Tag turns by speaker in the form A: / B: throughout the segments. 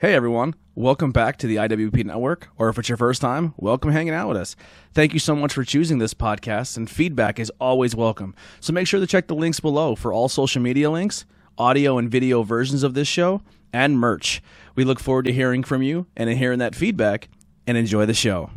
A: Hey everyone, welcome back to the IWP Network, or if it's your first time, welcome hanging out with us. Thank you so much for choosing this podcast, and feedback is always welcome. So make sure to check the links below for all social media links, audio and video versions of this show, and merch. We look forward to hearing from you and hearing that feedback, and enjoy the show.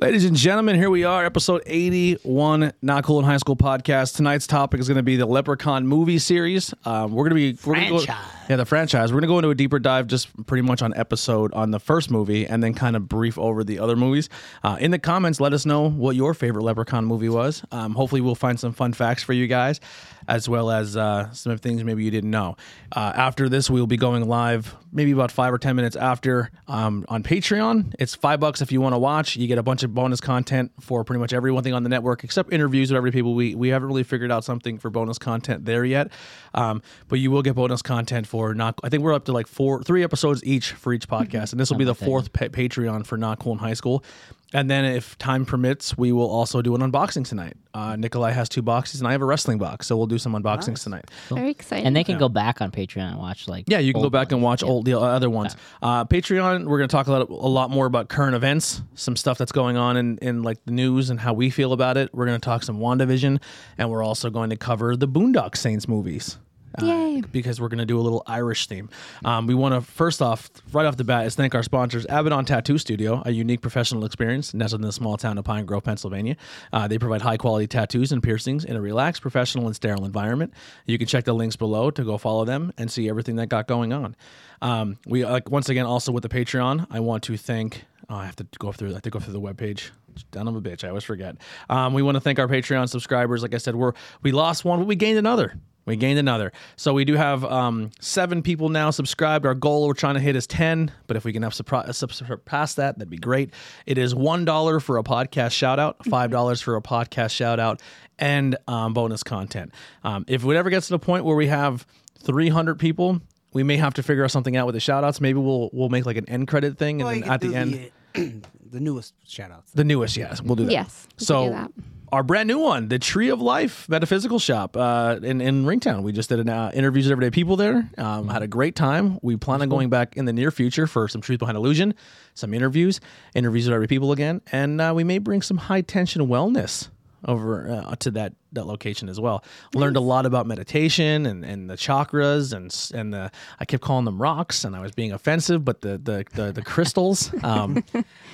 A: Ladies and gentlemen, here we are, episode 81, Not Cool in High School podcast. Tonight's topic is going to be the Leprechaun movie series. Um, we're going to be we're gonna go,
B: Franchise.
A: yeah, the franchise. We're going to go into a deeper dive, just pretty much on episode on the first movie, and then kind of brief over the other movies. Uh, in the comments, let us know what your favorite Leprechaun movie was. Um, hopefully, we'll find some fun facts for you guys, as well as uh, some of the things maybe you didn't know. Uh, after this, we'll be going live maybe about five or ten minutes after um, on Patreon. It's five bucks if you want to watch. You get a bunch of bonus content for pretty much every one thing on the network, except interviews with every people. We we haven't really figured out something for bonus content there yet, um, but you will get bonus content for not. I think we're up to like four, three episodes each for each podcast, and this will be the fourth pa- Patreon for Not Cool in High School. And then, if time permits, we will also do an unboxing tonight. Uh, Nikolai has two boxes, and I have a wrestling box, so we'll do some unboxings tonight.
C: Very exciting.
B: And they can go back on Patreon and watch like
A: Yeah, you can go
B: old
A: back and
B: ones.
A: watch old the other ones. Uh, Patreon, we're going to talk a lot, a lot more about current events, some stuff that's going on in, in like the news and how we feel about it. We're going to talk some WandaVision, and we're also going to cover the Boondock Saints movies. uh,
C: Yay.
A: because we're going to do a little Irish theme. Um, we want to first off, right off the bat, is thank our sponsors, Abaddon Tattoo Studio, a unique professional experience nestled in the small town of Pine Grove, Pennsylvania. Uh, they provide high quality tattoos and piercings in a relaxed, professional, and sterile environment. You can check the links below to go follow them and see everything that got going on. Um, we uh, once again also with the Patreon, I want to thank. Oh, I have to go through. I have to go through the webpage. Down on a bitch. I always forget. Um, we want to thank our Patreon subscribers. Like I said, we're we lost one, but we gained another. We gained another. So we do have um, seven people now subscribed. Our goal we're trying to hit is 10, but if we can have surpri- uh, sup- surpass that, that'd be great. It is $1 for a podcast shout out,
D: Mm-hmm.
A: $5 for a podcast shout out, and um, bonus content. Um, if it ever gets to the point where we have 300 people, we may have to figure out something out with the shout outs. Maybe we'll we'll make like an end credit thing and
D: Well, Oh, you
A: then
D: could
A: at
D: do
A: the end,
D: uh, the newest shout outs.
A: the newest, yes, we'll do that.
C: Yes, we could
A: So
C: do that.
A: our brand new one, the Tree of Life Metaphysical Shop uh, in in Ringtown. We just did an uh, interviews with everyday people there. Um, had a great time. We plan on going back in the near future for some truth behind illusion, some interviews, interviews with everyday people again, and uh, we may bring some high tension wellness over uh, to that that location as well. Learned a lot about meditation and, and the chakras and s- and the I kept calling them rocks and I was being offensive, but the the the, the crystals. Um,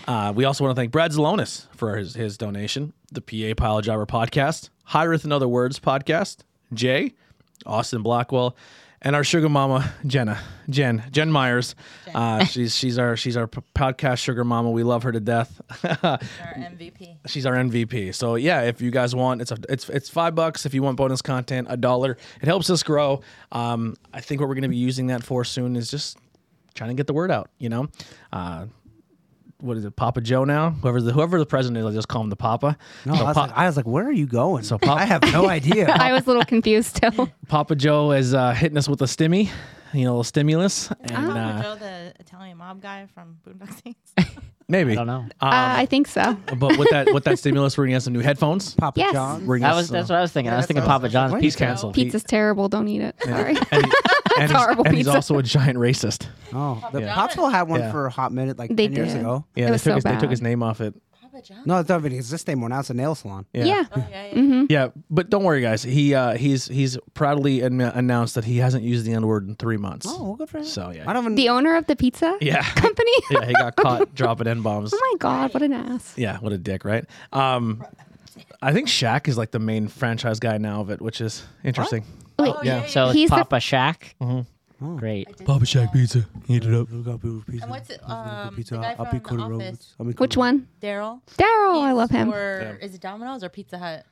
A: uh, we also want to thank Brad Zelonis for his his donation. The PA Pile Driver podcast, Hyreth in other words podcast, Jay, Austin Blackwell. And our sugar mama, Jenna, Jen, Jen Myers, Uh, she's she's our she's our p- podcast sugar mama. We love her to death.
E: our
A: Mm.
E: MVP.
A: She's our MVP. So yeah, if you guys want, it's a, it's it's five bucks if you want bonus content, a dollar. It helps us grow. Um, I think what we're going to be using that for soon is just trying to get the word out. You know, uh, what is it, Papa Joe? Now whoever the whoever the president is, I just call him the Papa.
D: No, I, was like, I was like, where are you going? So
A: Pop-
D: I have no idea.
C: I was a little confused too. Uh,
A: Papa Joe is uh, hitting us with a stimmy, you know, a stimulus, and uh,
E: Joe, the Italian mob guy from Boondock Saints.
A: maybe. Um,
B: I don't know.
C: uh, I think so.
A: But with that with that stimulus, we're gonna get some new headphones.
D: Papa
C: Yes.
D: John.
A: We're gonna
B: That was
A: get
B: that's
A: some-
B: what I was thinking. I was thinking
E: that's
B: Papa
E: awesome.
B: John's
D: Wait,
B: piece
D: so-
B: canceled.
C: Pizza's terrible. Don't eat it. Sorry.
A: And, he- and, he's,
C: horrible
A: and he's
C: pizza.
A: also a giant racist.
D: Oh, the
E: Yeah.
D: Popsville had one
A: Yeah.
D: for a hot minute, like
C: They
D: 10 years
C: did.
D: ago.
A: Yeah,
C: It
A: they
C: was
A: took
C: so
A: his, they
C: bad.
A: took his name off it.
E: Papa John.
A: Mm-hmm.
D: No, it doesn't exist anymore. Now it's a nail salon.
C: yeah.
E: Oh, yeah, yeah.
A: Yeah, but don't worry, guys. He uh, he's he's proudly an- announced that he hasn't used the N word in three months.
D: Oh, well, good for him.
A: So, yeah.
D: I don't even.
C: The owner of the pizza
A: Yeah,
C: company. oh
A: yeah. He got caught dropping N bombs.
C: my god, what an ass!
A: Yeah, what a dick, right? Um, I think Shaq is like the main franchise guy now of it, which is interesting.
C: Wait,
E: Oh, yeah.
B: So
C: He's
B: it's
C: the-
B: Papa Shaq.
D: Mm-hmm.
B: Great.
A: Papa Shaq pizza, eat it up.
E: And what's it? Um, the guy from The Office,
C: which one?
E: Daryl.
C: Daryl. Oh, I love him. I
E: Or is it Domino's or Pizza Hut?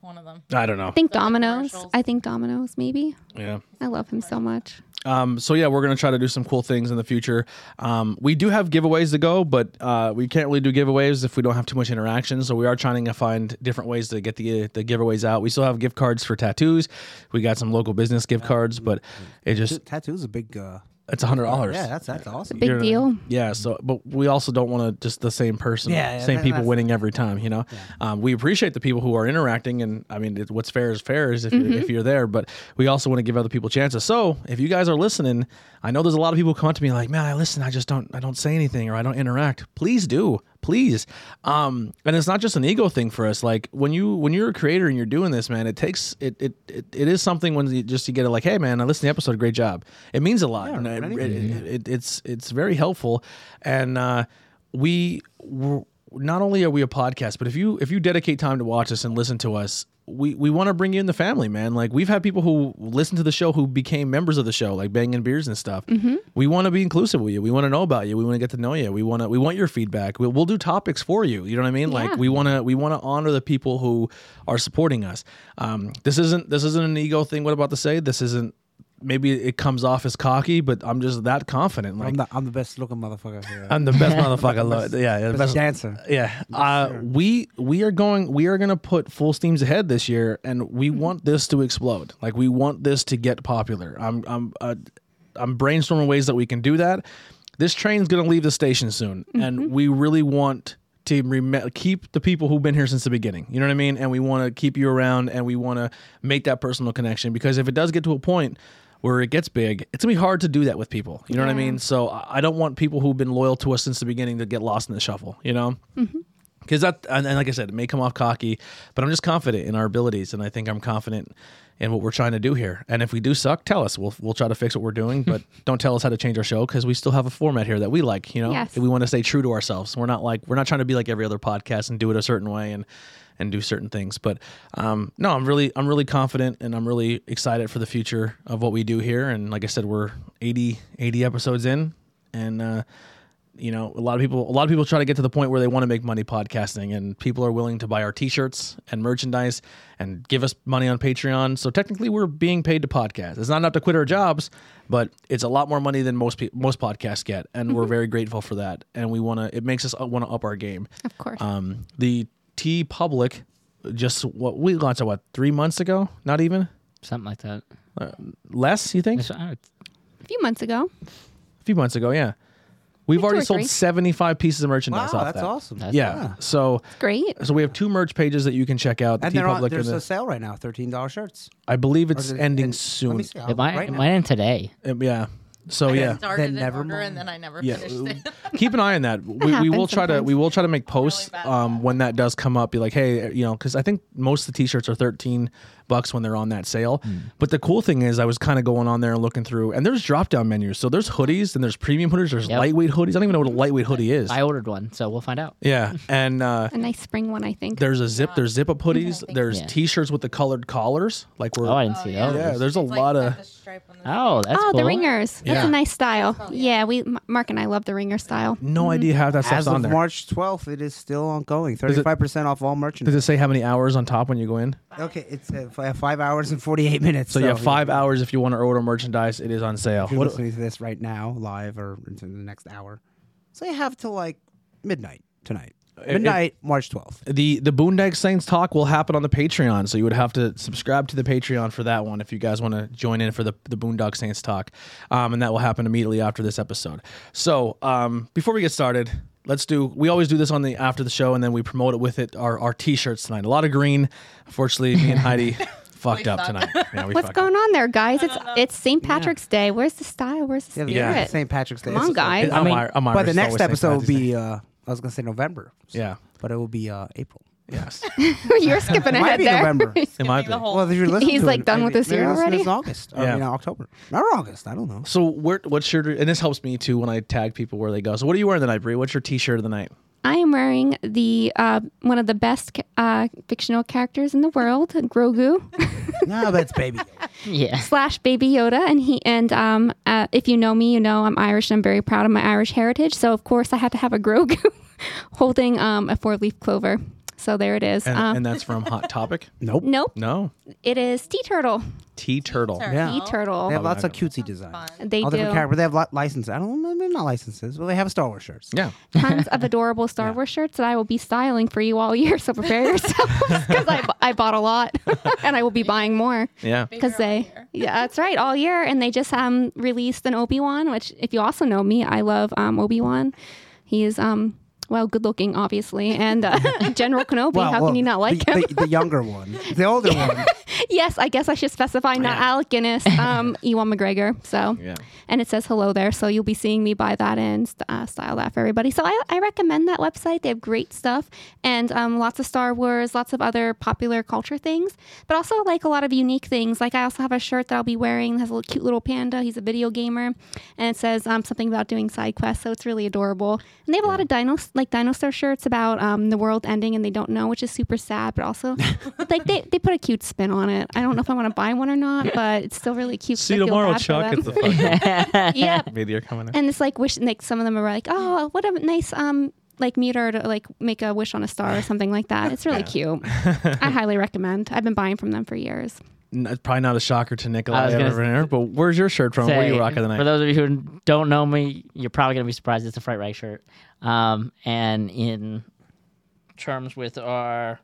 E: One of them.
A: I don't know.
C: think
E: Those are
C: Domino's.
E: commercials.
C: I think Domino's. Maybe.
A: Yeah,
C: I love him so much.
A: Um, so yeah, we're gonna try to do some cool things in the future. Um, we do have giveaways to go, but uh, we can't really do giveaways if we don't have too much interaction. So we are trying to find different ways to get the the giveaways out. We still have gift cards for tattoos. We got some local business gift cards, but it just
D: Tattoo's a big. Uh,
A: it's a hundred dollars.
D: yeah, that's that's awesome.
C: Big
A: You're-
C: deal.
A: Yeah. So, but we also don't want to just the same person,
D: Yeah, yeah,
A: same
D: that-
A: people
D: that's-
A: winning every time. You know, um, we appreciate the people who are interacting, and I mean, it, what's fair is fair is if you're, if you're there. But we also want to give other people chances. So, if you guys are listening, I know there's a lot of people come up to me like, "Man, I listen, I just don't, I don't say anything or I don't interact." Please do, please. Um, and it's not just an ego thing for us. Like when you when you're a creator and you're doing this, man, it takes it it it, it is something when you just you get it like, "Hey, man, I listened to the episode. Great job." It means a lot. and it-
D: anything.
A: it- it, it, it's it's very helpful and uh, we we're, not only are we a podcast but if you if you dedicate time to watch us and listen to us we, we want to bring you in the family man like we've had people who listen to the show who became members of the show like banging beers and stuff we want to be inclusive with you we want to know about you we want to get to know you we want to we want your feedback we, we'll do topics for you you know what i mean like
C: Yeah.
A: we want to we want to honor the people who are supporting us um, this isn't this isn't an ego thing what i'm about to say this isn't maybe it comes off as cocky, but I'm just that confident. Like
D: I'm
A: I'm,
D: the I'm the best looking motherfucker here.
A: the best motherfucker. Lo- yeah, yeah, the best.
D: best, dancer.
A: yeah, uh, we we are going. We are going to put full steams ahead this year, and we want this to explode. Like we want this to get popular. I'm I'm uh, I'm brainstorming ways that we can do that. This train's going to leave the station soon, and we really want to rem- keep the people who've been here since the beginning. You know what I mean? And we want to keep you around, and we want to make that personal connection because if it does get to a point where it gets big, it's gonna be hard to do that with people. You know what I mean? So I I don't want people who've been loyal to us since the beginning to get lost in the shuffle. You know. Because that, and, and like I said, it may come off cocky, but I'm just confident in our abilities, and I think I'm confident in what we're trying to do here. And if we do suck, tell us. We'll we'll try to fix what we're doing, but don't tell us how to change our show because we still have a format here that we like. You know,
C: Yes.
A: we want to stay true to ourselves. We're not like we're not trying to be like every other podcast and do it a certain way and and do certain things. But um, no, I'm really I'm really confident and I'm really excited for the future of what we do here. And like I said, we're 80 80 episodes in, and uh, you know a lot of people a lot of people try to get to the point where they want to make money podcasting and people are willing to buy our t-shirts and merchandise and give us money on patreon so technically we're being paid to podcast it's not enough to quit our jobs but it's a lot more money than most pe- most podcasts get and we're very grateful for that and we want to it makes us want to up our game
C: Of course.
A: um the t public just what we launched it, what three months ago not even
B: something like that.
A: less you think
B: That's- I don't-
C: a few months ago.
A: a few months ago yeah we've
C: Two or
A: already sold
C: three.
A: 75 pieces of merchandise
D: wow,
A: off
D: that's
A: that.
D: awesome.
B: That's-
A: yeah. So
C: Great.
A: so we have two merch pages that you can check out. The
D: And
A: T
D: they're on,
A: Public and
D: there's
A: the,
D: a sale right now, thirteen dollars shirts.
A: I believe it's
D: Or the-
A: ending
D: and- Let
A: soon.
D: me see.
B: It might,
D: Oh, right
B: it
D: now.
B: might end today.
A: Um, yeah. So
E: I
A: yeah.
E: started
D: Then
E: an
D: never
E: order
D: mind.
E: and then I never
A: Yeah.
E: finished it.
A: Keep an eye on that. We, we will
C: happens
A: try to we will try to make posts
E: bad at
A: um, when that does come up. Be like, hey, you know, because I think most of the T-shirts are thirteen bucks when they're on that sale.
B: Hmm.
A: But the cool thing is, I was kind of going on there and looking through, and there's drop down menus. So there's hoodies and there's premium hoodies. There's
B: Yep.
A: lightweight hoodies. I don't even know what a lightweight hoodie is.
B: I ordered one, so we'll find out.
A: yeah, and uh,
C: A nice spring one, I think.
A: there's a zip. There's zip up hoodies. There's
B: Yeah.
A: T-shirts with the colored collars, like we're
B: Oh, I didn't see those.
A: Yeah, there's a
E: It's like
A: lot
E: got
A: of-
E: the stripe on the
B: Oh, that's
C: oh,
B: cool.
C: the ringers.
A: Yeah.
C: That's a nice style. yeah, we M- Mark and I love the ringer style.
A: no idea how that stuff's
D: As
A: on
D: of
A: there.
D: March 12th, it is still ongoing. 35% off all
A: Does
D: merchandise.
A: it say how many hours on top when you go in?
D: Okay, it's uh, f- five hours and 48 minutes.
A: So, you have five hours if you want to order merchandise. It is on sale.
D: If you're
A: What-
D: listening to this right now, live or into the next hour. So you have till like midnight tonight.
A: Uh,
D: Midnight, March 12th.
A: the the Boondag Saints talk will happen on the Patreon, so you would have to subscribe to the Patreon for that one if you guys want to join in for the the Boondag Saints talk, um, and that will happen immediately after this episode. So um, before we get started, let's do. We always do this on the after the show, and then we promote it with it. Our our t-shirts tonight. A lot of green. Unfortunately, me and Heidi fucked up
E: suck.
A: tonight. Yeah, we
C: What's
A: fucked up.
C: going on there, guys? It's it's St. Patrick's Day. Where's the style? Where's the
D: Yeah,
C: spirit?
D: the-
A: Yeah.
D: St. Patrick's Day.
C: Come
D: It's
C: on,
D: just like-
C: guys.
A: I'm,
B: I mean,
A: Ir- I'm Irish.
D: But the
A: it's
D: next
A: always St.
D: episode will
A: Patrick's Day.
D: be, uh, I was going to say November.
A: yeah.
D: But it will be uh, April.
A: Yes.
C: You're skipping
D: It
C: ahead
D: might be
C: there.
D: November.
A: It might
E: Give me the
A: be.
E: whole-
D: Well, if you're listening
C: He's,
D: to
C: like,
D: it,
C: done
D: I
C: with
D: mean,
C: this
D: maybe
C: year
D: listen to
C: already?
D: this August. Or,
A: Yeah.
D: you know, October. Not August. I don't know.
A: So where, what's your and this helps me too when I tag people where they go. So what are you wearing tonight, Brie? What's your T-shirt of the night?
C: I am wearing the uh, one of the best ca- uh, fictional characters in the world, Grogu
D: no, but it's baby.
B: Yeah.
C: slash Baby Yoda, and he and um, uh, if you know me, you know I'm Irish. and I'm very proud of my Irish heritage, so of course I had to have a Grogu holding um, a four leaf clover. So there it is.
A: And,
C: um,
A: and that's from Hot Topic?
D: Nope.
C: nope,
A: No.
C: it is Tea Turtle.
A: T Turtle.
E: Turtle.
D: Yeah.
C: Tea Turtle.
D: They have
A: Probably
D: lots
A: not
D: of
A: gonna-
D: cutesy designs.
E: Fun.
C: They
D: All
C: do
D: different characters. They have lot licenses. I don't know, maybe not licenses, but they have Star Wars shirts.
A: Yeah.
C: tons of adorable Star Wars shirts that I will be styling for you all year. So prepare yourselves because I, bu- I bought a lot and I will be buying more.
A: Yeah.
E: Bigger
C: Because
E: all
C: they,
E: year.
C: yeah, that's right, all year. And they just um released an Obi Wan, which if you also know me, I love um Obi Wan. He is um well good looking, obviously, and uh, General Kenobi.
D: Well,
C: how
D: well,
C: can you not like
D: the,
C: him?
D: The, the younger one, the older one.
C: yes, I guess I should specify not Alec Guinness, um Ewan McGregor. So
A: Yeah.
C: and it says hello there. So you'll be seeing me buy that and uh, style that for everybody. So I, I recommend that website. They have great stuff and um, lots of Star Wars, lots of other popular culture things, but also like a lot of unique things. Like I also have a shirt that I'll be wearing that has a little cute little panda. He's a video gamer, and it says um, something about doing side quests. So it's really adorable. And they have a lot of dino like dinosaur shirts about um, the world ending and they don't know, which is super sad. But also, like they, they put a cute spin on it. I don't know if I want to buy one or not, but it's still really cute. 'cause
A: See
C: I
A: you
C: feel
A: tomorrow,
C: bad for
A: Chuck.
C: them.
A: It's the fucking
C: yeah,
A: video coming out.
C: and it's like wish like some of them are like, oh, what a nice um like meter to like make a wish on a star or something like that. It's really cute. I highly recommend. I've been buying from them for years.
A: N- it's probably not a shocker to
B: I
A: Nikolai
B: was gonna
A: over there, but where's your shirt from? Where
B: Say,
A: you rocking
B: For
A: tonight?
B: those of you who don't know me, you're probably going to be surprised. It's a Fright Rag shirt. Um, and in terms with our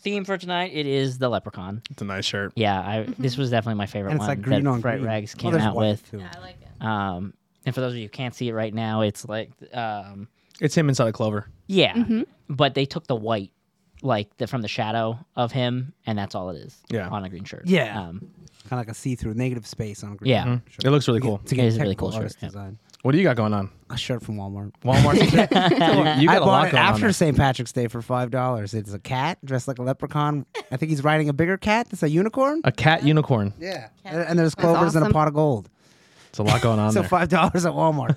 B: theme for tonight, it is the Leprechaun.
A: It's a nice shirt.
B: Yeah, I, this was definitely my favorite
D: And it's
B: one
D: like green
B: that
D: on
B: Fright
D: green.
B: Rags
D: Well,
B: came
D: there's
B: out
D: white,
B: with.
D: too.
E: Yeah, I like it.
B: Um, and for those of you who can't see it right now, it's like, um,
A: It's him inside a clover.
B: yeah,
C: Mm-hmm.
B: but they took the white, like the, from the shadow of him, and that's all it is.
A: Yeah.
B: on a green shirt.
D: Yeah.
B: um,
D: kind of like a see-through negative space on a green.
B: yeah.
C: Mm-hmm.
A: It looks really cool.
D: To
B: It is a really cool
D: technical artist
B: shirt, yeah.
D: design.
A: What do you got going on?
D: A shirt from Walmart.
A: Walmart. you, you
D: I
A: got a
D: bought
A: lot
D: it
A: going
D: after
A: on. there.
D: St. Patrick's Day for five dollars. It's a cat dressed like a leprechaun. I think he's riding a bigger cat. That's a unicorn.
A: A cat unicorn.
D: yeah, and, and there's
C: That's
D: clovers and a
C: awesome.
D: pot of gold.
A: It's a lot going on
D: So
A: there.
D: five dollars at Walmart.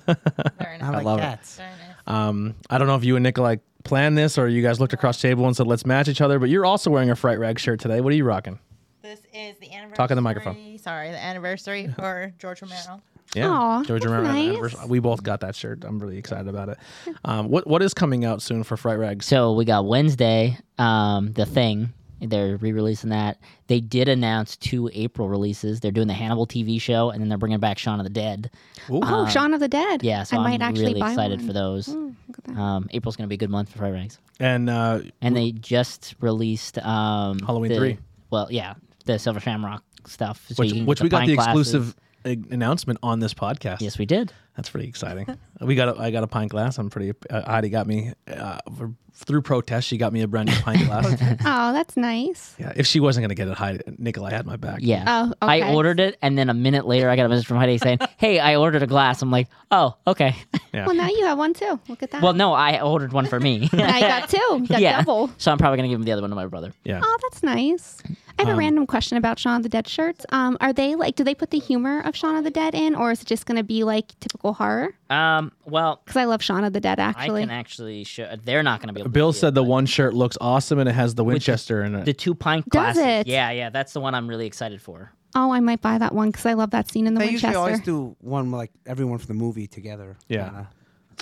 E: Very nice.
D: I like
A: love it.
D: cats.
E: Very nice.
A: Um, I don't know if you and Nikolai planned this or you guys looked across the table and said, let's match each other, but you're also wearing a Fright Rag shirt today. What are you rocking?
E: This is the anniversary.
A: Talk in the microphone.
E: Sorry, the anniversary for George Romero.
A: Yeah.
C: Aw,
A: George
C: that's
A: Romero and
C: nice.
A: Anniversary- We both got that shirt. I'm really excited about it. Um, what What is coming out soon for Fright Rags?
B: So we got Wednesday, um, The Thing. They're re releasing that. They did announce two April releases. They're doing the Hannibal TV show, and then they're bringing back Shaun of the Dead.
C: oh, Shaun of the Dead.
B: Yeah, so
C: I might
B: am
C: actually
B: really
C: buy
B: excited
C: one.
B: for those.
C: Look at that.
B: Um, April's going to be a good month for Fright Rags.
A: And uh,
B: And they just released um,
A: Halloween
B: the-
A: 3.
B: Well, yeah, the Silver Shamrock stuff. so
A: which,
B: you can get
A: which we got
B: pine
A: the
B: glasses.
A: exclusive uh, announcement on this podcast.
B: Yes, we did.
A: That's pretty exciting. we got a, I got a pint glass. I'm pretty. Uh, Heidi got me uh, for- through protest. She got me a brand new pint glass.
C: Oh, that's nice.
A: yeah, if she wasn't gonna get it, Heidi Nikolai had my back.
B: Yeah.
C: Oh,
B: I
C: okay.
B: ordered it, and then a minute later, I got a message from Heidi saying, Hey, I ordered a glass. I'm like, Oh, okay.
A: Yeah.
C: Well, now you have one too. Look at that.
B: well, no, I ordered one for me.
C: I got two. You got double.
B: So I'm probably gonna give him the other one to my brother.
A: yeah.
C: Oh, that's nice. I have
B: Um,
C: a random question about Shaun of the Dead shirts. Um, are they like, do they put the humor of Shaun of the Dead in, or is it just going to be like typical horror?
B: Um, well,
C: Because I love Shaun of the Dead
B: I
C: actually.
B: can actually show. They're not gonna be able.
A: Bill
B: to see it,
A: said the
B: but
A: one shirt looks awesome and it has the
B: Which is
A: Winchester in it.
B: the two pint
C: Does
B: glasses.
C: it?
B: Yeah, yeah, that's the one I'm really excited for.
C: Oh, I might buy that one because I love that scene in the
D: They usually
C: Winchester.
D: always do one like everyone from the movie together.
A: Yeah.
D: kinda.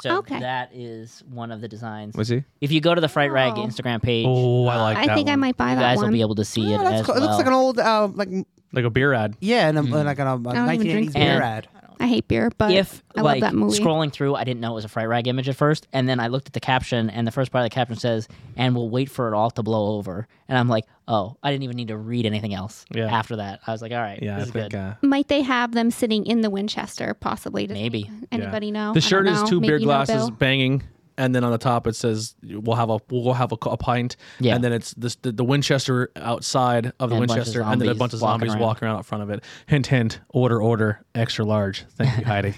B: So
C: Okay.
B: that is one of the designs.
A: Was he?
B: If you go to the Fright Rag
C: Oh.
B: Instagram page,
A: Oh, I like
C: I
A: that.
C: think I
A: one.
C: might buy
B: you
C: that
B: guys
C: one. Oh,
B: will be able to see
D: Yeah,
B: it
D: Oh, that's
B: as
D: cool. It looks
B: well.
D: like an old uh, like
A: like a beer ad.
D: yeah, and a,
A: Mm.
D: like an, a, a
C: don't even drink
D: 1980s beer
B: beer. And-
D: ad.
C: I hate beer, but
B: if
C: I
B: like
C: love that movie.
B: scrolling through, I didn't know it was a Fright Rag image at first, and then I looked at the caption, and the first part of the caption says, "And we'll wait for it all to blow over," and I'm like, "Oh, I didn't even need to read anything else."
A: Yeah.
B: After that, I was like, "All right,
A: Yeah,
B: this
A: I
B: is
A: think
B: good."
A: uh,
C: might they have them sitting in the Winchester possibly? Does
B: Maybe.
C: Anybody know?
A: the
C: I
A: shirt
C: don't
A: is
C: know.
A: two
C: Maybe
A: beer
C: you know
A: glasses
C: Bill.
A: banging, and then on the top it says we'll have a we'll have a, co- a pint,
B: Yeah.
A: and then it's this, the the Winchester outside of the
B: And a bunch of
A: Winchester, and then a
B: zombies
A: bunch of
B: walking
A: zombies
B: around.
A: walking around out front of it. Hint, hint. Order, order. Extra large. Thank you, Heidi.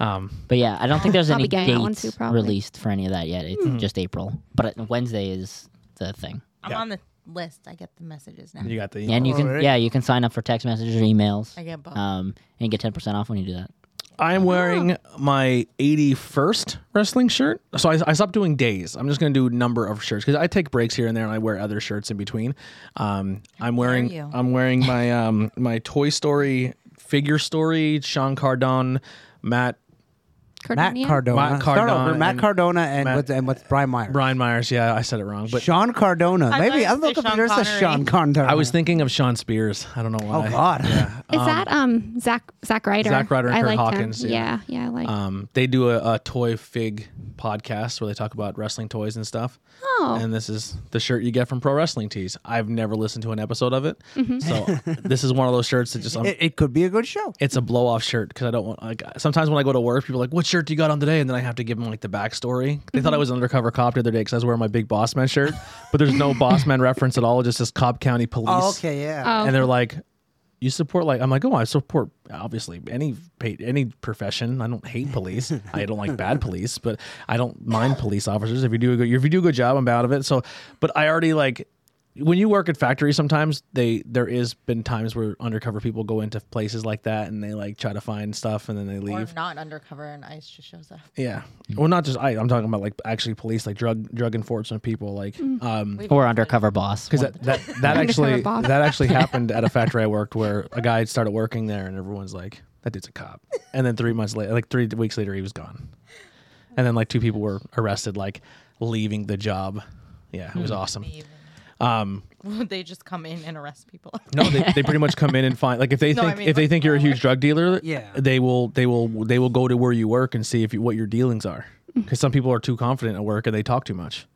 A: Um,
B: But yeah, I don't think there's
C: I'll
B: any
C: be getting that one
B: dates
C: too, probably.
B: released for any of that yet. It's
A: Hmm.
B: just April. But it- Wednesday is the thing.
E: I'm on the list. I get the messages now.
A: you got the
B: And you can
D: Alright.
B: yeah, you can sign up for text messages or emails.
E: I get both.
A: Uh,
B: Um and get ten percent off when you do that.
A: I'm wearing my 81st wrestling shirt. So I, I stopped doing days. I'm just going to do number of shirts because I take breaks here and there, and I wear other shirts in between. Um, I'm wearing
E: you?
A: I'm wearing my um, my Toy Story figure story Sean Cardon, Matt
D: Matt
C: Cardona?
D: Cardona.
A: Matt
D: Start
A: Cardona
D: over. Matt
A: and-
D: Cardona and
A: Matt-
D: what's and what's Brian Myers.
A: Brian Myers. Yeah, I said it wrong, but
D: Sean Cardona.
E: I
D: Maybe
E: thought
D: I'll
E: you said
D: look up
E: Sean
D: there's a
E: Connery.
D: Sean Cardona.
A: I was thinking of Sean Spears. I don't know
D: Oh
A: why.
D: God.
C: Is that um Zach Zach Ryder?
A: Zack Ryder and
C: I
A: Kurt
C: liked
A: Hawkins,
C: Him.
A: yeah.
C: Yeah. yeah, I like.
A: Um, they do a, a toy fig podcast where they talk about wrestling toys and stuff.
C: oh,
A: And this is the shirt you get from Pro Wrestling Tees. I've never listened to an episode of it, so this is one of those shirts that just I'm,
D: It, it could be a good show.
A: it's a blow off shirt because I don't want like sometimes when I go to work, people are like, "What shirt do you got on today?" And then I have to give them like the backstory. They thought I was an undercover cop the other day because I was wearing my big Boss Man shirt, but there's no Boss Man reference at all. It just says Cobb County Police.
D: Oh, okay, yeah.
C: oh.
A: and they're like, "You support like?" I'm like, "Oh, I support obviously any pa- any profession. I don't hate police. I don't like bad police, but I don't mind police officers. If you do a good if you do a good job, I'm out of it. So, but I already like when you work at factories sometimes they there is been times where undercover people go into places like that and they like try to find stuff and then they
E: Or
A: leave
E: not undercover and ice just shows up.
A: yeah well not just i i'm talking about like actually police like drug drug enforcement people like um
B: or undercover boss.
A: because
B: One-
A: that that, that actually
C: boss.
A: that actually happened at a factory I worked where a guy had started working there and everyone's like that dude's a cop and then three months later like three weeks later he was gone and then like two people were arrested like leaving the job yeah
E: Hmm.
A: it was awesome um
E: they just come in and arrest people.
A: no they, they pretty much come in and find like if they
E: No, I
A: think
E: mean,
A: if they
E: like,
A: think you're a huge drug dealer
D: Yeah.
A: they will they will they will go to where you work and see if you, what your dealings are
E: Mm.
A: because some people are too confident at work and they talk too much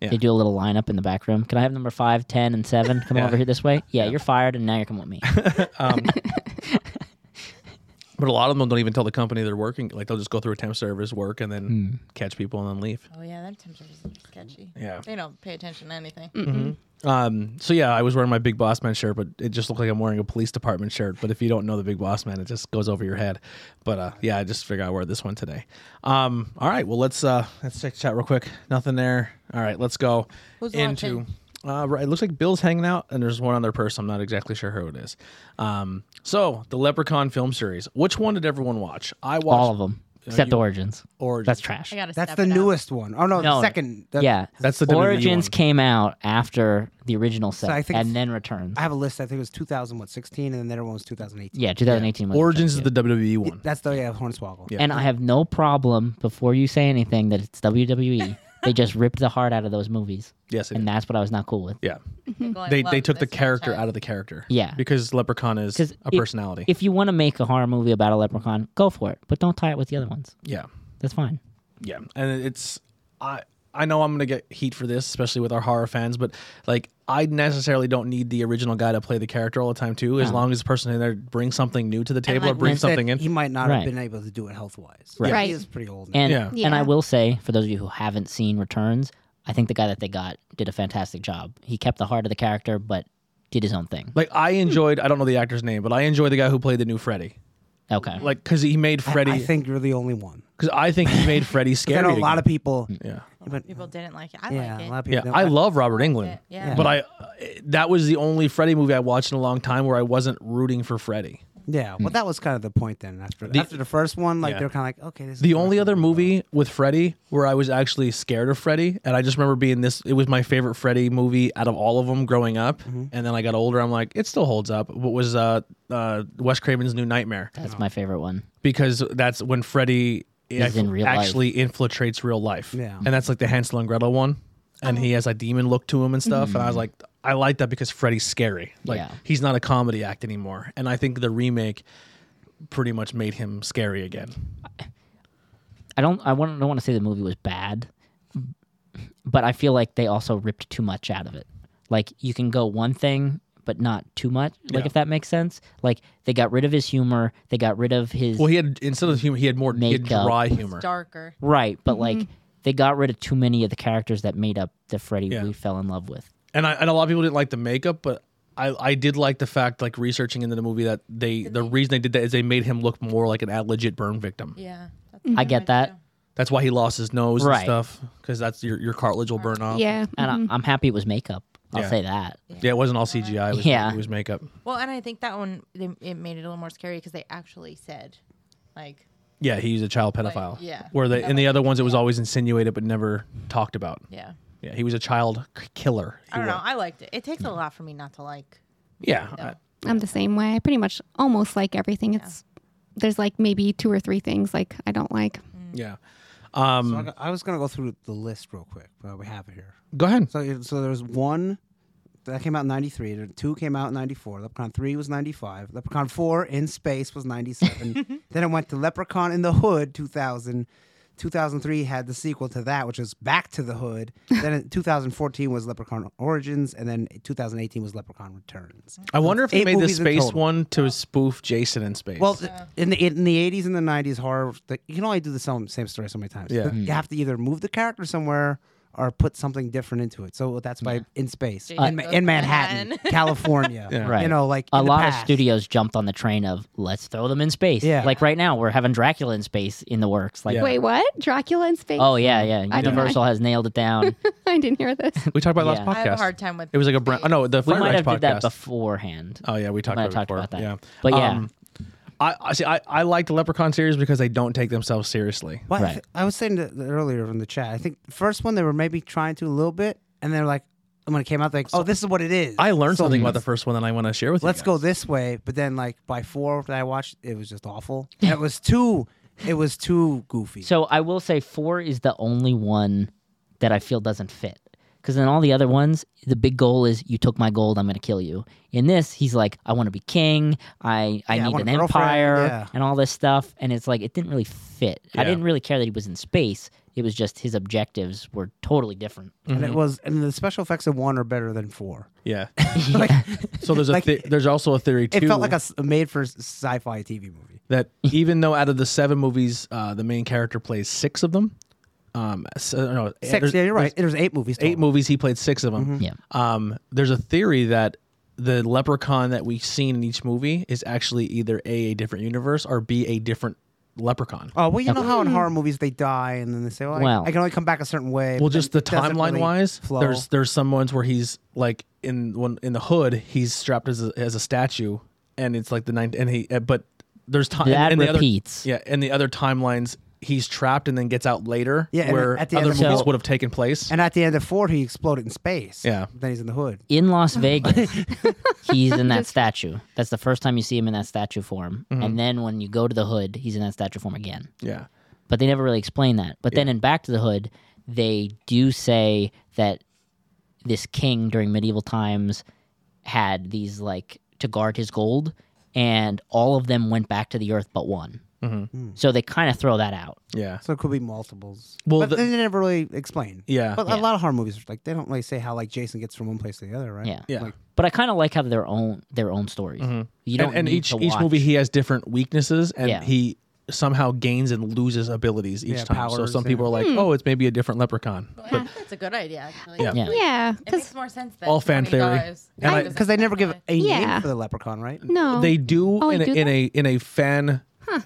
B: They do a little lineup in the back room. Can I have number five, ten, and seven come
A: Yeah.
B: over here this way? Yeah, you're fired, and now you're coming with me.
A: but a lot of them don't even tell the company they're working like they'll just go through a temp service work and then
B: Hmm.
A: catch people and then leave
E: Oh yeah, that temperature is sketchy.
A: Yeah.
E: They don't pay attention to anything.
A: Um. So yeah, I was wearing my Big Boss Man shirt, but it just looked like I'm wearing a police department shirt. But if you don't know the Big Boss Man, it just goes over your head. But uh, yeah, I just figured I wear this one today. Um. All right. Well, let's uh let's check chat real quick. Nothing there. All right. Let's go
E: Who's
A: into.
E: watching?
A: Uh, right, it looks like Bill's hanging out, and there's one other person. I'm not exactly sure who it is. Um, so the Leprechaun film series. Which one did everyone watch? I watched
B: All of them except
A: you-
B: Origins.
A: Origins.
B: That's trash.
E: I gotta
D: That's
E: step
D: the
E: it up.
D: newest one. Oh no,
B: No.
D: the second. that-
B: yeah,
A: That's the WWE
B: Origins
A: one.
B: came out after the original set,
D: I think
B: and
D: it's-
B: then Returns.
D: I have a list. I think it was 2016, and then there one was 2018.
B: yeah, 2018. was
A: Origins is
B: Returns,
A: the WWE one.
D: That's the yeah, Hornswoggle.
A: Yeah.
B: yeah. and I have no problem before you say anything that it's WWE. they just ripped the heart out of those movies,
A: Yes. It
B: and
A: is.
B: that's what I was not cool with.
A: Yeah.
E: Going,
A: they
E: "Love
A: they took the
E: this
A: character
E: franchise."
A: out of the character.
B: Yeah.
A: Because Leprechaun is
B: 'Cause
A: a
B: if-
A: personality.
B: If you want to make a horror movie about a leprechaun, go for it, but don't tie it with the other ones.
A: yeah.
B: That's fine.
A: Yeah. And it's I I know I'm gonna get heat for this, especially with our horror fans, but like I necessarily don't need the original guy to play the character all the time too, as long as the person in there brings something new to the table
E: like
A: or brings
D: Said
A: something in.
D: He might not
B: Right.
D: have been able to do it health wise.
B: Right.
C: Right.
D: He is pretty old. now.
B: And
A: Yeah.
B: and I
C: Yeah.
B: will say, for those of you who haven't seen Returns, I think the guy that they got did a fantastic job. He kept the heart of the character, but did his own thing.
A: Like I enjoyed I don't know the actor's name, but I enjoyed the guy who played the new Freddy.
B: Okay.
A: Like cause he made Freddy
D: I think you're the only one.
A: cause I think he made Freddy
D: 'Cause I
A: scary.
D: know a lot of
A: again.
D: people.
A: yeah.
D: But
E: People didn't like it. I
D: yeah,
E: like
D: a
E: it.
D: lot of people.
A: Yeah,
D: don't-
A: I love Robert England.
E: Yeah.
A: But I that was the only Freddy movie I watched in a long time where I wasn't rooting for Freddy.
D: Yeah, well, that was kind of the point then. After
A: Mm. The-
D: after the first one, like
A: Yeah.
D: they're kind of like, okay, this is
A: The
D: good.
A: only other movie with Freddy where I was actually scared of Freddy, and I just remember being this. It was my favorite Freddy movie out of all of them growing up, and then I got older. I'm like, it still holds up. What was uh, uh, Wes Craven's New Nightmare?
B: That's my favorite one.
A: Because that's when Freddy
B: Is in real life.
A: actually infiltrates real life,
D: Yeah.
A: and that's like the Hansel and Gretel one, and he has a demon look to him and stuff. And I was like, I like that because Freddy's scary. Like
B: Mm-hmm. Yeah.
A: he's not a comedy act anymore, and I think the remake pretty much made him scary again.
B: I don't I want don't want to say the movie was bad, but I feel like they also ripped too much out of it. Like you can go one thing but not too much. Like
A: Yeah.
B: if that makes sense. Like they got rid of his humor, they got rid of his
A: Well, he had instead of humor, he had more he had
B: Makeup.
A: dry
E: It's
A: humor.
E: darker.
B: right, but like they got rid of too many of the characters that made up the Freddy
A: Yeah.
B: we fell in love with.
A: And I and a lot of people didn't like the makeup, but I, I did like the fact like researching into the movie that they the reason they did that is they made him look more like an ad legit burn victim.
E: Yeah. That's
B: I
E: what
B: get that.
E: do.
A: That's why he lost his nose and
B: Right.
A: stuff because that's your your cartilage will burn off.
C: yeah.
B: And I, I'm happy it was makeup. I'll
A: Yeah.
B: say that.
A: Yeah, it wasn't all CGI. It was,
B: Yeah.
A: it was makeup.
E: Well, and I think that one they, it made it a little more scary because they actually said, like,
A: Yeah, he's a child pedophile.
E: yeah.
A: Where they in the other ones it was always insinuated but never talked about.
E: yeah.
A: Yeah, he was a child c- killer.
E: I
A: He
E: don't know.
A: was.
E: I liked it. It takes a lot for me not to like.
A: Yeah, I-
C: I'm the same way. I pretty much almost like everything. It's there's like maybe two or three things like I don't like.
A: Yeah.
D: So I,
A: Um,
D: got- I was gonna go through the list real quick, but we have it here.
A: go ahead.
D: So it- so there's one that came out in '93. there- Two came out in '94. Leprechaun three was '95. Leprechaun four in space was '97. then it went to Leprechaun in the Hood 2000. 2003 had the sequel to that, which was Back to the Hood. then in 2014 was Leprechaun Origins, and then 2018 was Leprechaun Returns.
A: I wonder if they
D: eight
A: made the
D: movies in
A: space
D: total.
A: one to spoof Jason in space.
D: Well, th- in the in the eighties and the nineties, horror th- you can only do the same, same story so many times.
A: Yeah.
D: But
B: Mm-hmm.
D: you have to either move the character somewhere or put something different into it. So that's why in space,
E: Jason
D: in, Ma-
E: goes
D: in
E: to
D: Manhattan,
E: Manhattan.
D: California,
A: Yeah.
B: Right.
D: You know, like
B: a
D: in the
B: lot of
D: past.
B: studios jumped on the train of let's throw them in space.
D: Yeah.
B: Like right now, we're having Dracula in space in the works. Like,
A: Yeah.
C: Wait, what? Dracula in space?
B: oh yeah, yeah.
C: I don't know.
B: Universal has nailed it down.
C: I didn't hear this.
A: we talked about it
B: yeah.
A: last
E: I
A: podcast.
E: have a hard time with
A: it was like a brand. Oh, no, the
B: we
A: Fright
B: might
A: Rage
B: have
A: podcast.
B: did that beforehand.
A: Oh yeah, we talked,
B: might
A: about, it
B: have talked
A: before.
B: about that.
A: Yeah, Um,
B: But
A: I
B: yeah.
A: I- see. I, I like the Leprechaun series because they don't take themselves seriously.
D: Well, I
B: Right.
D: th- I was saying that earlier in the chat. I think the first one they were maybe trying to a little bit, and they're like, and when it came out, they're like, oh, this is what it is.
A: I learned
D: So
A: something about the first one that I want to share with
D: Let's
A: you.
D: go this way, but then like by four that I watched, it was just awful. And it was too, it was too goofy.
B: So I will say four is the only one that I feel doesn't fit. Because in all the other ones, the big goal is you took my gold, I'm going to kill you. In this, he's like, I want to be king. I, I
D: Yeah, I
B: need
D: want
B: an
D: a girlfriend,
B: empire
D: yeah.
B: and all this stuff. And it's like, it didn't really fit. I
A: Yeah.
B: didn't really care that he was in space. It was just his objectives were totally different.
D: and
A: Mm-hmm.
D: it was, and the special effects of one are better than four.
A: Yeah.
D: like,
A: So there's a
D: Like-
A: the- there's also a theory too.
D: it felt like a s- a made for sci fi TV movie.
A: that even though out of the seven movies, uh, the main character plays six of them. Um, so, no,
D: Six,
A: there's-
D: yeah, you're right.
A: there's
D: There's eight movies.
A: Eight
D: total. Mm-hmm.
A: movies, he played six of them.
B: Yeah.
A: Um, there's a theory that the leprechaun that we've seen in each movie is actually either a a different universe or b a different leprechaun.
D: Oh well, you know
A: Mm.
D: how in horror movies they die and then they say, "Well, I-
B: Well.
D: I, can only come back a certain way."
A: Well,
D: but then
A: just the
D: it doesn't
A: timeline
D: really
A: wise,
D: flow.
A: there's there's some ones where he's like in one in the hood, he's strapped as a, as a statue, and it's like the ninth, and he uh, but there's time
B: That
A: and
B: repeats.
A: The other, yeah, and the other timelines, he's trapped and then gets out later.
D: Yeah, and
A: where
D: at the end
A: other
D: of
A: movies
B: four-
A: would have taken place.
D: and at the end of four, he exploded in space.
A: Yeah.
D: then he's in the hood.
B: In Las Vegas, he's in that statue. That's the first time you see him in that statue form. And then when you go to the hood, he's in that statue form again.
A: yeah,
B: but they never really explain that. But then in Back to the Hood, they do say that this king during medieval times had these like to guard his gold, and all of them went back to the earth but one. Mm-hmm. So they kind of throw that out.
A: yeah.
D: So it could be multiples.
A: Well,
D: but
A: the-
D: they never really explain.
A: Yeah.
D: but
B: Yeah.
D: a lot of horror movies like they don't really say how like Jason gets from one place to the other, right?
B: Yeah.
A: Yeah. Mm-hmm.
D: Like,
B: But I kind of like how their own their own stories. You don't
A: and, and
B: need
A: each
B: to
A: each
B: watch-
A: movie he has different weaknesses and
B: Yeah.
A: he somehow gains and loses abilities each
D: Yeah,
A: time. so
D: powers,
A: some
D: yeah.
A: people are like,
B: Hmm.
A: "Oh, it's maybe a different leprechaun."
E: I think that's a good idea. Actually.
A: Yeah.
B: Yeah.
C: Yeah,
E: It makes
C: because
E: more sense than
A: All fan
E: somebody
A: theory.
E: goes-
A: And I-
D: because they never give a
C: Yeah.
D: name for the leprechaun, right?
C: no,
A: They do
C: Oh,
A: in a,
C: they do
A: in a in a fan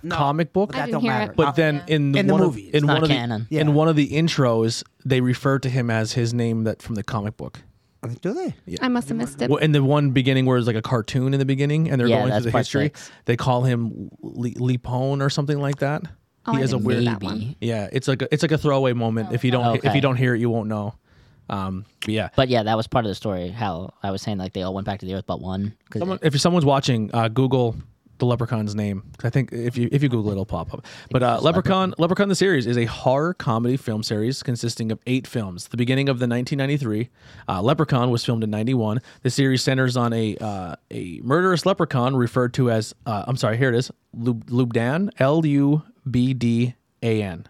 A: comic book.
D: That
C: didn't
D: don't
C: hear
D: matter.
C: it.
A: But then in,
D: In the
A: one of-
D: movie, it's
A: in
B: not
A: one of
B: canon.
A: the
D: Yeah.
A: in one of the intros, they refer to him as his name that from the comic book.
D: Uh, do they?
C: I must have missed it.
A: Well, in the one beginning where it's like a cartoon in the beginning, and they're
B: Yeah,
A: going
B: that's
A: through the
B: part
A: history,
B: six.
A: they call him Li- Lipone or something like that.
C: Oh,
A: he
C: I
A: has a
C: didn't
A: weird.
C: see that Oh, one.
B: maybe.
A: Yeah, it's like a, it's like a throwaway moment. if you don't if
B: Oh, Okay.
A: you don't hear it, you won't know. Um, but yeah.
B: But yeah, that was part of the story. How I was saying, like they all went back to the earth but one. 'cause
A: Someone, if someone's watching, uh, Google the Leprechaun's name. 'Cause I think if you if you Google it, it'll pop up. But uh, Leprechaun, Leprechaun the series is a horror comedy film series consisting of eight films. The beginning of the 1993, uh, Leprechaun was filmed in 91. The series centers on a uh, a murderous leprechaun referred to as uh, I'm sorry, here it is, Lub- Lubdan, L U B D A N,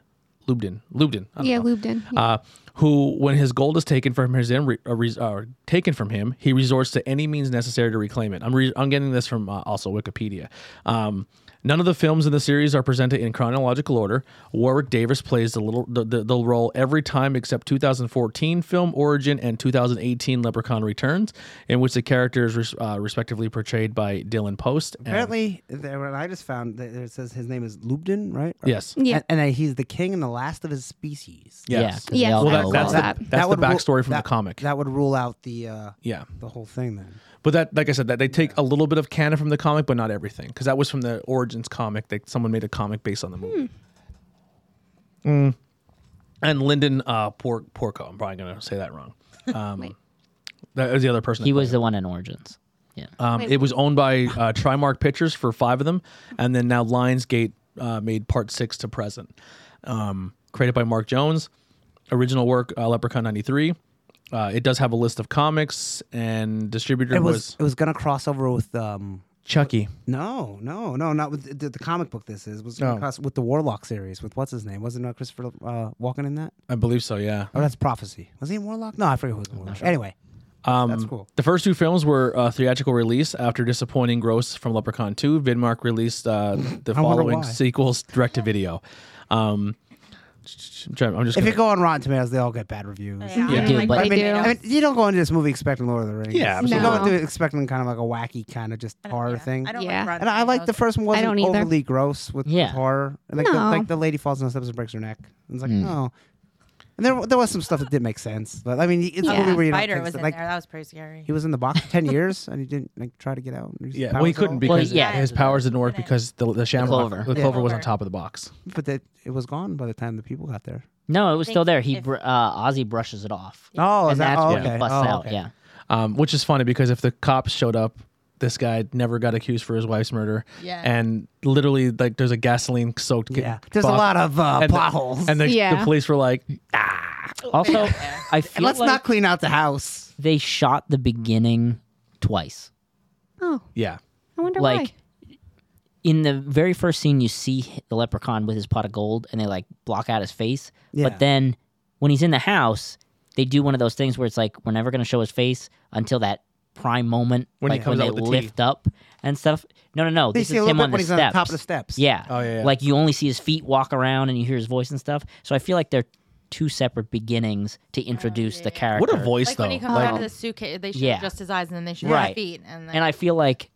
A: Lubdan, Lubdan. I don't
C: Yeah,
A: know
C: lubed in.
A: uh, who, when his gold is taken from his in, uh, res, uh, taken from him, he resorts to any means necessary to reclaim it. I'm re- I'm getting this from uh, also Wikipedia. Um, none of the films in the series are presented in chronological order. Warwick Davis plays the little the, the, the role every time except 2014 film Origin and 2018 Leprechaun Returns, in which the character is res- uh, respectively portrayed by Dylan Post. and-
D: Apparently, there, when I just found that it says his name is Lubden, right?
A: yes.
C: Yeah.
D: and, and that he's the king and the last of his species.
B: Yeah.
A: Yes.
B: 'cause they
C: Yeah.
B: all
A: Well,
B: go
A: that, that's, the,
B: along.
C: That-
A: that's the
D: would rule-
A: backstory from
D: that-
A: the comic.
D: That would rule out the uh,
A: yeah.
D: the whole thing then.
A: But that, like I said, that they take a little bit of canon from the comic, but not everything, because that was from the Origins comic. That someone made a comic based on the movie. Mm. And Lyndon uh, Por- Porco, I'm probably gonna say that wrong. Um,
C: Wait.
A: that was the other person. that
B: he
A: played
B: was
A: him.
B: the one in Origins. Yeah.
A: Um,
C: Wait,
A: it was owned by uh, Trimark Pictures for five of them, and then now Lionsgate uh, made part six to present. um, created by Mark Jones. Original work uh, Leprechaun '93. Uh, it does have a list of comics and distributor
D: It was,
A: was,
D: it was gonna cross over with um
A: Chucky.
D: no no no not with the, the comic book this is was gonna
A: Oh.
D: cross with the Warlock series with what's his name wasn't uh, Christopher uh, Walken in that
A: I believe so. Yeah.
D: oh that's Prophecy was he in Warlock no I forget who was in Warlock anyway
A: Um,
D: That's cool.
A: The first two films were uh, theatrical release after disappointing gross from Leprechaun 2. Vidmark released uh, the
D: I wonder
A: following
D: why.
A: sequels direct to video. Um, I'm trying- I'm just
D: if
A: gonna-
D: you go on Rotten Tomatoes they all get bad reviews
B: You do, but-
D: I
B: They
D: mean,
C: do.
D: I mean, you don't go into this movie expecting Lord of the Rings.
A: Yeah,
D: you go
C: absolutely.
D: into it expecting kind of like a wacky kind of just horror thing.
E: I don't
C: Yeah.
E: like Rotten
D: and I like the
E: Tomatoes.
D: first one wasn't
C: don't either.
D: overly gross with, with
B: Yeah.
D: horror. Like, the,
C: No.
D: like the lady falls on the steps and breaks her neck. It's like oh, and there there was some stuff that didn't make sense. But I mean, it's a
C: Yeah.
D: movie where you don't
E: Spider
D: think
E: was
D: so-
E: in
D: like
E: there. That was pretty scary.
D: he was in the box for ten years and he didn't like try to get out. and use his
A: yeah, well, he
D: powers at
A: couldn't
D: all.
A: because
B: Well, yeah.
A: his powers didn't work because the, the shamrock, the
B: clover.
A: clover,
D: Yeah.
A: was on
E: Clover.
A: top of the box.
D: but that it was gone by the time the people got there.
B: No, it was still
E: think
B: there. He
E: if-
B: br- uh, Ozzy brushes it off.
D: Oh, is
B: and
D: that
B: that's
D: oh,
B: when
D: okay?
B: he busts
D: oh,
B: out.
D: okay.
B: Yeah.
A: um, which is funny because if the cops showed up, this guy never got accused for his wife's murder.
E: Yeah.
A: And literally, like, there's a gasoline soaked.
D: Yeah. There's a lot of uh, plot holes.
A: And the, the
C: Yeah.
A: police were like,
B: Also, I
D: And
B: feel
D: let's
B: like
D: not clean out the house.
B: they shot the beginning twice.
C: Oh,
A: yeah.
C: I wonder why.
B: like in the very first scene you see h- the leprechaun with his pot of gold and they like block out his face
D: Yeah.
B: but then when he's in the house they do one of those things where it's like we're never going to show his face until that prime moment
A: When he
B: like
A: comes
B: when
A: out
B: they
A: with the
B: lift up and stuff no no no
D: They
B: this
D: see a
B: is
D: little
B: him
D: bit
B: on
D: when
B: the
D: he's
B: steps
D: on the top of the steps.
B: yeah
A: Oh, yeah, yeah.
B: like you only see his feet walk around and you hear his voice and stuff so i feel like they're two separate beginnings to introduce the character
A: What a voice,
E: Like
A: though.
E: when he comes
A: Like-
E: out of the suitcase, they show
B: Yeah.
E: just his eyes and then they show
B: Right.
E: his feet. And, then,
B: and I feel like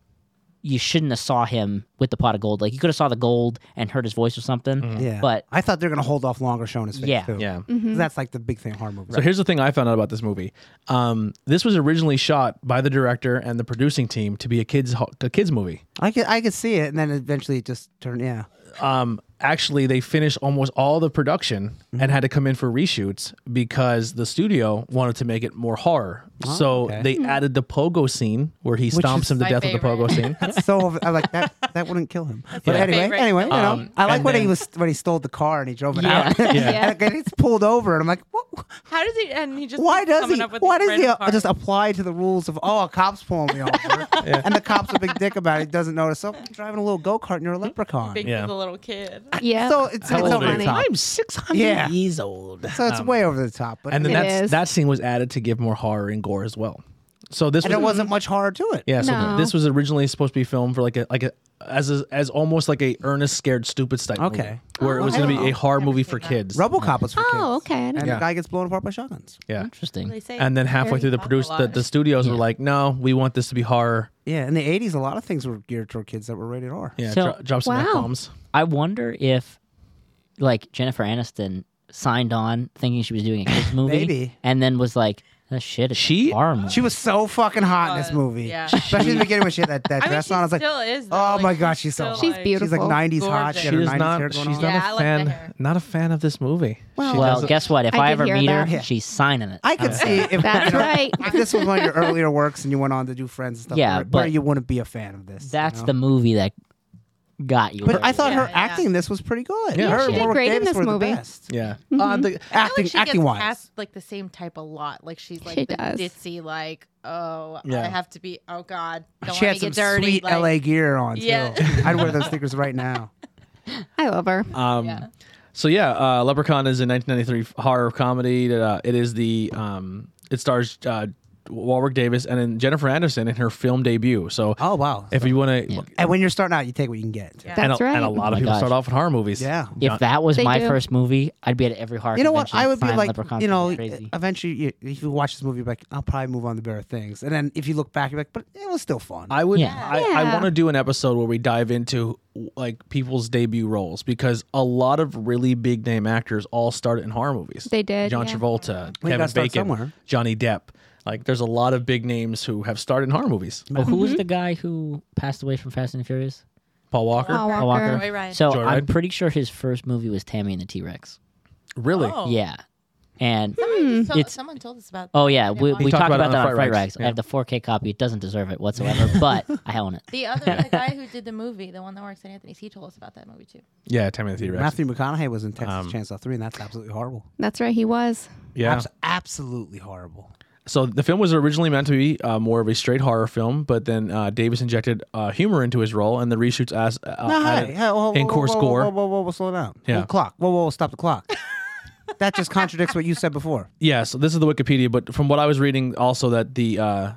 B: you shouldn't have saw him with the pot of gold. Like you could have saw the gold and heard his voice or something.
D: Yeah,
B: But
D: I thought they're gonna hold off longer showing his face
B: Yeah.
D: too.
A: Yeah.
E: Mm-hmm.
D: That's like the big thing in horror movies.
A: So here's the thing I found out about this movie. Um, this was originally shot by the director and the producing team to be a kids ho- a kids movie.
D: I could I could see it, and then eventually it just turned. Yeah,
A: Um, actually, they finished almost all the production and had to come in for reshoots because the studio wanted to make it more horror. so
D: Oh, okay.
A: they added the pogo scene where he stomps him to
E: my
A: death with
E: favorite.
A: the pogo scene.
D: so over, I like that. That wouldn't kill him. But
E: my
D: anyway,
E: favorite.
D: anyway, you know,
A: Um,
D: I like
A: and
D: when he
A: then-
D: was when he stole the car and he drove it
B: Yeah.
D: out.
A: Yeah.
D: and it's pulled over, and I'm like, what?
E: how does he? And he just
D: why
E: keeps
D: does
E: coming
D: he?
E: up with
D: Why
E: these
D: does he
E: random
D: uh,
E: cars.
D: just apply to the rules of oh, a cop's pulling me over, and the cop's a big dick about it, doesn't notice. So I'm driving a little go kart, and you're a leprechaun.
E: big
A: Yeah.
E: yeah. the little kid?
C: yeah.
D: So it's,
A: How
D: it's
A: old
D: over
A: are
D: the
A: you?
D: top.
A: six hundred
D: Yeah.
A: years old.
D: So it's way over the top. But
A: And then
C: It
A: that's,
C: is.
A: that scene was added to give more horror and gore as well. So this
D: and
A: was
D: there wasn't much horror to it.
A: Yeah, so
C: No.
A: this was originally supposed to be filmed for like a like a as a, as almost like a earnest, scared, stupid type. movie,
D: Okay.
A: where it was
D: I
A: going to
D: don't
E: Oh,
A: be a
D: know.
A: horror movie for kids.
D: RoboCop was for kids.
C: oh, okay. I
D: And
C: didn't-
A: Yeah.
D: the guy gets blown apart by shotguns.
A: Yeah,
B: interesting.
A: and then halfway through the produce, the, the studios were like, "No, we want this to be horror."
D: Yeah, in the 80s, a lot of things were geared toward kids that were rated R.
A: Yeah,
B: So-
A: dro- drop some
C: Wow.
A: bombs.
B: I wonder if like Jennifer Aniston signed on thinking she was doing a kids movie,
D: Maybe.
B: and then was like, "Oh shit, it's
A: She-
B: a horror movie."
D: She was so fucking hot in this
E: Was,
D: movie.
E: Uh, yeah.
D: Especially in the beginning when she had that, that
E: I mean,
D: dress
E: she
D: on. I was like,
E: still is. Though.
D: oh
E: like,
D: my gosh, she's so
E: still,
D: hot.
C: She's
E: like-
D: She's
C: beautiful.
D: like 90s hot.
E: Gorgeous.
A: She
D: She had her
A: is
D: 90s hair
A: not.
D: going
A: She's
D: on.
A: not
E: Yeah,
A: a
E: I like the
A: fan.
E: hair.
A: Not a fan of this movie. She
B: well,
A: doesn't-
B: guess what? If
C: I
B: I,
C: did
B: ever
C: hear
B: meet her,
C: that.
D: Yeah.
B: she's signing it.
D: I could see if,
C: That's
D: you know,
C: right.
D: if this was one of your earlier works and you went on to do Friends and stuff,
B: Yeah,
D: where, where
B: but-
D: you wouldn't be a fan of this. you
B: That's
D: know?
B: the movie that got you.
D: But
B: there.
D: I thought her
E: Yeah, yeah.
D: acting in this was pretty good.
A: Yeah,
D: her
A: she
D: and
A: did
D: Warwick
C: great in
D: Davis
C: this
D: were
C: movie.
D: the best.
A: Yeah.
C: Mm-hmm.
A: Uh, the,
E: I feel
D: Acting,
E: like she
D: acting
E: gets
D: wise.
E: cast like the same type a lot. Like she's like
C: She
E: the
C: does.
E: ditzy, like oh,
A: Yeah.
E: I have to be. Oh God, don't
D: she
E: want
D: had
E: to
D: some
E: get dirty.
D: sweet
E: like,
D: LA gear on, too.
E: Yeah.
D: I'd wear those stickers right now.
C: I love her.
A: Um,
E: Yeah.
A: So yeah, uh, Leprechaun is a 1993 horror comedy. That, uh, it is the um, it stars uh, Warwick Davis and then Jennifer Anderson in her film debut. So
D: Oh, wow.
A: if you want to,
D: and when you're starting out, you take what you can get. too.
E: Yeah.
A: and,
C: That's
A: a,
C: right.
A: and a lot of
B: Oh my
A: people
B: gosh.
A: start off in horror movies.
D: yeah.
B: If that was
C: They
B: my
C: do.
B: first movie, I'd be at every horror.
D: You know what?
B: convention
D: I would be
B: signing
D: like,
B: leprechauns
D: you
B: and
D: know,
B: be crazy.
D: eventually, you, if you watch this movie, you're like, I'll probably move on to better things. And then if you look back, you're like, but it was still fun.
A: I would.
B: Yeah.
A: I, I
C: Yeah.
A: want to do an episode where we dive into like people's debut roles because a lot of really big name actors all started in horror movies.
C: They did,
A: John
C: yeah.
A: Travolta,
D: Well, you
A: Kevin
D: gotta start
A: Bacon,
D: somewhere.
A: Johnny Depp. Like, there's a lot of big names who have started in horror movies.
B: Oh, who
C: Mm-hmm.
B: was the guy who passed away from Fast and the Furious?
A: Paul Walker.
C: Paul
B: Paul
C: Oh, Walker.
B: Walker.
E: Joyride.
B: So
A: Joyride.
B: I'm pretty sure his first movie was Tammy and the T Rex.
A: Really?
E: Oh.
B: Yeah. and
E: Someone, told,
B: It's-
E: someone told us about.
B: oh yeah,
E: that
B: we,
E: on-
B: we
A: talked
B: talked
A: about it
B: about that on Fright Rags.
A: Rags,
B: I have the 4K copy. It doesn't deserve it whatsoever, but I own it.
E: the other the guy who did the movie, the one that works at Anthony's, he told us about that movie too.
A: Yeah, Timothy Rex.
D: Matthew McConaughey was in Texas
A: Um,
D: Chainsaw 3, and that's absolutely horrible.
C: That's right, he was.
A: Yeah.
D: Abs- absolutely horrible.
A: So the film was originally meant to be uh, more of a straight horror film, but then uh, Davis injected uh, humor into his role, and the reshoots as uh,
D: No, hey,
A: added
D: hey, whoa, whoa,
A: in
D: whoa,
A: core
D: whoa, whoa,
A: score.
D: Whoa, whoa, whoa, whoa, slow down.
A: Yeah.
D: Whoa, clock. Whoa, whoa, stop the clock. that just contradicts what you said before.
A: Yeah, so this is the Wikipedia, but from what I was reading, also that the uh,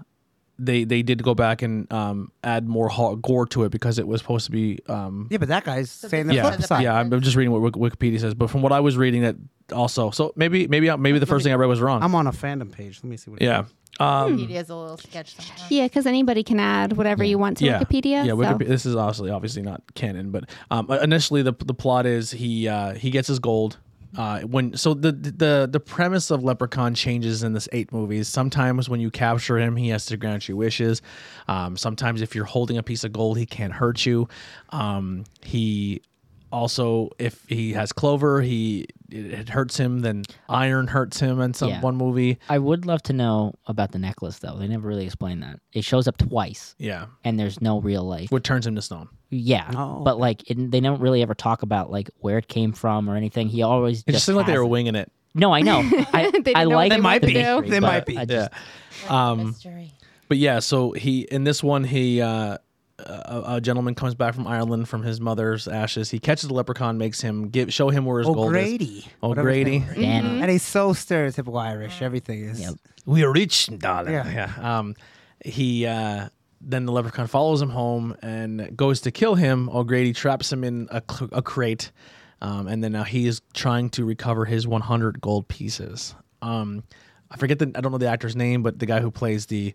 A: they they did go back and um, add more ho- gore to it because it was supposed to be. Um,
D: Yeah, but that guy's saying the
E: this
A: yeah,
D: flip
E: is
D: side.
A: yeah. I'm I'm just reading what Wik- Wikipedia says, but from what I was reading, that also. So maybe maybe I- maybe the first thing I read was wrong.
D: I'm on a fandom page. Let me see what. it
A: yeah. Um,
E: He does a little sketch. Sometimes.
C: Yeah, because anybody can add whatever you want to
A: yeah.
C: Wikipedia.
A: Yeah,
C: so.
A: Wikipedia. This is obviously obviously not canon, but um, initially the the plot is he uh, he gets his gold. Uh, when so the the the premise of Leprechaun changes in this eight movies. Sometimes when you capture him, he has to grant you wishes. Um, sometimes if you're holding a piece of gold, he can't hurt you. Um, he also if he has clover, he it, it hurts him. Then iron hurts him in some
B: Yeah.
A: one movie.
B: I would love to know about the necklace though. They never really explain that. It shows up twice,
A: Yeah,
B: and there's no real like
A: what turns him to stone.
B: yeah,
D: Oh,
B: but like it, they don't really ever talk about like where it came from or anything. He always
A: It just, seemed like they
B: has
A: were
B: it.
A: winging it.
B: No, I know. I, I
C: They didn't know what
B: like
C: they
B: the
C: wanted to do.
B: mystery,
D: They
B: but
D: might be.
B: I
A: yeah.
B: just-
A: Um,
E: Mystery.
A: But yeah, so he in this one he uh, a, a gentleman comes back from Ireland from his mother's ashes. He catches the leprechaun, makes him give show him
D: Oh,
A: where his gold is.
D: O'Grady. whatever his
A: O'Grady.
D: name is.
B: Dan,
D: And he's so stereotypical Irish. Everything is.
B: Yep.
A: We are rich, darling.
D: Yeah.
A: Yeah. Um, he uh, then the leprechaun follows him home and goes to kill him. O'Grady traps him in a, cl- a crate, um, and then now he is trying to recover his 100 gold pieces. Um, I forget the I don't know the actor's name, but the guy who plays the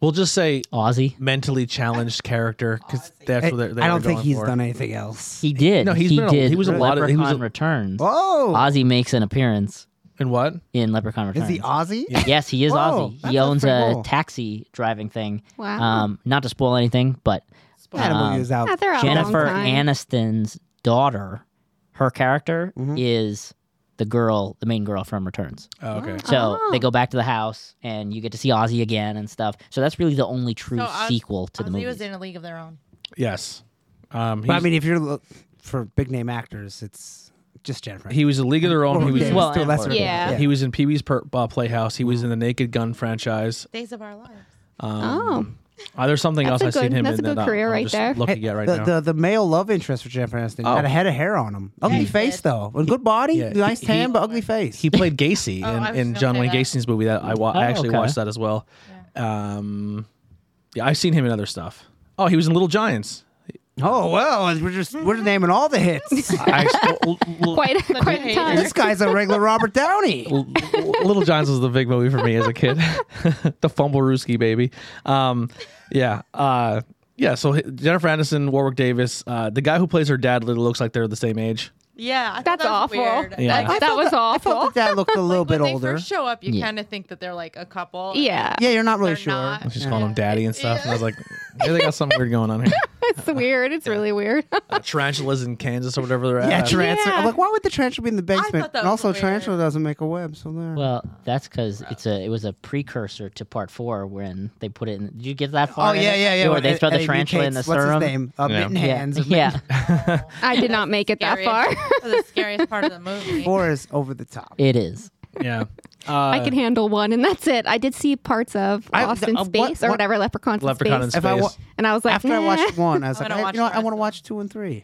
A: we'll just say
B: Aussie.
A: mentally challenged character
C: Oh,
A: because that's
D: I,
A: what they're, they
D: I
A: were
D: don't think
A: going
D: he's
A: for.
D: done anything else.
B: He did.
A: no, he's
B: he
A: been a-
B: did.
A: he was a lot of- he was
B: Leprechaun
A: a-
B: returns.
D: Oh,
B: Ozzy makes an appearance
A: And what?
B: in Leprechaun
D: is
B: Returns.
D: he Aussie?
B: Yes, he is
D: Whoa,
B: Aussie.
D: that's-
B: He
D: that's
B: owns
D: pretty
B: a
D: cool.
B: taxi driving thing.
C: Wow.
A: Uh,
B: Um, not to spoil anything, but
D: That movie
B: um,
D: was out.
C: Yeah, they're out a long
B: Jennifer
C: time.
B: Aniston's daughter, her character
D: Mm-hmm.
B: is the girl, the main girl from Returns.
A: Oh, okay.
B: So
C: Oh.
B: they go back to the house, and you get to see Ozzy again and stuff. So that's really the only true
E: So Oz-
B: sequel to the
E: Honestly, He
B: movie.
E: was in a league of their own.
A: Yes. Um,
D: But I
A: he's-
D: mean, if you're look for big name actors, it's just Jennifer.
A: he was a League of Their Own.
D: Or
A: He was
D: Davis
B: Well,
D: to a
B: and-
D: lesser extent.
C: Yeah.
A: he was in Pee Wee's per- uh, Playhouse. He was
D: Mm-hmm.
A: in the Naked Gun franchise.
E: Days of our lives.
A: Um, oh, there's something else
C: That's a
A: I've seen
C: good-
A: him
C: that's
A: in
C: a good
A: that I-
C: career
A: I'm
C: right
A: just
C: there.
A: Looking at right
D: the,
A: now.
D: the the male love interest for Jennifer Aniston
A: Oh.
D: had a head of hair on him. Ugly face though, a good body,
A: Yeah,
D: nice
A: he-
D: tan,
A: he-
D: but ugly face.
A: he played Gacy
E: Oh, I
A: in,
E: was
A: in
E: gonna
A: John
E: say
A: Wayne
E: that.
A: Gacy's movie that I wa- I
B: Oh,
A: actually
B: okay.
A: watched that as well. Um, yeah, I've seen him in other stuff. Oh, he was in Little Giants.
D: oh well, we're just we're naming all the hits.
A: I, l- l- l-
C: Quite, quite a
E: hater.
C: time.
A: uh,
D: this guy's a regular Robert Downey.
A: L- L- Little Johns was the big movie for me as a kid. the Fumble Rooski baby. Um, yeah. Uh, yeah. So h- Jennifer Aniston, Warwick Davis, uh, the guy who plays her dad literally looks like they're the same age.
E: Yeah, I thought
C: That's
E: that was
C: awful.
E: Weird.
A: Yeah.
E: Like,
C: That, was awful.
D: That looked a little
E: when
D: bit
E: they
D: older.
E: First show up, you
B: Yeah.
E: kind of think that they're like a couple.
C: Yeah,
D: Yeah, you're not really
E: They're
D: sure.
E: not.
A: She's
D: Yeah.
A: calling him
C: Uh,
A: daddy and stuff. And I was like, hey, they got something weird going on here.
C: it's weird. It's really weird.
A: Uh, tarantulas in Kansas or whatever they're at.
D: Yeah, tarantula.
C: Yeah.
D: I'm like, why would the tarantula be in the basement?
E: thought that
D: And
E: was
D: also,
E: weird.
D: tarantula doesn't make a web, so there.
B: well, that's because it's a it was a precursor to part four when they put it in. Did you get that far?
D: oh
B: in
D: yeah,
B: it?
D: yeah, yeah.
B: Where they
D: when
B: throw the
D: Eddie
B: tarantula in the
D: Redmayne's- What's
B: serum.
D: his name? Uh,
A: Yeah.
D: Mitten
B: Yeah,
D: Hands.
B: yeah.
C: I did not make it that far.
E: That was the scariest part of the movie.
D: Four is over the top.
B: it is.
A: Yeah. Uh,
C: I can handle one, and that's it. I did see parts of
D: I-
C: Lost
D: the-
C: in
D: uh, what-
C: Space or
D: what-
C: whatever, Leprechaun in
A: Leprechaun in
C: Space,
A: Space.
D: If I wa-
C: and I was like,
D: After I
C: nah.
D: watched one, I was
E: I'm
D: like,
E: gonna
D: I,
E: watch
D: you know, what?
E: the
D: I want to
E: rest
D: watch two and three.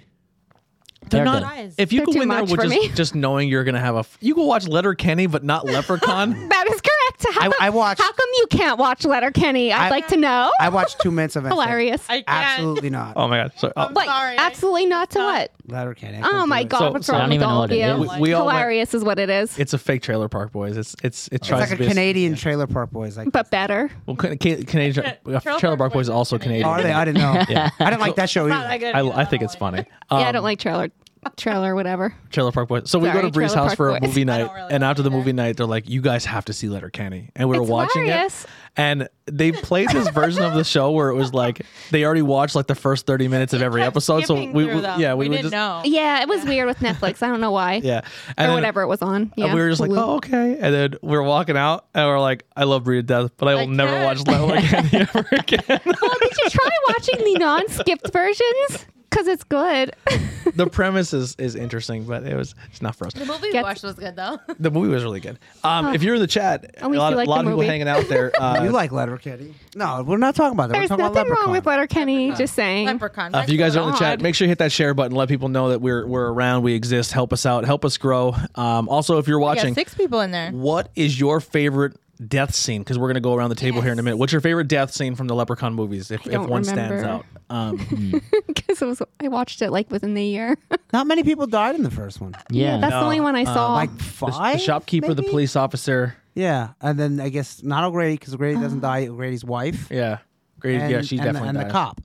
B: They're
A: not-
B: good.
E: Guys,
A: If you
C: They're
A: go
C: too
A: in there
C: much
A: with
C: for
A: just,
C: me.
A: just knowing you're gonna have a, f- you go watch Letter Kenny, but not Leprechaun.
C: That is correct. How
D: I-
C: come,
D: I watched-
C: How come you can't watch Letterkenny? I'd
D: I-
C: like to know.
D: I watched two minutes of it. I said,
C: Hilarious.
E: I can't.
D: Absolutely not.
A: oh my god! So, oh,
C: Like,
E: Sorry.
C: absolutely not to
E: Not-
C: what?
D: Louder can't. I
C: Oh
D: couldn't
C: my
D: do it.
C: god,
A: So-
C: what's
A: so
B: I
C: wrong
B: don't
C: with
B: even know
C: all
B: what
C: of
B: it
C: you?
B: is.
A: We- we all went-
C: Hilarious is what it is,
A: it's a fake Trailer Park Boys. It's it's it
D: It's
A: tries
D: like a
A: to be s-
D: Canadian Trailer Park Boys. Like,
C: but better.
A: Well, Can- Can- Canadian uh,
E: Trailer
A: Trailer Park
E: Park
A: Boys
E: Boys
A: is also
E: is Canadian.
A: Canadian.
D: oh, are they? I didn't know.
A: Yeah.
D: I didn't like that show
E: Not that
D: either.
E: good.
A: I, I think it's funny. Um,
C: yeah, I don't like trailer trailer, whatever.
A: Trailer Park Boys. So we go
C: Sorry,
A: to Bree's
C: Trailer
A: house
C: Park
A: for a
C: Boys.
A: movie
E: I
A: night,
E: don't really
A: and
E: know
A: after the
E: either.
A: movie night, they're like, "You guys have to see Letterkenny," and we were
C: It's
A: watching
C: hilarious.
A: it. And they played this version of the show where it was like they already watched like the first thirty minutes of every
E: kept
A: episode. So
E: skipping
A: we,
E: through
A: we-
E: them.
A: yeah, we, would
E: didn't
A: just
E: know.
C: Yeah, it was weird with Netflix. I don't know why.
A: yeah,
C: Or
A: and then-
C: whatever it was on. Yeah.
A: And we were just like,
C: Hulu.
A: oh, okay. And then we were walking out and we are like, I love Breed to Death, but I will
E: I
A: never
E: can't.
A: watch Letterkenny ever again.
C: Well, Oh, did you try watching the non skipped versions? Because it's good.
A: the premise is, is interesting, but it was it's not for us.
E: The movie we
C: Gets-
E: watched was good though.
A: The movie was really good. Um, if you're in the chat, a
C: least
A: lot,
C: you like
A: a lot
C: the
A: of people
C: movie.
A: hanging out there. Uh,
D: you like Letterkenny? No, we're not talking about that.
C: There's
D: we're talking
C: nothing
D: about Leprechaun.
C: wrong with Letterkenny, just saying.
E: Leprechaun.
A: Uh, if you guys are in the chat,
C: God.
A: make sure you hit that share button. Let people know that we're we're around, we exist. Help us out, help us grow. Um, also, if you're
E: yeah,
A: watching,
E: six people in there.
A: what is your favorite death scene? Because we're gonna go around the table here in a minute. What's your favorite death scene from the Leprechaun movies, if, if
C: don't
A: one stands
C: remember.
A: out? Um,
C: Because it was, I watched it like within the year.
D: Not many people died in the first one.
B: Yeah.
C: That's the only one
A: uh,
C: I saw.
D: Like five.
A: the shopkeeper, the
D: maybe?
A: police officer.
D: Yeah, and then I guess not O'Grady because O'Grady doesn't die. O'Grady's wife.
A: Yeah, great.
D: And,
A: yeah, she
D: and, the-
A: definitely
D: and
A: dies.
D: the cop.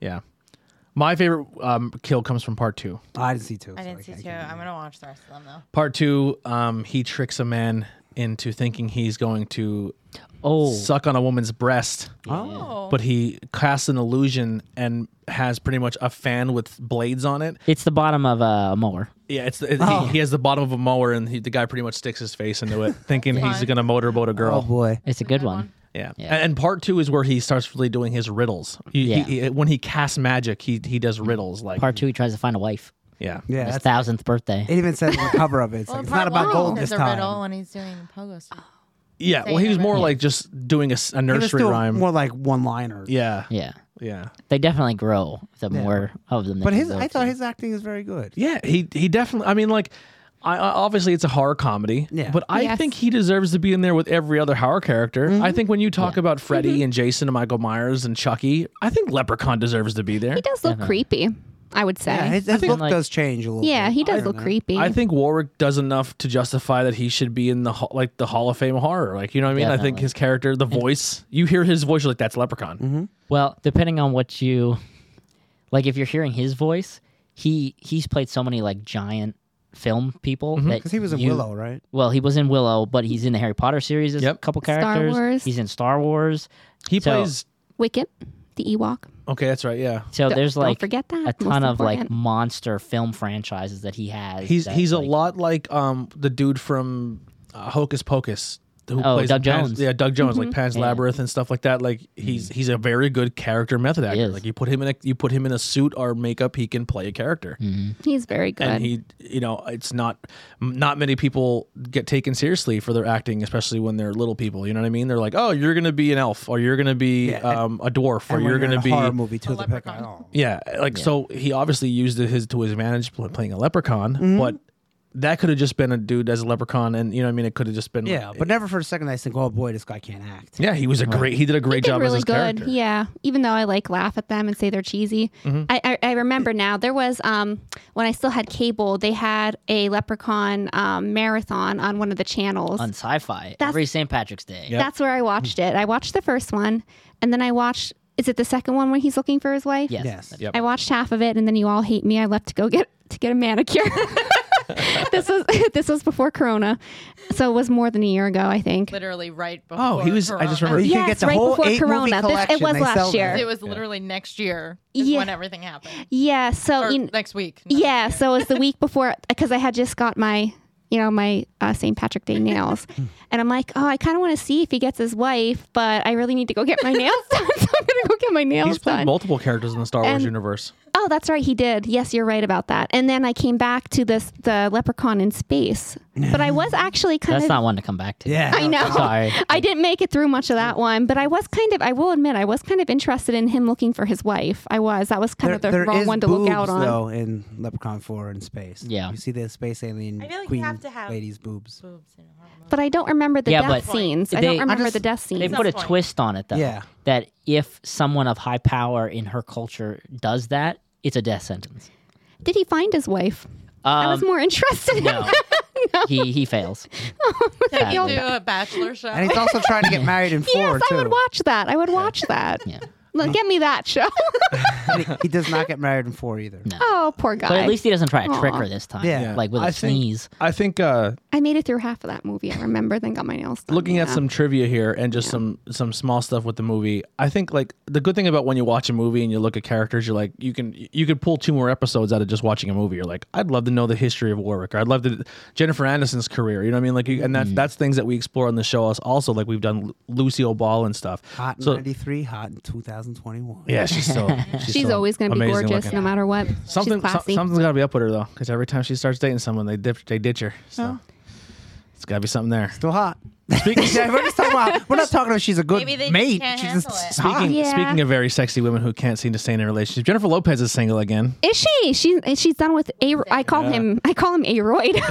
A: Yeah, my favorite um, kill comes from part two.
D: Oh, I didn't see two.
E: I
D: so
E: didn't see
D: can't
E: two. I'm gonna watch the rest of them though.
A: Part two, um, he tricks a man into thinking he's going to
B: Oh.
A: suck on a woman's breast,
E: Oh,
A: but he casts an illusion and has pretty much a fan with blades on it.
B: It's the bottom of uh, a mower.
A: Yeah, it's the, it- he, he has the bottom of a mower, and he, the guy pretty much sticks his face into it, thinking he's
E: Fine.
A: going to motorboat a
D: Oh
A: girl.
D: boy.
B: It's a good one.
A: Yeah.
B: Yeah.
A: And, and part two is where he starts really doing his riddles. He, he-
B: Yeah.
A: he- when he casts magic, he he does riddles like
B: Part two, he tries to find a wife.
A: yeah.
D: Yeah,
B: His
D: that's,
B: thousandth birthday.
D: it even says on the cover of it. It's, like, it's not about gold this
E: There's a riddle
D: time.
E: when he's doing pogo. stuff.
A: Yeah, well,
E: Say
A: he was
E: it,
A: more
E: right?
A: like just doing a, s- a
D: It was
A: nursery
D: still
A: rhyme.
D: more like one liner.
A: yeah,
B: yeah.
A: yeah,
B: They definitely grow the more of them. they
D: But
B: can
D: his,
B: go
D: I thought
B: to.
D: his acting is very good.
A: yeah. He he definitely. I mean, like, I, I obviously it's a horror comedy.
D: Yeah.
A: But I
C: Yes.
A: think he deserves to be in there with every other horror character.
B: Mm-hmm.
A: I think when you talk about Freddy and Jason and Michael Myers and Chucky, I think Leprechaun deserves to be there.
C: He does
B: Uh-huh.
C: look creepy, I would say.
D: Yeah,
C: Yeah,
D: his, his look
B: like-
D: does change a little. bit.
C: he does look creepy.
A: I think Warwick does enough to justify that he should be in the ho- like the Hall of Fame of horror. Like, you know what I mean? I think
B: Definitely.
A: his character, the voice, you hear his voice, you're like, that's Leprechaun.
B: Mm-hmm. Well, depending on what you like, if you're hearing his voice, he he's played so many like giant film people that
D: because Mm-hmm. he was in
B: you-
D: Willow, right?
B: Well, he was in Willow, but he's in the Harry Potter series as
A: Yep.
B: a couple
C: Star
B: characters.
C: Wars.
B: He's in Star Wars.
A: He
B: So-
A: plays.
C: Wicket, the Ewok.
A: Okay, that's right. Yeah.
B: So
C: Don't-
B: there's
C: don't
B: like
C: forget that.
B: a
C: Most
B: ton of like
C: important.
B: monster film franchises that he has.
A: He's
B: that,
A: he's a
B: like-
A: lot like um the dude from uh, Hocus Pocus who
B: Oh,
A: plays
B: Doug
A: Pan's-
B: Jones. Mm.
A: yeah, Doug Jones,
D: Mm-hmm.
A: like Pan's Labyrinth and stuff like that. Like he's he's a very good character method actor.
B: is.
A: Like you put him in a you put him in a suit or makeup, he can play a character.
B: Mm-hmm.
C: He's very good.
A: And he, you know, it's not not many people get taken seriously for their acting, especially when they're little people. You know what I mean? They're like, oh, you're gonna be an elf, or you're gonna be um, a dwarf, or
D: And when
A: you're
D: in
A: gonna
D: a
A: be
D: horror movie too. The pick
E: leprechaun.
A: yeah, like so he obviously used it his to his advantage pl- playing a leprechaun,
B: Mm-hmm.
A: but that could have just been a dude as a leprechaun, and you know what I mean. It could have just been
D: Yeah, but never for a second I think, oh boy, this guy can't act.
A: yeah, he was a great. He did a great
C: did
A: job as
C: really
A: his
C: good.
A: character. Mm-hmm.
C: Yeah, even though I like laugh at them and say they're cheesy, I, I I remember now there was um when I still had cable, they had a Leprechaun um, marathon on one of the channels.
B: on sci-fi
C: That's-
B: every St. Patrick's Day.
C: That's where I watched it. I watched the first one, and then I watched. Is it the second one when he's looking for his wife?
B: Yes.
D: Yes.
A: Yep.
C: I watched half of it, and then you all hate me. I left to go get to get a manicure. this was this was before Corona, so it was more than a year ago, I think.
E: Literally right before.
A: Oh, he was. I just
E: Corona.
A: remember.
D: You
C: Yes,
D: can get the
C: right
D: whole
C: before
D: eight movie
C: Corona. This- it
D: collection
C: was
D: they
C: last
D: sell
C: year.
D: there.
E: It was literally next year is
C: Yeah.
E: when everything happened.
C: Yeah, so
E: Or
C: you kn-
E: next week. No,
C: yeah, so it's the week before because I had just got my you know my uh, St. Patrick Day nails, and I'm like, oh, I kind of want to see if he gets his wife, but I really need to go get my nails done, so I'm gonna go get my nails
A: He's played
C: done.
A: multiple characters in the Star Wars
C: And-
A: universe.
C: Oh, that's right, he did. Yes, you're right about that. And then I came back to this the Leprechaun in space, but I was actually kind
B: That's
C: of
B: not one to come back to.
D: Yeah,
C: I know.
B: Sorry.
C: I didn't make it through much of that one, but I was kind of, I will admit, I was kind of interested in him looking for his wife. I was. That was kind
D: There,
C: of the
D: there
C: wrong
D: is
C: one to look out
D: boobs,
C: on.
D: though in Leprechaun Four in space.
B: Yeah.
D: you see the space alien
E: I feel like you
D: queen
E: have to have-
D: lady's boobs.
E: Boobs in a horror movie.
C: But I don't remember the
B: Yeah,
C: death
B: but
C: scenes. I
B: they-
C: don't
B: I
C: remember
D: just-
C: the death
B: They
C: scenes.
B: put a
E: point.
B: twist on it though.
D: Yeah.
B: That if someone of high power in her culture does that, it's a death sentence. Um,
C: Did he find his wife? I was more interested in
B: No. he he fails.
E: Can you
B: Sadly.
E: do a bachelor show?
D: And he's also trying to get married in four
C: Yes,
D: too.
C: I would watch that. I would watch that.
B: Yeah.
A: Mm.
C: Look, get me that show.
D: And he, he does not get married in four either.
C: oh, poor guy.
B: But at least he doesn't try to trick
C: Aw.
B: her this time.
D: Yeah.
B: Like with a
A: I think-
B: sneeze.
A: I think uh,
C: I made it through half of that movie. I remember. Then got my nails done.
A: looking at
C: yeah.
A: some trivia here and just some some small stuff with the movie i think like the good thing about when you watch a movie and you look at characters you're like you can you could pull two more episodes out of just watching a movie you're like i'd love to know the history of warwick or i'd love to jennifer aniston's career you know what i mean like you, and that's that's things that we explore on the show us also like we've done Lu- lucille ball and stuff
D: Hot in
A: So-
D: 93, hot in 2021.
A: yeah she's so she's,
C: She's
A: so
C: always going to be
A: amazing
C: gorgeous,
A: looking.
C: no matter what.
A: something
C: She's
A: so-
C: classy.
A: something's got to be up with her though because every time she starts dating someone they dip, they ditch her so it's got to be something there
D: Still hot. yeah, we're, just talking about, we're not talking about she's a good
E: Maybe they
D: mate.
E: can't
D: she's just
E: handle it.
D: hot.
A: Speaking,
C: Yeah.
A: speaking of very sexy women who can't seem to stay in a relationship, Jennifer Lopez is single again.
C: Is she? She's she's done with a. I call him. I call him Aroid.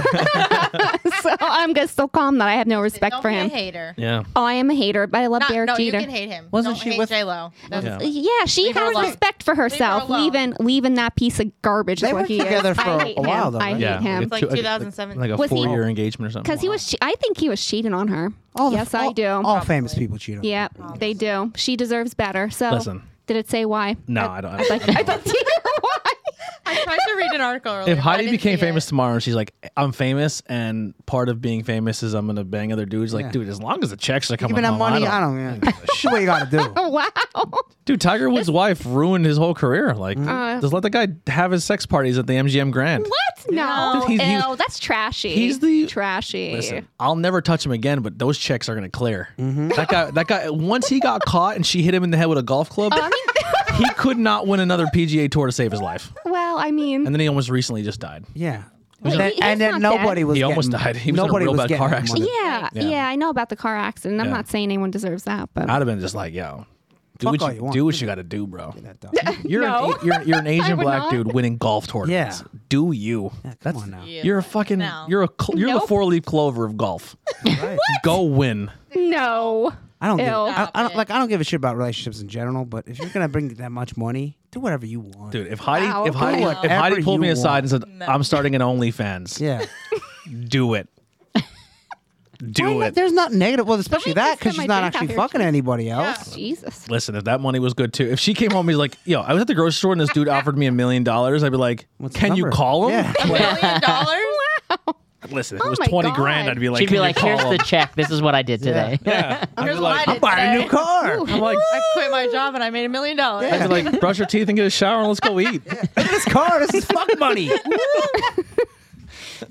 C: so I'm gonna still call him that. I have no respect
E: Don't
C: for
E: be a
C: him.
E: hater.
A: Yeah.
C: Oh, I am a hater, but I love
E: Not,
C: Derek
E: no,
C: Jeter.
E: you can hate him.
D: Wasn't
E: Don't
D: she
E: hate
D: with-
E: J Lo?
A: Yeah.
C: yeah, she
E: Leave her
C: has
E: alone.
C: respect for
E: her
C: herself.
E: alone.
C: leaving leaving that piece of garbage
D: They
C: is
D: were
C: what he is.
D: together for
C: I hate
D: a while,
C: him.
D: though,
C: I
D: right?
C: hate
A: Yeah.
C: him.
E: It's like 2007.
A: Like a
C: Was he-
A: four year engagement or something.
C: Because he was, che- I think he was cheating on her.
D: All the-
C: yes,
D: all-
C: I do.
D: All famous people cheat on
C: yeah, they do. She deserves better. So,
A: Listen.
C: did it say why?
A: No, I don't. I
C: But
A: don't know.
C: I don't see why.
E: I tried to read an article earlier.
A: if
E: but I
A: Heidi
E: didn't
A: became
E: see it.
A: famous tomorrow and she's like, I'm famous, and part of being famous is I'm going to bang other dudes, like,
D: Yeah.
A: dude, as long as the checks are coming
D: Giving that
A: home, I
D: money,
A: don't-
D: I don't, yeah. Shit, what you gotta do.
C: Wow.
A: Dude, Tiger Woods' wife ruined his whole career. Like, just let the guy have his sex parties at the MGM Grand.
C: What? No.
A: No. He's- he's-
C: Ew, that's trashy.
A: he's the-
C: trashy.
A: Listen, I'll never touch him again, but those checks are going to clear.
D: Mm-hmm.
A: That guy, that guy, once he got caught and she hit him in the head with a golf club,
C: Oh, I mean,
A: he could not win another PGA Tour to save his life.
C: well, I mean,
A: And then he almost recently just died.
D: Yeah.
C: Wait,
D: and then,
C: he's
D: and then
C: not dead.
D: nobody was.
A: He almost
D: getting-
A: died. He was in a
D: nobody
A: real
D: was
A: bad
D: getting
A: car
D: money.
A: accident.
C: yeah,
A: Yeah.
C: yeah, I know about the car accident. I'm
A: Yeah.
C: not saying anyone deserves that,
A: I'd
C: but
A: have been just like, yo, do
D: Fuck
A: what
D: all
A: you,
D: you want.
A: do what you got to do, bro.
D: That dog. Yeah,
A: You're
C: No.
A: an, you're, you're an Asian
C: would
A: black
C: not.
A: dude winning golf tournaments.
D: Yeah.
A: Do you?
D: Come on now.
E: You.
A: You're a fucking
E: No.
A: you're a cl- you're the
C: Nope.
A: four leaf clover of golf.
D: Right.
A: Go win.
C: no.
D: I don't. Give,
C: Ew.
D: I, I
E: Stop
D: don't
E: it.
D: like. I don't give a shit about relationships in general. But if you're gonna bring that much money, do whatever you want,
A: Dude, if Heidi
C: Wow,
A: if Heidi
C: okay.
A: if
D: Whatever
A: Heidi pulled
D: you
A: me aside
D: want.
A: and said, I'm starting an OnlyFans,
D: Yeah.
A: do it.
D: Why
A: do
D: not?
A: it.
D: There's not negative. Well, especially
C: Somebody
D: that
C: just
D: because
C: said
D: she's
C: my
D: not
C: dick out
D: actually
C: here.
D: fucking anybody else.
C: Jesus.
A: Listen, if that money was good too, if she came home and was like, yo, I was at the grocery store and this dude offered me a million dollars, I'd be like,
D: What's the
A: can you
D: number?
A: call him?
D: Yeah.
E: A million dollars.
A: Listen, if
C: Oh
A: it was
C: my
A: 20
C: God.
A: grand, I'd be like,
B: She'd
A: can
B: be
A: you
B: like,
A: call
B: here's
A: him?
B: the check. This is what I did today.
A: Yeah. I'd
E: Here's
A: be
E: what I
A: like,
E: did
D: I'm buying a
E: today.
D: new car.
A: I'm like,
E: I quit my job and I made a million dollars.
A: I'd be like, brush your teeth and get a shower and let's go eat.
D: this car. This is fuck money.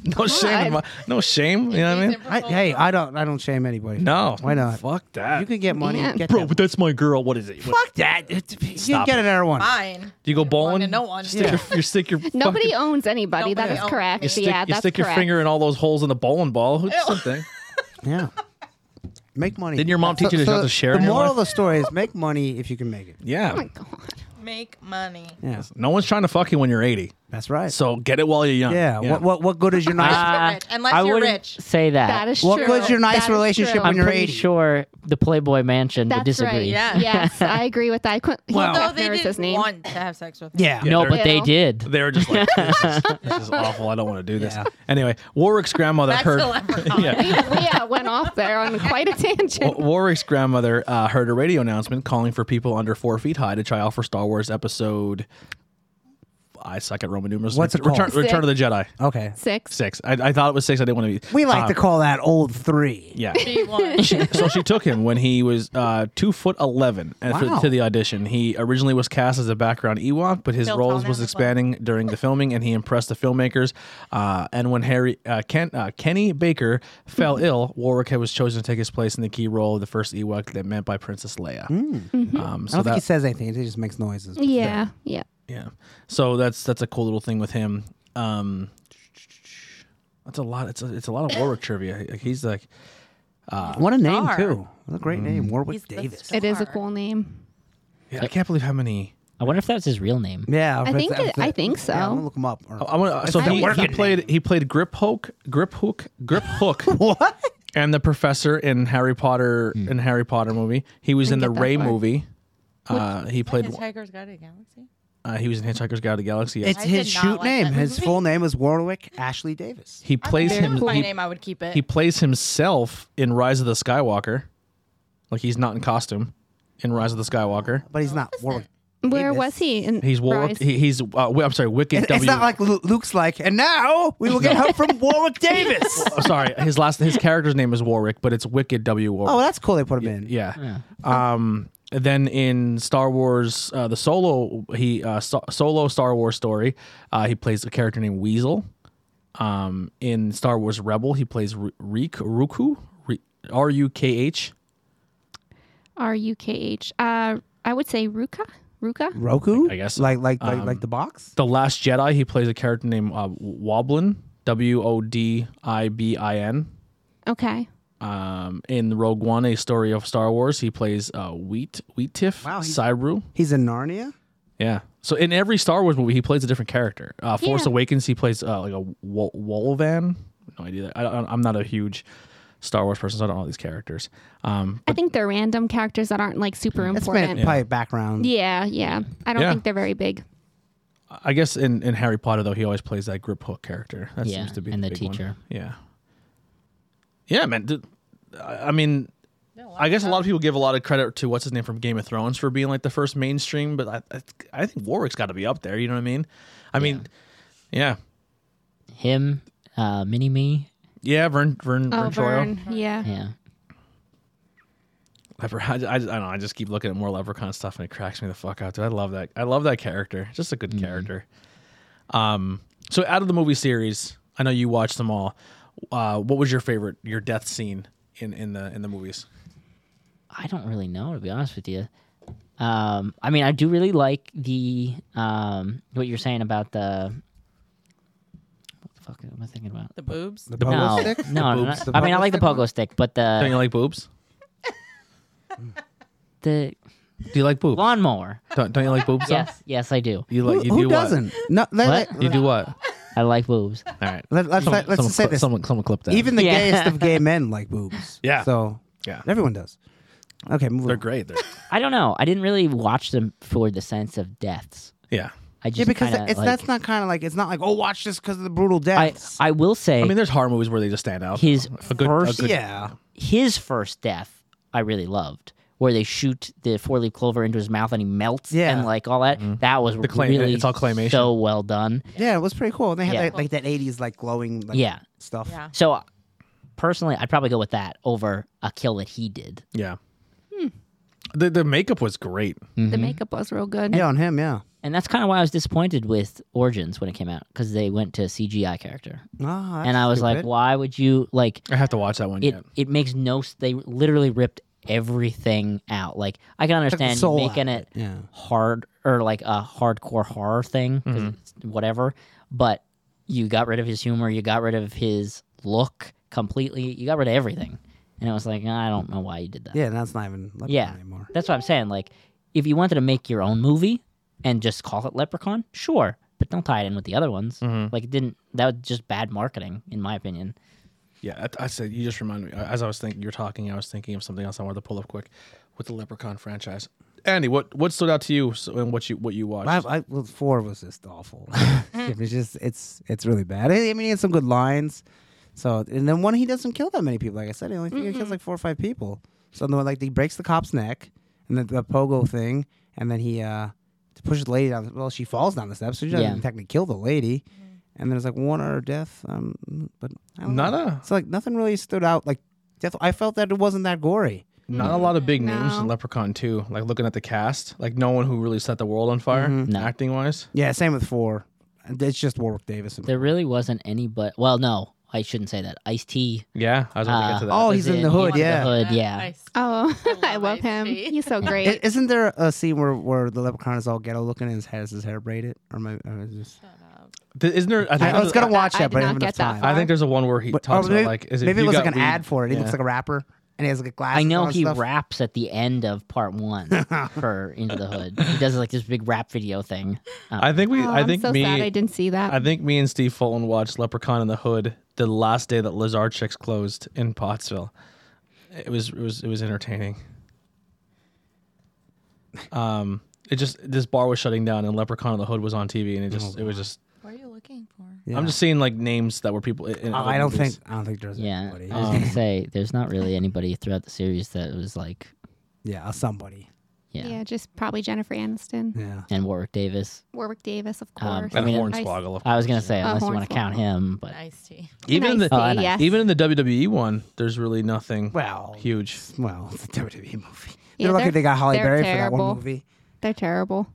A: No shame. in my- no shame. You know what I mean?
D: I, hey, I don't. I don't shame anybody.
A: No.
D: Why not?
A: Fuck that.
D: You can get money.
C: Man.
D: Get
A: Bro,
D: that.
A: but that's my girl. What is it? What-
D: fuck that. It- You can
A: Stop
D: get
A: it.
D: another one.
E: Mine.
A: Do you go
E: Belong to
A: bowling?
E: No one.
A: Stick your, you stick your
C: Nobody
A: fucking-
C: owns anybody. That
E: Nobody
C: is
E: owns
C: correct.
A: you stick,
C: yeah,
A: you
C: that's
A: stick your
C: correct.
A: finger in all those holes in the bowling ball. It's something.
D: Yeah. Make money.
A: Didn't your mom teach you to not to share
D: The
A: in your
D: moral
A: life?
D: of the story is make money if you can make it.
A: Yeah.
C: Oh my God.
E: Make money.
D: Yeah,
A: no one's trying to fuck you when you're 80.
D: that's right.
A: So Ah. get it while you're young.
D: yeah, What, what what good is your nice?
E: you're
B: Uh,
E: rich. Unless
B: I
E: you're
B: wouldn't
E: rich.
B: say that.
C: That is
D: what
C: true.
D: good's your
C: That
D: nice
C: is
D: relationship
C: true.
D: when
B: I'm
D: you're
B: pretty
D: 80?
B: sure the Playboy Mansion
C: That's
B: would disagree.
C: right.
E: Yeah.
C: yes, I agree with that. I couldn't,
A: Well-
E: Though
C: well,
E: they
C: his
E: didn't
C: name.
E: want to have sex with me.
D: Yeah.
A: Yeah.
D: yeah.
B: No,
A: They're-
B: but they
C: Ew.
B: did.
A: They were just like, this is, this is awful. I don't want to do this.
D: Yeah.
A: Anyway, Warwick's grandmother
E: Back
A: heard.
E: to leprechaun.
A: yeah.
C: we uh, went off there on quite a tangent.
A: Wa- Warwick's grandmother uh, heard a radio announcement calling for people under four feet high to try out for Star Wars Episode. I suck at Roman numerals.
D: What's it
A: Return,
D: called?
A: Return of the Jedi.
D: Okay.
C: Six.
A: Six. I, I thought it was six. I didn't want to be.
D: We like to
A: Uh,
D: call that old three.
A: Yeah.
E: She won.
A: so she took him when he was uh, two foot eleven and
D: Wow.
A: for, to the audition. He originally was cast as a background Ewok, but his
E: Bill
A: roles
E: Tallman
A: was
E: was
A: expanding during the filming, and he impressed the filmmakers. Uh, and when Harry uh, Ken, uh, Kenny Baker
D: Hmm.
A: fell ill, Warwick had- was chosen to take his place in the key role of the first Ewok that meant by Princess Leia. Um,
D: Hmm.
A: so
D: I don't think he
A: that,
D: says anything. He just makes noises.
C: Yeah, yeah.
A: yeah, so that's that's a cool little thing with him. Um, that's a lot. It's a, it's a lot of Warwick trivia. Like, He's like
D: What a name
E: Star.
D: too. What a great name, Warwick
E: He's the
D: Davis.
E: star.
C: It is a cool name.
A: Yeah, I can't believe how many.
B: I wonder if that's his real name.
D: Yeah,
C: I think it- I think
D: Yeah, I'm
C: so.
D: gonna look him up. Or-
A: I want so
D: It's
A: he,
D: not
A: he
D: working.
A: played he played grip hook grip hook grip hook
D: what? Hmm.
A: and the professor in Harry Potter in Harry Potter movie. He was in the
C: Didn't get that
A: Ray
C: far.
A: movie. Uh, he played
E: Tiger's Guide to the Galaxy.
A: uh, he was in Hitchhiker's Guide to the Galaxy. Yes.
D: It's
E: I did
D: his
E: not
D: shoot
E: like
D: name.
E: that
D: His
E: movie.
D: full name is Warwick Ashley Davis.
A: He plays
E: Very
A: him
E: cool
A: he,
E: name. I would keep it.
A: he plays himself in Rise of the Skywalker. Like he's not in costume. in Rise of the Skywalker.
D: but he's not Warwick.
C: Where
D: Davis.
C: was he? In
A: He's Warwick.
C: Rise?
A: He, he's uh, wi- I'm sorry, Wicked
D: It-
A: W.
D: It's not like Lu- Luke's like, and now we will get help from Warwick Davis.
A: Oh, sorry, his last his character's name is Warwick, but it's Wicked W. Warwick.
D: Oh, well, that's cool. They put him in.
A: Yeah. Um. Then in Star Wars, uh, the solo he uh, so- solo Star Wars story, uh, he plays a character named Weasel. Um. In Star Wars Rebel, he plays R- Reek Ruku R U K H.
C: R U K H. Uh, I would say Ruka. Ruka.
D: Roku,
A: I guess.
D: like like like, like the box.
A: The Last Jedi, he plays a character named uh, Woblin W O D I B I N.
C: Okay.
A: Um, in Rogue One, a story of Star Wars, he plays uh, Wheat Wheat Tiff
D: Wow, he's-
A: Cyru.
D: He's in Narnia.
A: Yeah. So in every Star Wars movie, he plays a different character. Uh, Force
C: Yeah.
A: Awakens, he plays uh, like a wo- Wolvan. No idea. I don't, I'm not a huge Star Wars person, so I don't know all these characters. Um,
C: I think they're random characters that aren't like super
D: It's been
C: important.
D: probably background.
C: Yeah, yeah. I don't
A: Yeah.
C: think they're very big.
A: I guess in, in Harry Potter though, he always plays that grip hook character. That
B: Yeah,
A: seems to be
B: and
A: the,
B: the
A: big one.
B: teacher.
A: Yeah. Yeah, man. dude, I I mean,
E: No,
A: I guess a lot of people give a lot of credit to what's his name from Game of Thrones for being like the first mainstream, but I I, I think Warwick's got to be up there. You know what I mean? I mean, yeah,
B: Him, uh, Mini Me.
A: yeah. Vern Vern
C: Oh,
A: Vern Troyer.
C: Vern. Yeah.
B: Yeah.
A: Leper- I, I, I don't know. I just keep looking at more Leprechaun stuff, and it cracks me the fuck out, dude. I love that. I love that character. Just a good
D: Mm-hmm.
A: character. Um. So out of the movie series, I know you watched them all. Uh, what was your favorite? Your death scene in in the in the movies?
B: I don't really know to be honest with you. Um, I mean, I do really like the um, what you're saying about the. What the fuck am I thinking about?
E: the boobs.
D: The
B: no,
D: pogo stick?
B: no, no,
A: boobs.
B: no.
D: The
B: I mean, I
D: pogo
B: like the
D: stick
B: pogo stick, but
A: Don't you
B: the
A: like boobs?
B: the
A: Do you like boobs?
B: lawnmower.
A: Don't, don't you like boobs? though?
B: Yes, yes, I do.
A: You
D: Who,
A: like you
D: who
A: do
D: doesn't? No, let,
B: What?
A: What? You do what? All
B: I like boobs.
A: right.
D: let, us
A: Someone-
D: let's
A: someone
D: just say
A: clip-
D: this.
A: Someone someone clip that.
D: Even the
B: Yeah.
D: gayest of gay men like boobs.
A: Yeah.
D: So
A: yeah,
D: everyone does. Okay, move
A: they're
D: on.
A: great. They're,
B: I don't know. I didn't really watch them for the sense of deaths.
A: yeah.
B: I
D: Yeah,
B: just
D: because
B: kinda,
D: it's
B: like-
D: that's not kind of like it's not like oh watch this because of the brutal
B: I
D: deaths.
B: I will say
A: I mean, there's horror movies where they just stand out.
B: his
A: A good- a
B: first
A: good-
D: yeah,
B: his first death I really loved, where they shoot the four leaf clover into his mouth and he melts
D: Yeah.
B: and like all that. That was
A: clay-
B: really
A: Mm-hmm. it's all claymation.
B: so well done.
D: yeah, it was pretty cool. And they had
B: Yeah.
D: that, like that '80s like glowing like,
B: Yeah.
D: stuff.
E: Yeah.
B: So personally, I'd probably go with that over a kill that he did.
A: Yeah.
B: Hmm.
A: The the makeup was great.
C: The makeup was real good.
D: yeah, on him. Yeah.
B: And that's kind of why I was disappointed with Origins when it came out because they went to CGI character,
D: Ah,
B: and I was like, why would you like?
A: I have to watch that one
B: it
A: yet.
B: it makes no s- they literally ripped everything out like i can understand
D: soul
B: making
D: out of
B: it,
D: it, yeah.
B: hard or like a hardcore horror thing 'cause
D: Mm-hmm.
B: it's whatever but you got rid of his humor you got rid of his look completely you got rid of everything and it was like i don't know why you did that
D: yeah, that's not even Leprechaun
B: Yeah.
D: anymore.
B: that's what i'm saying like if you wanted to make your own movie and just call it leprechaun sure but don't tie it in with the other ones
D: Mm-hmm.
B: like it didn't that was just bad marketing in my opinion
A: Yeah, I, I said you just reminded me. uh, As I was thinking, you're talking, I was thinking of something else I wanted to pull up quick with the Leprechaun franchise. Andy, what what stood out to you so- and what you what you watched?
D: I, I, well, four was just awful. it was just it's it's really bad. I, I mean, he had some good lines. So and then one he doesn't kill that many people. Like I said, he only he kills like four or five people. So then like he breaks the cop's neck and then the pogo thing, and then he uh pushes the lady down. The, well, she falls down the steps, so he doesn't
B: Yeah.
D: technically kill the lady. And there's like one other death. Um, but I don't
A: Not
D: know.
A: a-
D: So like nothing really stood out. Like death, I felt that it wasn't that gory.
A: Not a lot of big names
C: No.
A: in Leprechaun 2. Like looking at the cast, like no one who really set the world
D: Mm-hmm.
A: on fire,
B: No.
A: acting wise.
D: Yeah, same with four. It's just Warwick Davis. And
B: There really wasn't any, but well, no, I shouldn't say that. Ice T.
A: Yeah, I was about to
B: Uh,
A: get to that.
D: oh,
B: was
D: he's in the
B: in-
D: hood.
B: he's in the
D: Yeah.
B: hood, yeah.
C: Oh, I
E: love
C: love
E: Ice
C: him.
E: T.
C: He's so
D: I-
C: great.
D: Isn't there a scene where, where the leprechaun is all ghetto looking and his hair, has his hair braided? Or my, or is this-
A: Th- Isn't there? I, think
D: I, I was gonna watch
C: I
D: that,
C: did
D: but I
C: not
D: didn't have enough
C: get that
D: time.
C: far.
A: I think there's a one where he
D: But-
A: talks
D: oh,
A: about
D: maybe,
A: like is
D: maybe
A: if
D: it
A: you
D: was
A: got
D: like an
A: weed-
D: ad for it. He looks
A: Yeah.
D: like a rapper and he has like a glass.
B: I know he
D: stuff.
B: raps at the end of part one for Into the Hood. He does like this big rap video thing. Uh,
A: I think we.
C: Oh,
A: I think
C: I'm so
A: me.
C: sad I didn't see that.
A: I think me and Steve Fulton watched Leprechaun in the Hood the last day that Lazarchik's closed in Pottsville. It was it was it was entertaining. Um, it just this bar was shutting down and Leprechaun in the Hood was on TV and it just it was just
E: What are you looking for?
D: Oh, Yeah.
A: I'm just seeing like names that were people. In, in
D: Oh,
A: other
D: I don't
A: movies.
D: think. I don't think there's
B: yeah,
A: Oh.
D: anybody.
B: I was gonna say there's not really anybody throughout the series that was like
D: yeah, somebody.
B: Yeah.
C: Yeah, just probably Jennifer Aniston,
D: Yeah.
B: and Warwick Davis.
C: Warwick Davis, of
B: Um,
C: course.
B: I mean,
C: Ice-
A: Hornswoggle. of
B: I was gonna
A: course.
B: say
C: Uh,
B: unless you want to count
C: Hornswoggle.
B: him, but
E: Iced tea.
A: even in
C: Nice
A: the
C: tea,
B: Oh, I know.
C: yes.
A: even in the WWE one, there's really nothing
D: Well,
A: huge.
D: well, it's a WWE movie.
C: Yeah,
D: they're lucky
C: they're-
D: they got Holly
C: they're
D: Berry for that
C: terrible.
D: one movie.
C: They're terrible.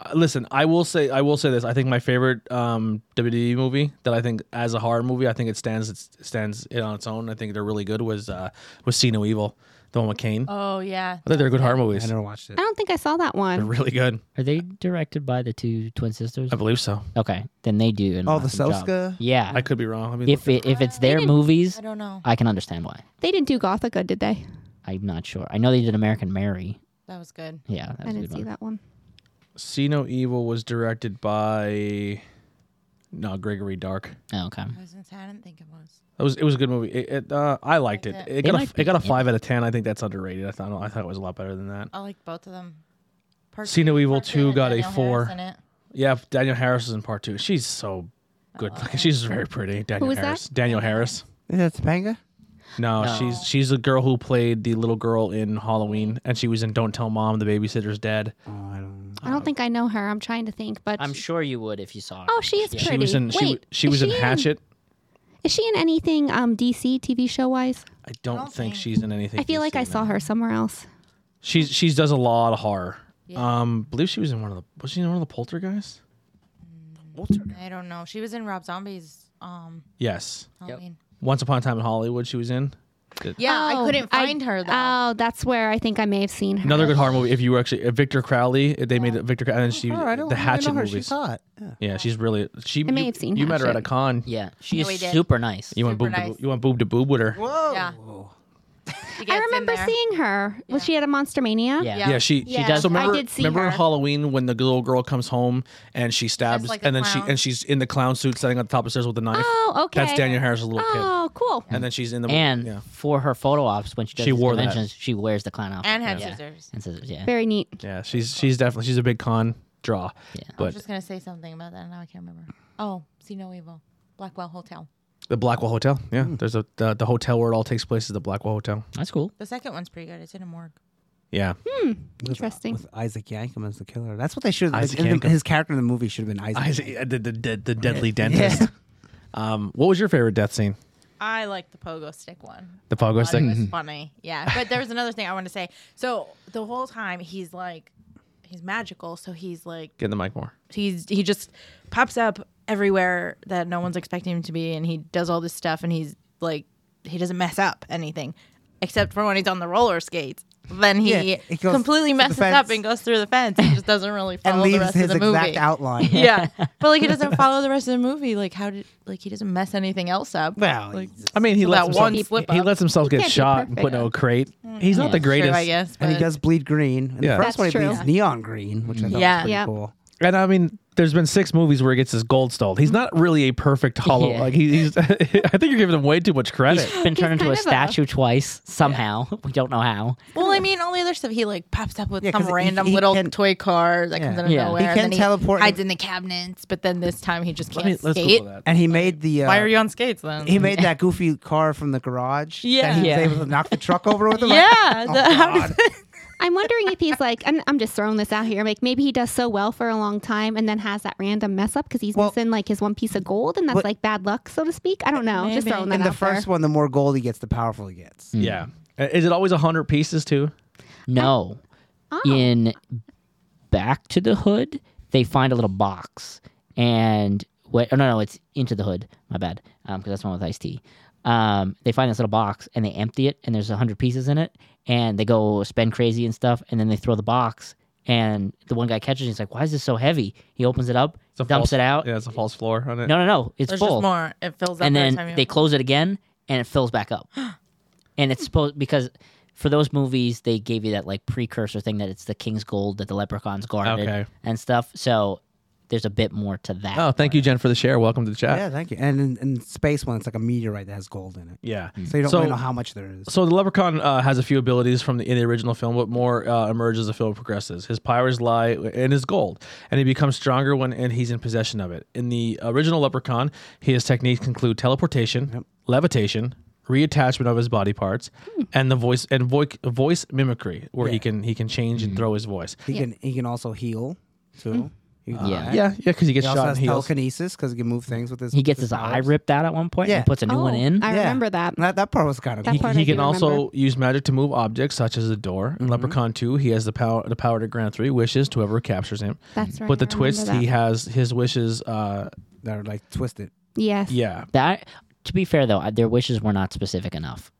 A: Uh, listen, I will say I will say this. I think my favorite um, WWE movie that I think as a horror movie, I think it stands it stands it on its own. I think they're really good. Was uh, was See No Evil, the one with Kane.
E: Oh yeah.
A: I think they're good horror
D: I
A: movies.
D: never watched it.
C: I don't think I saw that
A: They're
C: one.
A: really good.
B: are they directed by the two twin sisters?
A: I believe so.
B: Okay, then they do. An
D: Oh, the
B: awesome job.
D: Soska?
B: Yeah.
A: Um, I could be wrong. I mean,
B: if it, if it's their
C: didn't-
B: movies,
E: I don't know.
B: I can understand why.
C: They didn't do Gothica, did they?
B: I'm not sure. I know they did American Mary.
E: That was good.
B: Yeah, that was a
C: I didn't
B: good
C: see
B: one.
C: that one.
A: See No Evil was directed by no Gregory Dark.
B: Oh, okay.
E: I was gonna say I didn't think it was.
A: It was it was a good movie. It, it uh, I liked it. It got
B: might
A: a, it got a
B: be-
A: five out of ten. I think that's underrated. I thought I thought it was a lot better than that.
E: I like both of them. Part
A: See No
E: two-
A: Evil
E: part
A: 2
E: had
A: got a
E: Danielle Harris
A: four.
E: in it.
A: Yeah, Daniel Harris is in part two. She's so good. She's very pretty. Daniel
C: is that?
A: Harris. Daniel Harris.
D: Is that Topanga?
A: No, she's she's a girl who played the little girl in Halloween, and she was in Don't Tell Mom, the babysitter's dead.
D: Oh, I don't.
A: Um,
C: I don't think I know her. I'm trying to think, but
B: I'm sure you would if you saw.
C: Oh, she is pretty.
A: She was in
C: Wait,
A: she w- she,
C: is
A: was in
C: she
A: Hatchet.
C: Is she in anything um, DC TV show wise?
A: I don't,
E: don't
A: think
E: think-
A: she's in anything.
C: I feel like I saw her somewhere else.
A: She's she does a lot of horror.
E: Yeah.
A: Um, believe she was in one of the was she in one of the Poltergeists?
E: I don't know. She was in Rob Zombie's um
A: Yes.
E: Halloween.
A: Once upon a time in Hollywood, she was in.
E: Yeah, I uh,
C: Oh,
E: couldn't find her though.
C: Oh, that's where I think I may have seen her.
A: Another good horror movie. If you were actually uh, Victor Crowley, they made it Victor Crow- and then she
D: Oh, I don't
A: the
D: I
A: Hatchet
D: know her.
A: movies.
D: She's hot. Yeah.
A: Yeah, she's really. She
C: may
A: you,
C: have seen
A: You met her at
C: Hatchet.
A: a con.
B: Yeah, she
E: No, we
B: is
E: did.
B: super nice.
A: You went
E: Super
A: boob to
E: nice.
A: boob, you went boob to boob with her.
D: Whoa.
E: Yeah. She gets
C: I
E: in
C: remember
E: there.
C: seeing her. Was she at a Monster Mania?
B: yeah.
A: Yeah, she
C: Yeah,
A: she
C: does-
A: So
C: I
A: remember,
C: did see
A: remember
C: her.
A: Halloween when the little girl comes home and she stabs,
E: like the
A: and then she
E: clown.
A: and she's in the clown suit sitting on the top of the stairs with the knife.
C: Oh, okay.
A: That's Daniel Harris' little kid,
C: Oh, cool.
A: and then she's in the
B: And
A: yeah.
B: for her photo ops, when she does
A: She
B: these
A: wore that.
B: conventions, she wears the clown outfit
E: and had
B: Yeah.
E: scissors.
B: And scissors, yeah.
C: Very neat.
A: Yeah, she's she's definitely she's a big con draw.
B: Yeah.
E: I
A: But
E: was just gonna say something about that, and now I can't remember. Oh, see no evil, Blackwell Hotel.
A: the Blackwell Hotel, yeah, there's a the, the hotel where it all takes place is the Blackwell Hotel.
B: That's cool.
E: The second one's pretty good. It's in a morgue.
A: Yeah,
C: Hmm. Interesting.
D: With Isaac Yankem as the killer. That's what they should. Like,
A: Isaac
D: in the-
A: Yankem.
D: his character in the movie should have been Isaac.
A: I see, uh, the, the the the deadly dentist. Um, what was your favorite death scene?
E: I like the pogo stick one.
A: The pogo
E: thought it was
A: stick?
E: funny. Yeah, but there was another thing I want to say. So the whole time he's like, he's magical. So he's like,
A: Get in the mic more.
E: he's he just pops up everywhere that no one's expecting him to be, and he does all this stuff, and he's like, he doesn't mess up anything, except for when he's on the roller skates. Then he
D: Yeah, it goes
E: completely
D: through the
E: messes up
D: fence.
E: and goes through the fence and just doesn't really
D: and
E: follow the
D: leaves
E: rest of
D: his
E: the
D: exact
E: movie.
D: outline.
E: yeah, but like he doesn't follow the rest of the movie. Like how did like he doesn't mess anything else up?
D: Well,
E: like
A: I mean, he
E: Well,
A: lets
E: that
A: himself,
E: one slip
A: he, he
E: up.
A: lets himself get
C: can't be
A: shot and put
C: perfect.
A: in a crate. He's not
B: Yeah.
A: the greatest.
E: sure, I guess.
D: and he
E: but-
D: does bleed green. And
A: Yeah.
D: the first
C: That's
D: one he
C: true.
D: bleeds neon green, which I thought
E: Yeah.
D: was pretty
C: Yeah.
D: cool.
A: And I mean, there's been six movies where he gets his gold stalled. He's not really a perfect hollow.
B: Yeah.
A: Like he, he's, I think you're giving him way too much credit.
B: Been turned into
C: kind
B: a
C: of a-
B: statue twice somehow. We don't know how.
E: Well, I mean, all the other stuff he like pops up with
D: Yeah, 'cause
E: some
D: he-
E: random
D: he
E: little
D: can-
E: toy car that comes
D: Yeah.
E: out of
B: Yeah. He
E: nowhere. and
D: can
E: then
D: teleport
E: He hides
D: and-
E: in the cabinets, but then this time he just can't
A: I mean, let's
E: skate.
A: Google that.
D: And he made the. Uh,
E: Why are you on skates then?
D: He made that goofy car from the garage.
E: Yeah.
D: That he
B: Yeah.
D: was able to knock the truck over with him. oh,
E: yeah, the- how does it-
C: I'm wondering if he's like, and I'm just throwing this out here. Like maybe he does so well for a long time and then has that random mess up because he's
D: Well-
C: missing like his one piece of gold and that's
D: But-
C: like bad luck, so to speak. I don't know. Just
E: Maybe.
C: throwing that
D: And the
C: out
D: first
C: there.
D: one, the more gold he gets, the powerful he gets.
A: yeah. Uh, Is it always hundred pieces too?
B: No.
E: Oh.
B: In Back to the Hood, they find a little box. And wait, oh, no, no, it's Into the Hood. My bad. Because that's the one with Ice Tea. Um, they find this little box and they empty it, and there's 100 pieces in it. And they go spend crazy and stuff. And then they throw the box. And the one guy catches it. He's like, Why is this so heavy? He opens it up,
A: It's a
B: dumps
A: false-
B: it out.
A: Yeah, it's a false floor on it.
B: No, no, no. It's
E: There's
B: full.
E: just more. It fills up.
B: and
E: every
B: then
E: time you-
B: they close it again and it fills back up and it's supposed because for those movies they gave you that like precursor thing that it's the king's gold that the leprechauns guarded
A: Okay.
B: and stuff so there's a bit more to that
A: Oh, thank you, Jen, for the share. Welcome to the chat.
D: Yeah, thank you. And in, in space one, it's like a meteorite that has gold in it.
A: Yeah.
D: So you don't
A: So-
D: really know how much there is.
A: So the Leprechaun uh, has a few abilities from the, in the original film, but more uh, emerges as the film progresses. His powers lie in his gold, and he becomes stronger when and he's in possession of it. In the original Leprechaun, his techniques include teleportation, levitation, reattachment of his body parts, and the voice and voice voice mimicry, where he
D: Hmm. Yeah.
A: can he can change and throw his voice.
D: He can he can also heal too.
E: Mm-hmm.
D: He can do
B: Yeah.
D: that.
A: Yeah, yeah, because he
D: He
A: gets
D: also
A: shot and
D: has
A: heals.
D: telekinesis because he can move things with his.
B: He gets
D: with
B: his eye
D: powers.
B: ripped out at one point
D: Yeah.
B: and puts a new
C: Oh,
B: one in.
C: I
D: Yeah.
C: remember that.
D: That that part was kind of
C: That
D: cool.
C: part
A: he
C: I
A: can
C: do
A: also
C: remember.
A: use magic to move objects such as a door.
D: Mm-hmm.
A: In Leprechaun 2, he has the power the power to grant three wishes to whoever captures him.
C: That's right.
A: but the
C: I remember
A: twist,
C: that.
A: he has his wishes. Uh,
D: that are like twisted.
C: Yes.
A: yeah,
B: That to be fair though, I- their wishes were not specific enough.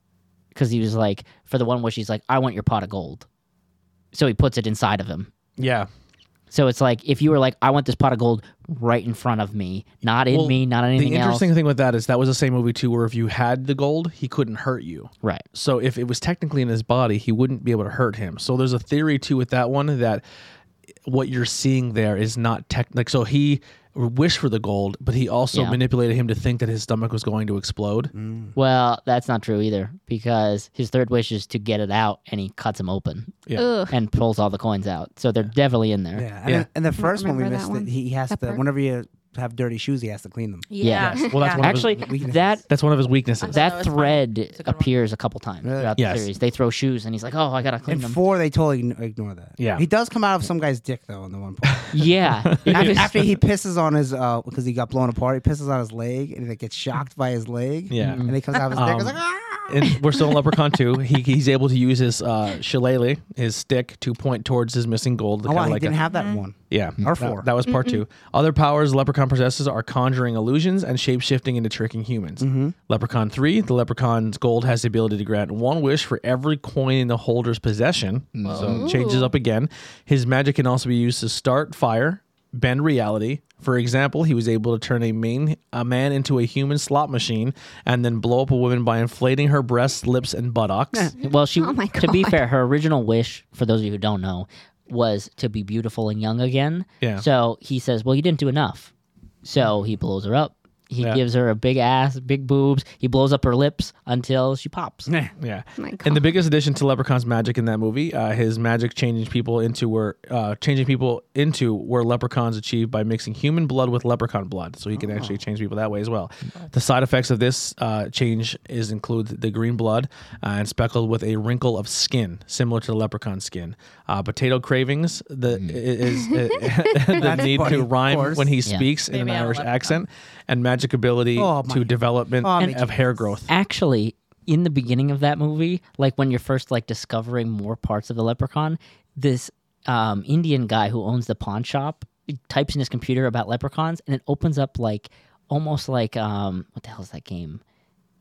B: Because he was like, for the one wish, he's like, I want your pot of gold. So he puts it inside of him.
A: yeah.
B: So it's like if you were like, I want this pot of gold right in front of me, not in
A: Well,
B: me, not anything
A: the interesting
B: else.
A: thing with that is that was the same movie too, where if you had the gold, he couldn't hurt you.
B: Right.
A: So if it was technically in his body, he wouldn't be able to hurt him. So there's a theory too with that one that what you're seeing there is not tech like so he wished for the gold, but he also
B: Yeah.
A: manipulated him to think that his stomach was going to explode.
D: Mm.
B: Well, that's not true either because his third wish is to get it out and he cuts him open
A: Yeah.
C: Ugh.
B: and pulls all the coins out. So they're definitely in there.
D: Yeah, and,
A: Yeah.
D: then- and the first one we
C: remember that
D: missed,
C: one.
D: it, he he has
C: That
D: to
C: part.
D: whenever you have dirty shoes, he has to clean them.
B: Yeah.
E: Yeah.
A: Well, that's one of his-
B: Actually,
D: weaknesses.
B: that
A: That's one of his weaknesses.
E: that
B: that
E: was funny.
B: thread
E: It's a good one.
B: appears a couple times throughout
A: Yes.
B: the series. They throw shoes and he's like, "Oh, I gotta clean
D: In
B: them."
D: four, they totally ign- ignore that.
A: Yeah.
D: he does come out of some guy's dick though in the one part.
B: yeah, It
D: after,
B: was-
D: after he pisses on his uh because he got blown apart, he pisses on his leg and it gets shocked by his leg.
A: Yeah.
D: and he comes out of his dick. It's
A: Um,
D: like ah.
A: and we're still in Leprechaun 2. He, he's able to use his uh, shillelagh, his stick, to point towards his missing gold.
D: Oh
A: kinda
D: wow, he
A: like
D: didn't
A: a-
D: have that one.
A: Yeah,
D: Or
A: that-
D: four.
A: That, was part two. Other powers Leprechaun possesses are conjuring illusions and shape shifting into tricking humans. Leprechaun three, the Leprechaun's gold has the ability to grant one wish for every coin in the holder's possession. So it changes up again. His magic can also be used to start fire, bend reality. For example, he was able to turn a main a man into a human slot machine and then blow up a woman by inflating her breasts, lips, and buttocks.
B: well, she.
C: Oh my
B: to be
C: God.
B: fair, her original wish, for those of you who don't know, was to be beautiful and young again.
A: Yeah.
B: So he says, "Well, you didn't do enough." So he blows her up. He
A: Yeah.
B: gives her a big ass, big boobs. He blows up her lips until she pops.
A: Yeah.
C: My
A: and the
C: God.
A: biggest addition to Leprechaun's magic in that movie, uh, his magic changing people into were uh, changing people into were leprechauns achieved by mixing human blood with leprechaun blood, so he can actually change people that way as well. The side effects of this uh, change is include the green blood uh, and speckled with a wrinkle of skin similar to leprechaun skin. Uh, potato cravings the is, the need
D: Hmm. funny,
A: to
D: of
A: rhyme
D: course.
A: when he
B: Yeah.
A: speaks in
E: Maybe
A: an
E: I'm a
A: Irish
E: leprechaun.
A: accent, and magic ability
D: Oh, my-
A: to development
D: Oh, my
A: of hair growth.
B: actually in the beginning of that movie like when you're first like discovering more parts of the leprechaun this um, indian guy who owns the pawn shop he types in his computer about leprechauns and it opens up like almost like um what the hell is that game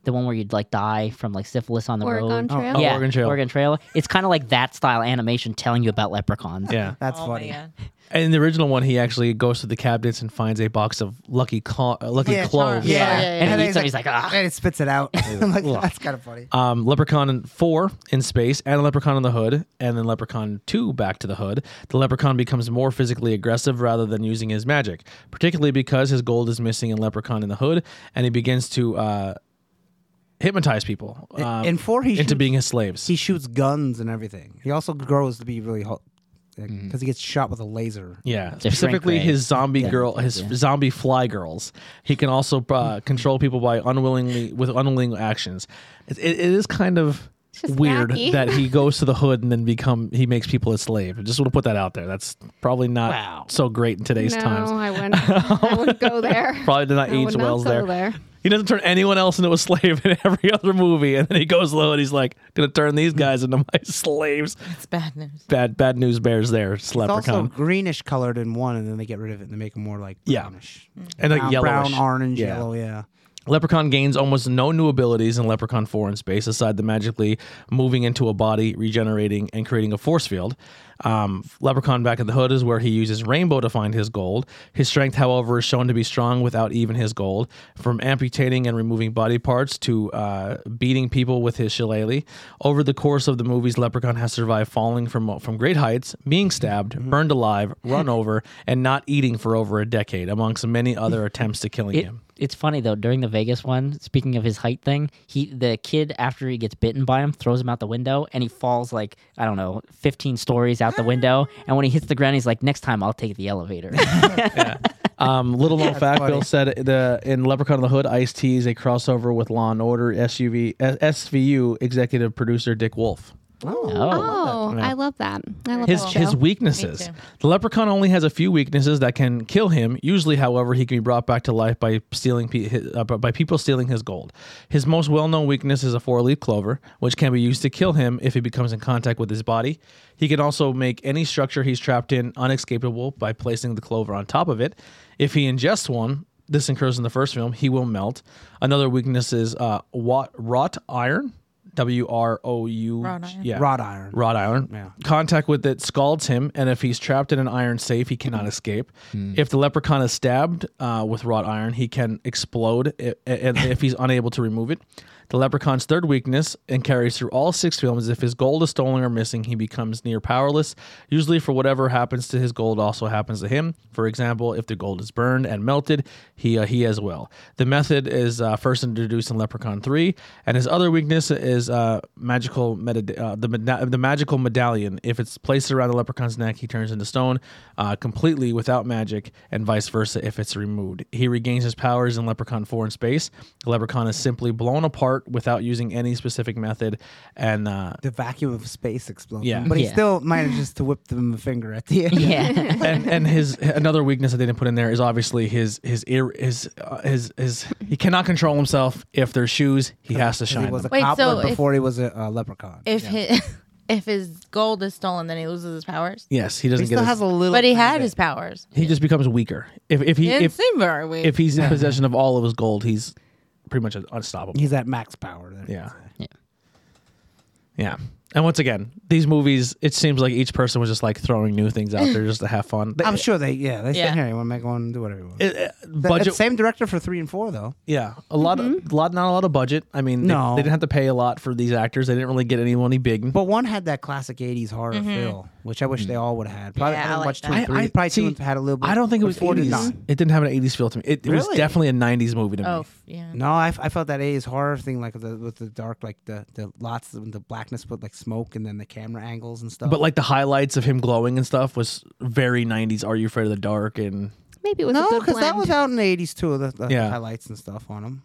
B: the one where you'd like die from like syphilis on the
C: Oregon
B: road
C: Trail.
A: Oh,
B: yeah
A: Oregon Trail.
B: it's kind of like that style animation telling you about leprechauns
A: Yeah.
D: That's
E: Oh,
D: funny.
E: man.
A: And in the original one, he actually goes to the cabinets and finds a box of lucky clo- uh, lucky
D: Yeah,
A: cloves.
E: charms. Yeah, yeah, yeah.
B: And he
D: then
B: eats them, he's like, "Ah."
D: and it spits it out. I'm like, that's kind of funny.
A: Um, Leprechaun four in space, and Leprechaun on the hood, and then Leprechaun two back to the hood. The Leprechaun becomes more physically aggressive rather than using his magic, particularly because his gold is missing in Leprechaun in the hood, and he begins to uh, hypnotize people um,
D: in four, he
A: into
D: shoots,
A: being his slaves.
D: he shoots guns and everything. He also grows to be really hot because
A: Mm-hmm.
D: he gets shot with a laser.
A: Yeah,
B: a shrink
A: specifically
B: ray.
A: his zombie girl, his zombie fly girls. He can also
D: Mm-hmm.
A: uh, control people by unwillingly with unwilling actions. It, it- it is kind of
C: just
A: weird
C: wacky.
A: that he goes to the hood and then become he makes people a slave. I just want to put that out there. That's probably not
B: Wow.
A: so great in today's
C: no,
A: times.
C: I wouldn't. I wouldn't go there.
A: Probably did not
C: I would
A: age
C: not
A: well
C: go
A: there.
C: there.
A: He doesn't turn anyone else into a slave in every other movie, and then he goes low and he's like, "Gonna turn these
D: Hmm.
A: guys into my slaves."
E: It's bad news.
A: Bad, bad news bears there.
D: It's also
A: Leprechaun
D: greenish colored in one, and then they get rid of it and they make them more like
A: Yeah.
D: brownish,
A: and like
D: brown,
A: yellowish,
D: brown, orange,
A: Yeah.
D: yellow. Yeah,
A: Leprechaun gains almost no new abilities in Leprechaun 4 in space, aside the magically moving into a body, regenerating, and creating a force field. Um, Leprechaun Back in the Hood is where he uses Rainbow to find his gold. His strength, however, is shown to be strong without even his gold. From amputating and removing body parts to uh, beating people with his shillelagh, over the course of the movies, Leprechaun has survived falling from from great heights, being stabbed, burned alive, run over, and not eating for over a decade, amongst many other attempts to killing
B: It,
A: him.
B: It's funny though. During the Vegas one, speaking of his height thing, he the kid after he gets bitten by him throws him out the window, and he falls like I don't know,
A: Oh.
B: fifteen stories out the window. And when he hits the ground, he's like, "Next time, I'll take the elevator."
A: Um, little known fact,
D: funny.
A: Bill said the in Leprechaun in the Hood, Ice T is a crossover with Law and Order SUV S- SVU executive producer Dick Wolf.
B: Oh.
C: Oh, I love that. I love
A: His
C: that show.
A: his weaknesses.
E: Me too.
A: The Leprechaun only has a few weaknesses that can kill him. Usually, however, he can be brought back to life by stealing pe- hi- uh, by people stealing his gold. His most well known weakness is a four leaf clover, which can be used to kill him if he becomes in contact with his body. He can also make any structure he's trapped in unescapable by placing the clover on top of it. If he ingests one, this occurs in the first film, he will melt. Another weakness is uh, wa- wrought iron. W R O U.
E: Wrought iron.
A: Yeah.
D: Wrought iron.
A: Wrought iron. Contact with it scalds him, and if he's trapped in an iron safe, he cannot escape. If the leprechaun is stabbed uh, with wrought iron, he can explode i- i- if he's unable to remove it. The leprechaun's third weakness, and carries through all six films, is if his gold is stolen or missing, he becomes near powerless. Usually, for whatever happens to his gold, also happens to him. For example, if the gold is burned and melted, he uh, he as well. The method is uh, first introduced in Leprechaun Three, and his other weakness is uh, magical meta- uh, the meda- the magical medallion. If it's placed around the leprechaun's neck, he turns into stone uh, completely without magic, and vice versa if it's removed. He regains his powers in Leprechaun Four in space. The leprechaun is simply blown apart without using any specific method, and uh,
D: The vacuum of space explodes.
A: Yeah.
D: But he
B: Yeah.
D: still manages to whip them a finger at the end.
B: Yeah.
A: and and his another weakness that they didn't put in there is obviously his his ear his uh, his his he cannot control himself. If there's shoes, he has to
D: He
A: shine.
D: was a
A: them.
E: Wait,
D: copper
E: so if-
D: before he was a uh, leprechaun.
E: If his if his gold is stolen, then he loses his powers.
A: yes, he doesn't
D: he
A: get.
D: still
A: His,
D: has a little.
E: But he had
D: bit.
E: his powers.
A: he just becomes weaker. If if he
E: It didn't
A: if,
E: seem very weak.
A: if he's in possession of all of his gold, he's pretty much unstoppable.
D: He's at max power. There.
A: Yeah.
B: Yeah.
A: Yeah. And once again, these movies, it seems like each person was just like throwing new things out there just to have fun. They-
D: I'm sure they. Yeah, they
E: Yeah.
D: sit here. and want to make one and do whatever you want.
A: it- it-
D: Um, The-
A: budget,
D: Same director for three and four though.
A: yeah, a lot, of, lot, not a lot of budget. I mean, they-
D: No.
A: they, didn't have to pay a lot for these actors. They didn't really get anyone big.
D: But one had that classic '80s horror
C: Mm-hmm.
D: feel, which I wish
A: Mm.
D: they all would have had. Probably
E: Yeah,
D: I
E: I
D: didn't
E: like
D: watch two
E: that.
D: and three. probably two and had a little. bit.
A: I don't think it
D: but
A: was
D: four did
A: 80s.
D: not.
A: It didn't have an 80s feel to me. It, it was
D: Really?
A: definitely a 90s movie to me.
E: oh f- yeah.
D: No, I, f- I felt that '80s horror thing, like the, with the dark, like the the lots of the blackness, but like smoke, and then the camera angles and stuff.
A: But like the highlights of him glowing and stuff was very 90s. Are you afraid of the dark? And
C: Maybe it was a
D: no,
C: good
D: because
C: blend.
D: that was out in the '80s too. The, the
A: Yeah.
D: highlights and stuff on them.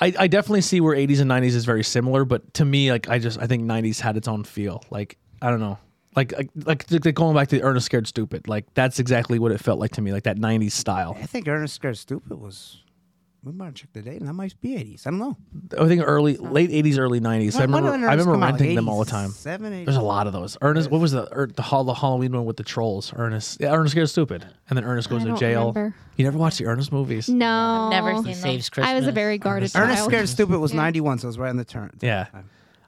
A: I, I definitely see where 80s and 90s is very similar, but to me, like I just I think 90s had its own feel. Like I don't know, like like, like, like going back to Ernest Scared Stupid, like that's exactly what it felt like to me, like that 90s style.
D: I think Ernest Scared Stupid was. We might check the date, and that might be '80s. I don't know.
A: I think early late 80s, early 90s. I
D: When- when
A: remember
D: did
A: I
D: Ernest
A: remember
D: come out?
A: renting
D: Like
A: them all the time.
D: 87,
A: There's a lot of those. Ernest, what was the er, the, hall, the Halloween one with the trolls? Ernest, yeah, Ernest Scared Stupid, and then Ernest goes
C: I
A: to
C: don't
A: jail.
C: remember.
A: You never watched the Ernest movies?
C: no.
E: Never seen
B: He
E: them.
B: saves Christmas.
C: I was a very guarded
D: Ernest
C: child.
D: Scared Stupid was '91, so it was right on the turn.
A: Yeah,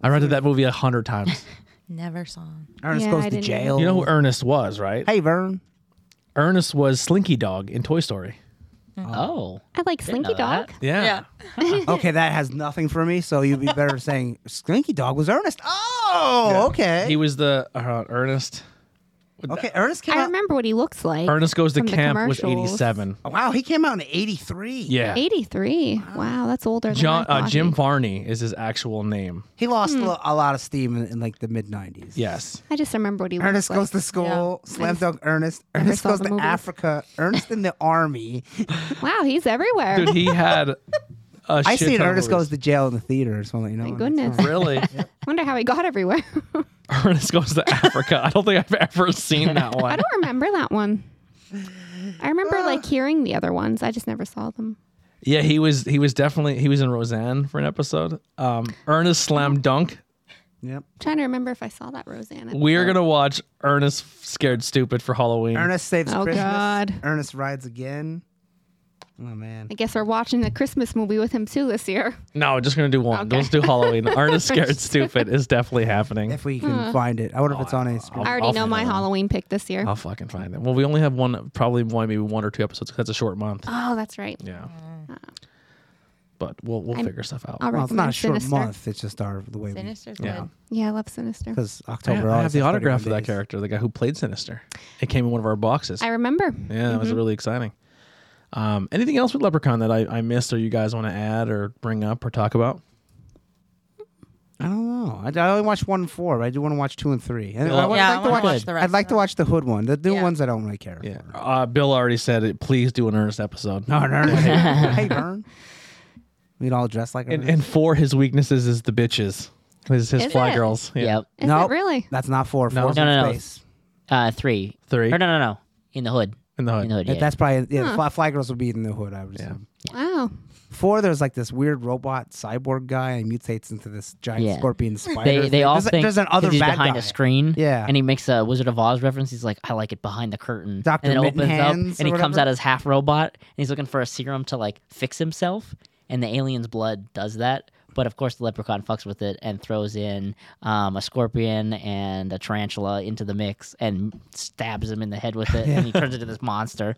A: I rented that movie a hundred times.
E: Never saw him.
D: Ernest
C: Yeah,
D: goes
C: I
D: to
C: didn't either.
D: jail.
A: you know who Ernest was, right?
D: hey, Vern.
A: Ernest was Slinky Dog in Toy Story.
B: oh.
C: I like Slinky
B: know that.
C: Dog.
E: Yeah.
D: Okay, that has nothing for me, so you'd be better saying Slinky Dog was Ernest. Oh, okay.
A: He was the uh, Ernest.
D: okay, Ernest came
C: I
D: out.
C: remember what he looks like.
A: Ernest goes to
C: From the
A: camp was
C: commercials.
A: 87.
D: oh, wow, he came out in 83.
A: Yeah.
C: 83. Wow, that's older
A: John
C: than I
A: uh,
C: thought
A: Jim
C: he-
A: Varney is his actual name.
D: He lost
C: Hmm.
D: a, lo- a lot of steam in, in like the mid 90s.
A: Yes.
C: I just remember what he
D: Ernest
C: looks
D: goes to school, slam dunk Ernest. Ernest
C: saw
D: goes
C: the
D: to
C: movies.
D: Africa, Ernest in the army.
C: like. Wow, he's everywhere.
A: Dude, he had. A
D: I
A: shit
D: seen
A: ton of
D: Ernest goes
A: movies.
D: to jail in the theater, so I'll let you know.
C: My
D: when
C: goodness.
A: Really?
C: Wonder how he got everywhere.
A: Ernest goes to Africa. I don't think I've ever seen that
C: I
A: one.
C: don't remember that one. I remember like hearing the other ones. I just never saw them.
A: Yeah, he was. He was definitely. He was in Roseanne for an episode. Um, Ernest slam dunk.
D: it's- Yep.
C: I'm trying to remember if I saw that Roseanne.
A: We're gonna watch Ernest scared stupid for Halloween.
D: Ernest saves
C: Oh,
D: Christmas.
C: God.
D: Ernest rides again. Oh man.
C: I guess we're watching the Christmas movie with him too this year.
A: No, we're just gonna do one.
C: Okay.
A: Let's do Halloween. Ernest scared stupid is definitely happening.
D: If we can find it, I wonder if it's on any screen.
C: I already
A: Oh, I'll
C: know
A: find
C: my
A: that one.
C: Halloween pick this year.
A: I'll fucking find it. Well, we only have one, probably one, maybe one or two episodes. 'cause That's a short month.
C: Oh, that's right.
A: Yeah. But we'll we'll figure stuff out.
C: I'll
D: Well, it's not a
C: recommend
D: short
C: Sinister.
D: month. It's just our the way we
E: Sinister's
A: Yeah.
E: good.
C: Yeah, I love Sinister.
D: because
A: I,
D: October.
A: I
D: always
A: have the
D: has
A: autograph of
D: 31
A: that
D: days.
A: character, the guy who played Sinister. It came in one of our boxes.
C: I remember.
A: yeah, that was really exciting. Um, anything else with Leprechaun that I, I missed or you guys want to add or bring up or talk about?
D: I don't know. No, I, I only watched one and four. But I do want to watch two and three. And I
A: Well,
D: would
E: yeah,
D: like
E: I
D: to
E: wanna
D: watch,
E: watch the rest
D: I'd like
E: of
D: to
E: it.
D: watch the hood one. The new
E: Yeah.
D: ones I don't really care.
A: Yeah. Uh, Bill already said it. Please do an earnest episode.
D: For. No, no, no. hey, Vern. We'd all dress like.
A: And,
D: And,
A: and four, his weaknesses is the bitches. His, his
C: Is
A: fly
C: it?
A: girls. Yeah.
B: Yep.
C: Is
D: Nope.
C: it really?
D: that's not four.
A: No.
D: Four's
B: No,
D: in
B: no, no.
D: space.
B: Uh, three.
A: Three.
B: Or no, no, no. In the hood.
A: In the hood.
B: In the hood.
D: That-
B: Yeah.
D: That's probably yeah.
C: Huh.
D: Fly, Fly Girls would be in the hood. I would assume.
C: Wow.
D: Four, there's like this weird robot cyborg guy and mutates into this giant
B: Yeah.
D: scorpion spider.
B: they they
D: thing.
B: all
D: there's, a-
B: think
D: there's an
B: 'cause
D: other
B: he's
D: bad
B: behind
D: guy.
B: a screen.
D: Yeah.
B: And he makes a Wizard of Oz reference. He's like, I like it behind the curtain.
D: Dr.
B: And it
D: Mitten
B: opens up
D: Hands
B: and he
D: or
B: comes
D: whatever?
B: out as half robot and he's looking for a serum to like fix himself. And the alien's blood does that. But of course the leprechaun fucks with it and throws in um, a scorpion and a tarantula into the mix and stabs him in the head with it and he turns into this monster.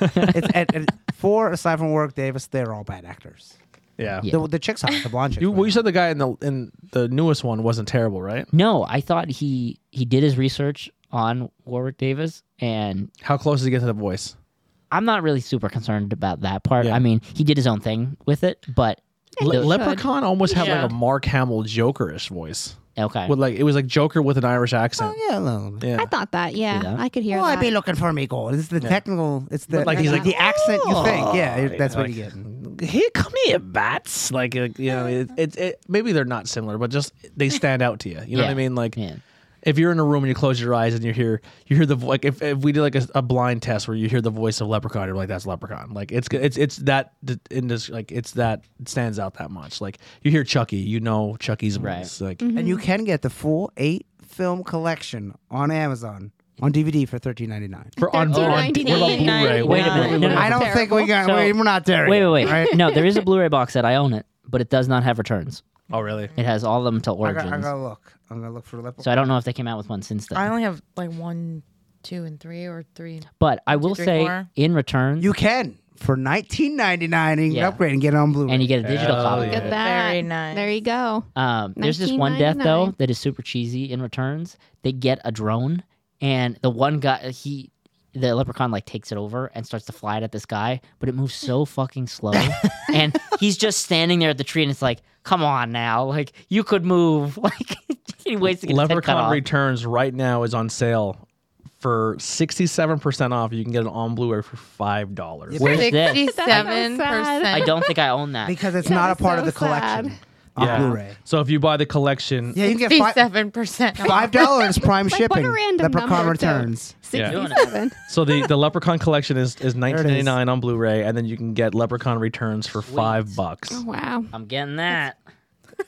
D: it's, and, and four, aside from Warwick Davis, they're all bad actors.
A: Yeah.
B: Yeah.
D: The, the chick's hot, the blonde chick.
A: You, well, you said the guy in the in the newest one wasn't terrible, right?
B: No, I thought he he did his research on Warwick Davis and
A: How close did he get to the voice?
B: I'm not really super concerned about that part.
A: Yeah.
B: I mean, he did his own thing with it, but
A: Le-
B: the-
A: Leprechaun almost had
E: Yeah.
A: like a Mark Hamill Jokerish voice.
B: okay,
A: With like it was like Joker with an Irish accent.
D: oh, yeah, a little bit.
A: Yeah.
C: I thought that. Yeah,
B: that?
C: I could hear
D: Oh,
C: that.
D: I'd be looking for me gold. It's the technical. It's
A: But,
D: the
A: like,
D: like,
A: he's
D: he's
A: like,
D: the accent you think. Yeah,
A: Oh,
D: that's what
A: like,
D: you get.
A: Here, come here, bats. Like uh, you know, it, it, it maybe they're not similar, but just they stand out to you. You know what I
B: Yeah.
A: mean? Like
B: Yeah.
A: if you're in a room and you close your eyes and you hear you hear the vo- like if, if we did like a, a blind test where you hear the voice of Leprechaun, you're like that's Leprechaun. Like it's it's it's that d- in this like it's that it stands out that much. Like you hear Chucky, you know Chucky's voice. Like
D: And you can get the full eight film collection on Amazon on DVD for thirteen ninety nine.
A: for on, on what about
C: $13.99?
A: Blu-ray? Wait a minute.
B: No, no,
D: I don't think we got.
B: So-
D: we- we're not there.
B: wait,
D: yet,
B: wait, wait.
D: Right?
B: No, there is a Blu-ray box set. I own it, but it does not have returns.
A: Oh really?
B: It has all of them till
D: I, got,
B: Origins.
D: I gotta look. I'm gonna look for the leprechaun.
B: so I don't know if they came out with one since then.
E: I only have like one, two, and three, or three.
B: but I will
E: three,
B: say,
E: four.
B: in return,
D: You can for nineteen ninety nine. You can
B: Yeah.
D: upgrade and get it on Blu-ray.
B: and you get a digital
A: Hell yeah.
B: copy. of
C: Look at
B: it.
C: that.
E: Very nice.
C: There you go.
B: Um, there's this one death though
C: 1999.
B: that is super cheesy in returns. They get a drone, and the one guy he, the leprechaun like takes it over and starts to fly it at this guy, but it moves so fucking slow, and he's just standing there at the tree, and it's like, come on now, like you could move, like he waits to get his head cut
A: Leprechaun
B: off.
A: Returns right now is on sale for 67% off. You can get it on Blu-ray for $5.
B: Where's this?
E: Sixty-seven
B: I
E: percent.
B: don't think I own that.
D: because it's
C: That
D: not a
C: is
D: part
C: so
D: of the collection
C: sad.
D: on
A: Yeah.
D: Blu-ray.
A: So if you buy the collection,
D: Yeah, you can get five,
E: Sixty-seven percent.
D: five dollars prime
C: Like, what
D: shipping.
C: a random
D: Leprechaun
C: number, too.
D: returns.
A: Yeah.
C: Sixty-seven.
A: so the, the Leprechaun collection is, is
D: it is.
A: 19.99 on Blu-ray and then you can get Leprechaun Returns for 5 bucks.
C: Oh, wow.
B: I'm getting that.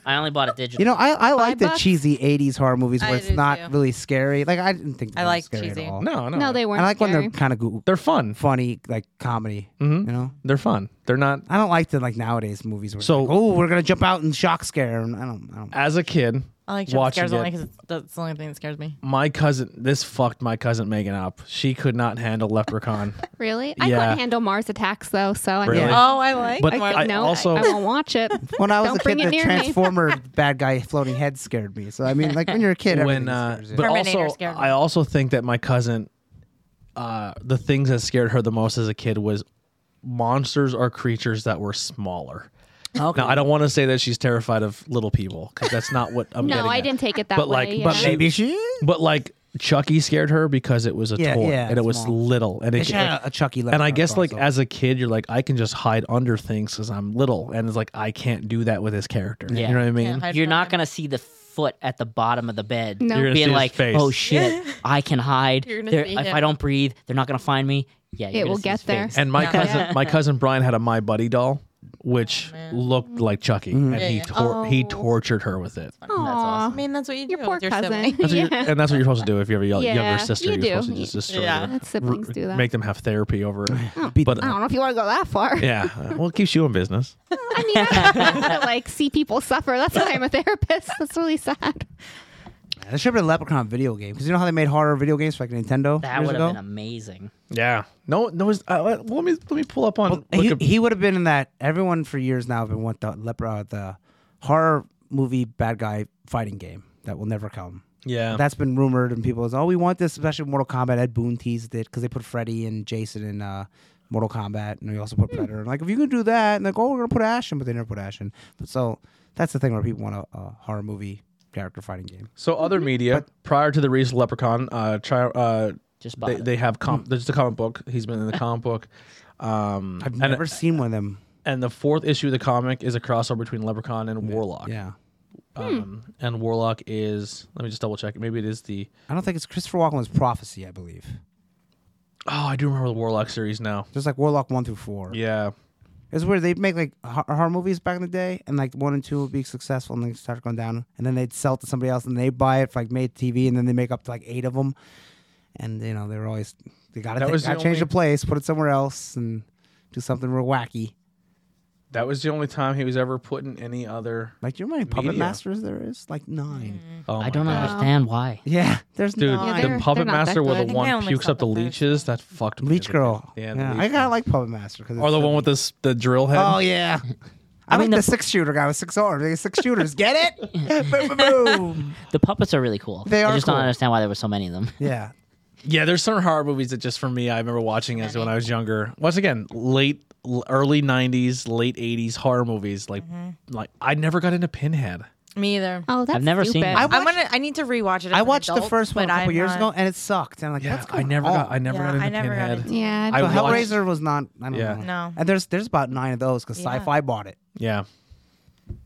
B: I only bought it digital.
D: You know, I, I like the
C: bucks?
D: cheesy '80s horror movies where
E: I
D: it's
E: do,
D: not
E: too.
D: really scary. Like I didn't think
E: I
D: they were
E: like
D: scary
E: cheesy.
D: at all.
A: No, no.
C: No, they
D: I
C: weren't.
D: like when
C: scary.
D: they're kind of
A: They're fun.
D: funny, like comedy.
A: Mm-hmm.
D: You know,
A: They're fun. They're not
D: I don't like the like nowadays movies where it's
A: So-
D: like, oh we're gonna jump out and shock scare. And I don't. I don't.
A: as a kid
E: I like jump
A: watching
E: scares only
A: it.
E: because that's the only thing that scares me.
A: My cousin this fucked my cousin Megan up. She could not handle Leprechaun.
C: Really? I
A: Yeah.
C: couldn't handle Mars attacks though, so I
A: Really?
C: mean,
E: Oh, I like.
A: But
C: I,
A: I-
C: no,
A: also-
C: I, I won't watch it.
D: When I was
C: Don't
D: a
C: bring
D: kid,
C: it
D: the
C: near me.
D: Transformer bad guy floating head scared me. So I mean, like when you're a kid,
A: when
D: everything
A: uh,
D: scares you.
A: but
E: Terminator
A: also
E: scared me.
A: I also think that my cousin uh the things that scared her the most as a kid was monsters or creatures that were smaller. Okay. Now I don't want to say that she's terrified of little people cuz that's not what I'm
C: No,
A: getting
C: I
A: at.
C: didn't take it that
A: But,
C: way.
A: like,
C: yeah.
A: but maybe-
D: Maybe she. is.
A: But like Chucky scared her because it was a
D: Yeah,
A: toy
D: yeah,
A: and it was
D: small.
A: little and
D: They
A: it
D: should have a Chucky.
A: and I
D: leprechaun
A: guess like
D: crossover.
A: as a kid you're like I can just hide under things cuz I'm little and it's like I can't do that with this character.
B: Yeah.
A: You know what I
E: Can't
A: mean?
E: hide
B: You're
E: from
B: not
E: him.
B: gonna see the foot at the bottom of the bed.
C: No. You're
A: gonna see
B: being
A: his
B: like,
A: face.
B: oh shit, I can hide.
E: You're gonna
B: They're-
E: see
B: if
E: him.
B: I don't breathe, they're not gonna find me. Yeah, you're
C: It
B: gonna
C: will
B: see
C: get
B: his
C: there.
B: face.
A: And my
E: Yeah.
A: cousin,
E: Yeah.
A: my cousin Brian had a My Buddy doll, which looked like Chucky,
D: Mm-hmm.
A: and
E: Yeah,
A: he
E: yeah.
A: tor- he
E: Oh.
A: tortured her with it.
E: That's awesome. I
C: Aw.
E: mean, that's what you do.
C: Your poor
E: with your
C: cousin.
E: sibling.
A: That's what you're-
C: yeah.
A: and that's what you're supposed to do if you have a yo-
C: Yeah,
A: younger sister.
C: you
A: are
C: do.
A: supposed to just destroy
E: Yeah.
A: her,
C: That's siblings do that.
A: make them have therapy over it.
D: Beat
A: but uh,
C: I don't know if you want to go that far.
A: yeah, uh, well, it keeps you in business.
C: I mean, I want to like see people suffer. That's why I'm a therapist. That's really sad.
D: There should have been a Leprechaun video game because you know how they made horror video games for like Nintendo
B: That
D: years
B: would
D: ago.
B: have been amazing.
A: Yeah, no, no. it's- Uh, let let me let me pull up on.
D: he,
A: look up-
D: he would have been in that. Everyone for years now have been want the lepra, the horror movie bad guy fighting game that will never come.
A: yeah,
D: That's been rumored, and people is oh we want this, especially Mortal Kombat. Ed Boon teased it because they put Freddy and Jason and uh, Mortal Kombat, and they also
A: Hmm.
D: put Predator. And like, if you can do that, and like, oh, we're gonna put Ash in, but they never put Ash in. But so that's the thing where people want a, a horror movie character fighting game.
A: So other media prior to the recent Leprechaun, uh, tri- uh,
B: Just bought
A: they,
B: it.
A: they have
D: Hmm.
A: com- there's a comic book. He's been in the comic book. Um,
D: I've
A: and,
D: never seen one of them.
A: and the fourth issue of the comic is a crossover between Leprechaun and Warlock.
D: Yeah,
A: Um, and Warlock is let me just double check. Maybe it is the
D: I don't think it's Christopher Walken's Prophecy. I believe
A: oh I do remember the Warlock series now.
D: just like Warlock one through four.
A: Yeah,
D: It's weird. They'd make like hor- horror movies back in the day, and like one and two would be successful, and then start going down, and then they'd sell it to somebody else, and they buy it for like made TV, and then they make up to like eight of them, and you know they were always they got
A: That
D: to
A: was the
D: change the
A: only-
D: place, put it somewhere else, and do something real wacky.
A: that was the only time he was ever put in any other.
D: Like do you know how many Puppet
A: Media.
D: Masters there is? Like nine.
A: Oh
B: I
A: my
B: don't
A: God.
B: understand why.
D: Yeah, there's
A: Dude,
D: nine.
C: Yeah,
A: the
C: they're-
A: puppet
C: they're not
A: master
C: that
A: where
C: good.
A: the
E: I
A: one
E: only
A: pukes
E: saw
A: up the
E: the first
A: leeches, that fucked me.
D: Leech
A: every
D: Girl.
A: time. Yeah,
D: Yeah,
A: the Leech
D: I
A: Girl.
D: gotta like Puppet Master because
A: or the one with this the drill head.
D: Oh yeah. I,
B: I
D: like
B: mean,
D: the,
B: the-
D: six shooter guy with six arms. Like, six shooters, get it? boom, boom, boom.
B: The puppets are really cool.
D: They are
B: I just
D: cool.
B: don't understand why there were so many of them.
D: Yeah,
A: Yeah, there's certain horror movies that just for me, I remember watching as when I was younger. Once again, late, l- early '90s, late '80s horror movies. Like, like I never got into Pinhead.
E: Me either.
C: Oh, that's
B: never seen
C: stupid.
B: that.
D: I
E: I
D: watched-
E: want to. I need to rewatch it. as
D: I
E: an
D: watched the
E: adult,
D: first one a
E: but
D: couple
E: I'm
D: years
E: not-
D: ago, and it sucked. And I'm like,
A: Yeah,
D: what's
A: I
D: going
A: never
D: on?
A: got, I never
E: Yeah,
A: got into
E: I never got
A: Pinhead.
E: into-
C: yeah,
A: I
D: So
A: watched-
D: Hellraiser was not. I don't
A: Yeah.
D: know.
E: No.
D: And there's there's about nine of those because
E: Yeah.
D: sci-fi bought it.
A: Yeah,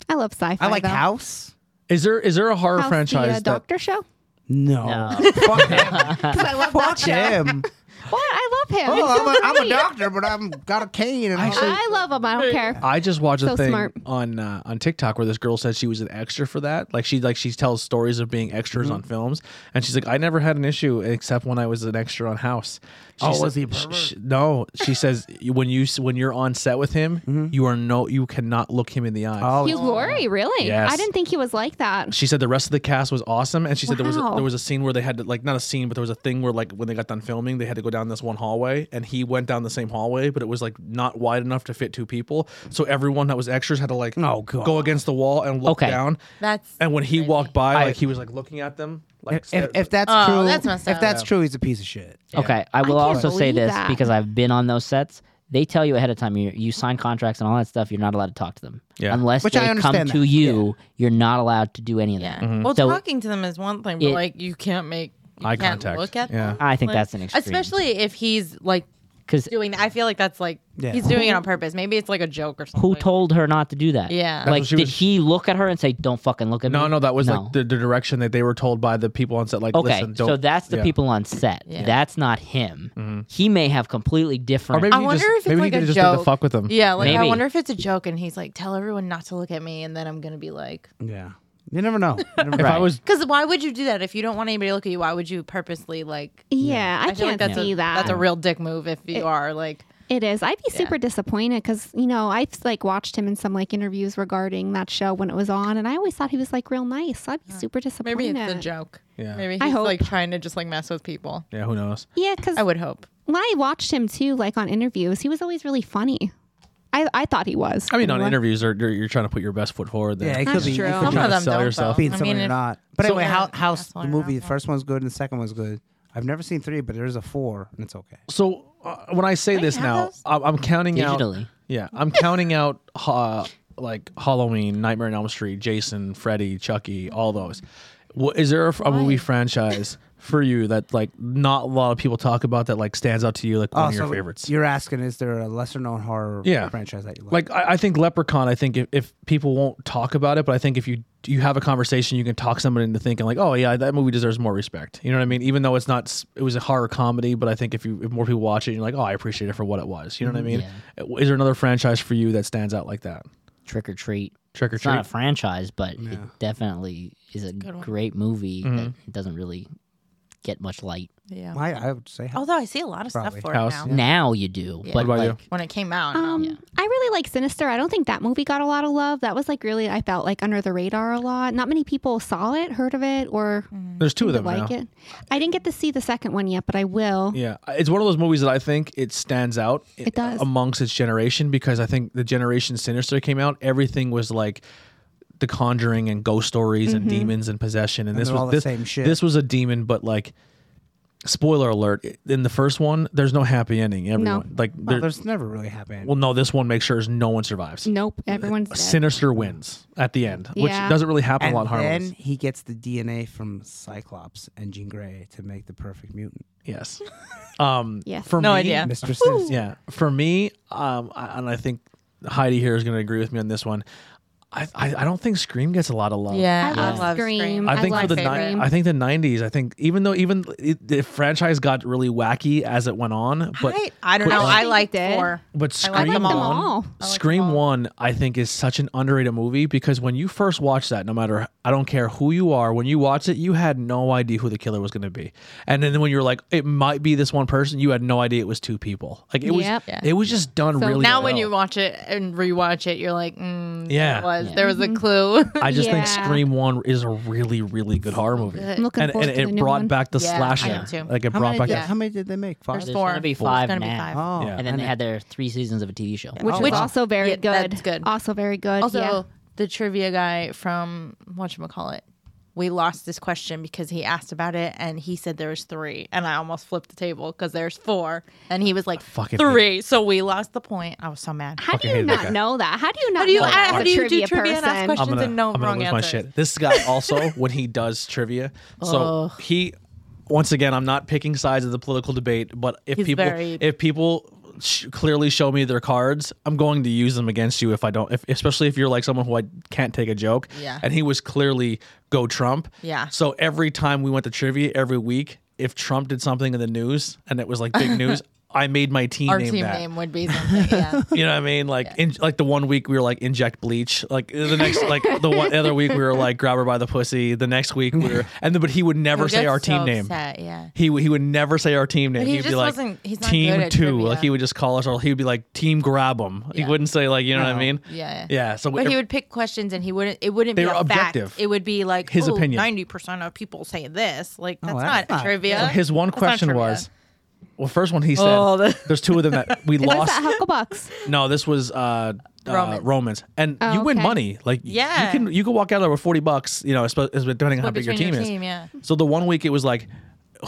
C: I love sci-fi.
D: I like
C: though.
D: House.
A: is there is there a horror
C: House,
A: franchise
C: the, uh,
A: that
C: Doctor Show.
D: No.
B: No.
D: Fuck him. I love Fuck him.
C: What? I love him. He's
D: Oh,
C: so
D: I'm, a, I'm a
C: sweet.
D: doctor, but I'm got a cane and
A: Actually-
D: I'm
C: I love him. I don't care.
A: I just watched a
C: So
A: thing
C: smart.
A: on uh, on TikTok where this girl said she was an extra for that. Like she like she tells stories of being extras on films, and she's like, I never had an issue except when I was an extra on House. She
D: Oh,
A: said-
D: was he a
A: sh-
D: pervert?
A: sh- no, she says when you s- when you're on set with him, you are no you cannot look him in the eyes.
D: Oh,
C: He was Rory, really?
A: Yes.
C: I didn't think he was like that.
A: She said the rest of the cast was awesome, and she said there was a,
C: Wow.
A: there was a scene where they had to like not a scene, but there was a thing where like when they got done filming, they had to go down this one hallway, and he went down the same hallway, but it was like not wide enough to fit two people, so everyone that was extras had to like
D: Oh, God.
A: go against the wall and look
B: Okay.
A: down,
E: That's
A: and when he walked by, like he was like looking at them, like uh,
D: if, if, if that's
E: Oh,
D: true,
E: that's messed
D: if
E: up.
D: that's true, he's a piece of shit.
B: Okay, I will
C: can't
B: also say
C: believe
B: this
C: that.
B: because I've been on those sets. They tell you ahead of time you you sign contracts and all that stuff. You're not allowed to talk to them
A: Yeah.
B: unless
D: Which I
B: they come
D: understand
B: to
D: that,
B: you. You're not allowed to do any of
E: yeah.
B: that.
E: Well,
B: Mm-hmm. So-
E: talking to them is one thing, but
B: It-
E: like you can't make you
A: Eye
E: can't
A: contact.
E: Look at
A: Yeah.
E: them.
B: I think
E: Like,
B: that's an extreme.
E: Especially if he's like
B: because
E: doing. I feel like that's like
D: Yeah.
E: he's doing it on purpose. Maybe it's like a joke or something.
B: who told her not to do that?
E: Yeah. That's
B: like
A: what she
B: did
A: was-
B: he look at her and say, "Don't fucking look at me"?
A: no, no, that was
B: No.
A: like the, the direction that they were told by the people on set. Like,
B: Okay,
A: listen, don't,
B: so that's the
A: yeah. Mm-hmm.
B: people on set.
E: Yeah.
B: That's not him. He may have completely different.
A: or maybe
E: I
A: he
E: wonder
A: just,
E: if it's
A: maybe
E: like
A: he
E: a
A: did just did
E: joke.
A: the fuck with them.
E: Yeah, like I
B: Maybe.
E: wonder if it's a joke, and he's like, "Tell everyone not to look at me," and then I'm gonna be like,
D: Yeah. You never know. You never
A: If
D: know.
A: I was
E: "Because why would you do that if you don't want anybody to look at you? Why would you purposely like?"
C: Yeah, I,
E: feel
C: can't
E: that's
C: see
E: a,
C: that.
E: That's a real dick move if you are like.
C: It is. I'd be super disappointed because you know I've like watched him in some like interviews regarding that show when it was on, and I always thought he was like real nice. So I'd be super disappointed.
E: Maybe it's a joke.
A: Yeah.
E: Maybe he's
C: I hope.
E: like trying to just like mess with people.
A: yeah, who knows?
C: Yeah, because
E: I would hope.
C: when I watched him too, like on interviews, he was always really funny. I I thought he was.
A: I mean, on interviews, are you're, you're trying to put your best foot forward. There.
D: yeah, it could
C: That's
D: be. it
C: true.
D: could
E: Some
D: be.
A: trying to
E: of them
A: sell
E: don't.
A: yourself.
E: though.
D: being
E: I
D: someone
E: mean,
D: or
E: if-
D: not. But
E: So-
D: anyway, how,
E: Yeah,
D: House
E: that's
D: the
E: one
D: movie,
E: around
D: the first one's good and the second one's good. I've never seen three, but there's a four and it's okay.
A: So uh, when I say this
E: have
A: now,
E: those?
A: I'm, I'm counting out.
B: Digitally.
A: Yeah, I'm counting out uh, like Halloween, Nightmare on Elm Street, Jason, Freddy, Chucky, all those. Wha- Is there a, f- a movie franchise for you that like not a lot of people talk about that like stands out to you like one of your
D: Uh, so
A: favorites?
D: You're asking, is there a lesser known horror
A: Yeah.
D: franchise that you
A: Like
D: like?
A: I, I think Leprechaun. I think if, if people won't talk about it, but I think if you you have a conversation, you can talk somebody into thinking like, oh yeah, that movie deserves more respect. You know what I mean? Even though it's not, s- it was a horror comedy, but I think if you if more people watch it, you're like, oh, I appreciate it for what it was. You know what I
B: Mm-hmm.
A: mean? Is there another franchise for you that stands out like that?
B: Trick or treat.
A: Trick or
B: It's not
A: treat.
B: a franchise, but it definitely is a great movie
A: Mm-hmm.
B: that doesn't really get much light.
E: Yeah.
D: I, I would say House.
E: Although I see a lot of
D: Probably.
E: stuff for
A: House,
E: it now.
A: yeah.
B: Now you do,
E: Yeah.
B: but
A: What about
B: like,
A: you?
E: When it came out,
C: Um, I really like Sinister. I don't think that movie got a lot of love. That was like really I felt like under the radar a lot. Not many people saw it, heard of it, or
E: Mm.
A: There's two of them
C: like
A: now.
C: it. I didn't get to see the second one yet, but I will.
A: Yeah, it's one of those movies that I think it stands out. It
C: does.
A: amongst its generation because I think the generation Sinister came out, everything was like the Conjuring and ghost stories and demons and possession, and, this
D: they're
A: was
D: all the
A: this
D: same shit.
A: this was a demon, but like spoiler alert in the first one there's no happy ending everyone like
D: Well,
A: there,
D: there's never really happy ending.
A: well no this one makes sure no one survives
C: Nope, everyone's dead.
A: sinister wins at the end which
C: Yeah.
A: doesn't really happen
D: and
A: a lot in Harley
D: then
A: Davidson.
D: he gets the DNA from Cyclops and Jean Grey to make the perfect mutant.
A: yes um
C: Yes.
A: for
E: No
A: me,
E: idea. Yeah.
D: Mr. Sinister.
A: Yeah, for me, um, I, and I think Heidi here is going to agree with me on this one. I, I, I don't think Scream gets a lot of love.
E: Yeah,
C: I love Scream.
A: I
C: I
A: think
C: love
A: for the
C: Scream.
A: ni- I think the '90s. I think even though even it, the franchise got really wacky as it went on, but
E: I, I don't
A: but
E: know.
A: Scream
E: I liked it.
C: four.
A: but
E: I
A: Scream
E: like them
A: One,
E: all.
C: all.
E: I like
A: Scream
E: them all.
A: One, I think is such an underrated movie because when you first watch that, no matter I don't care who you are, when you watch it, you had no idea who the killer was going to be, and then when you're like, it might be this one person, you had no idea it was two people. Like it
C: Yep.
A: was,
E: Yeah.
A: it was just done
C: So
A: really.
E: Now, when
A: well.
E: you watch it and rewatch it, you're like, mm,
A: Yeah. Mm-hmm.
E: there was there was a clue.
A: I just think
C: Yeah.
A: Scream One is a really, really good horror movie,
E: good.
C: I'm looking
A: and,
C: forward
A: and
C: to the
A: it
C: new
A: brought
C: one.
A: back the
E: Yeah, I
A: slasher.
E: am too.
A: Like it
D: How
A: brought
D: many,
A: back.
D: did,
E: yeah.
A: The,
D: how many did they make? Five.
E: There's
B: There's
E: four.
B: gonna be
E: Four.
B: five
E: There's gonna be
B: now.
A: Oh.
D: Oh,
A: Yeah.
B: and then they had their three seasons of a TV show.
C: which
D: Oh,
C: was
D: wow.
C: also very
E: Yeah,
C: good.
E: that's good.
C: Also very good.
E: Also,
C: yeah.
E: the trivia guy from whatchamacallit, we lost this question because he asked about it and he said there was three. And I almost flipped the table because there's four. And he was like,
A: fucking
E: three. So we lost the point. I was so mad.
C: How do
A: hate
C: you
A: that
C: not
A: guy.
C: know that? How do you not
E: How do you,
C: know that
E: how
C: as
E: do,
C: a
E: you do trivia and ask
C: person?
E: questions
A: I'm gonna,
E: and no
A: I'm gonna
E: wrong
A: lose my
E: answers?
A: shit. This guy also, when he does trivia, so he, once again, I'm not picking sides of the political debate, but if
E: He's
A: people,
E: very-
A: if people sh- clearly show me their cards, I'm going to use them against you if I don't, if, especially if you're like someone who I can't take a joke.
E: Yeah.
A: And he was clearly go Trump.
E: Yeah.
A: So every time we went to trivia every week, if Trump did something in the news and it was like big news. I made my team
E: Our
A: name
E: team
A: that.
E: name would be something. Yeah.
A: You know what I mean? Like, in, like the one week we were like inject bleach. Like the next, like the one other week we were like grab her by the pussy. The next week we were, and then but he would never
E: We
A: say
E: get
A: our
E: so
A: team name.
E: upset, Yeah.
A: He would- he would never say our team name.
E: he
A: would be
E: just
A: like
E: wasn't- he's not
A: team
E: good at
A: two.
E: trivia.
A: Like he would just call us, or he would be like team grab 'em. He
E: Yeah.
A: wouldn't say like you know what I mean?
E: Yeah.
A: yeah. So
E: But
A: it-
E: he would pick questions and he wouldn't, it wouldn't
A: They
E: be
A: were
E: a
A: objective.
E: fact. It would be like,
A: His
E: oh,
A: opinion. Oh,
E: 90% of people say this. Like, that's,
D: that's
E: not,
D: not-
E: trivia.
A: his one
E: That's not
A: question
E: trivia.
A: was, well, first one he said,
E: Oh, the-
A: there's two of them that we
C: What's
A: lost.
C: that Hucklebucks?
A: No, this was uh, Romans. Uh,
E: Romans.
A: Romans, and
C: Oh,
A: you win
C: okay.
A: money. Like you
E: Yeah.
A: can you can walk out there with forty bucks. You know, espe- es- depending on how
E: Split
A: big your team,
E: between your
A: is.
E: team, yeah.
A: So the one week it was like,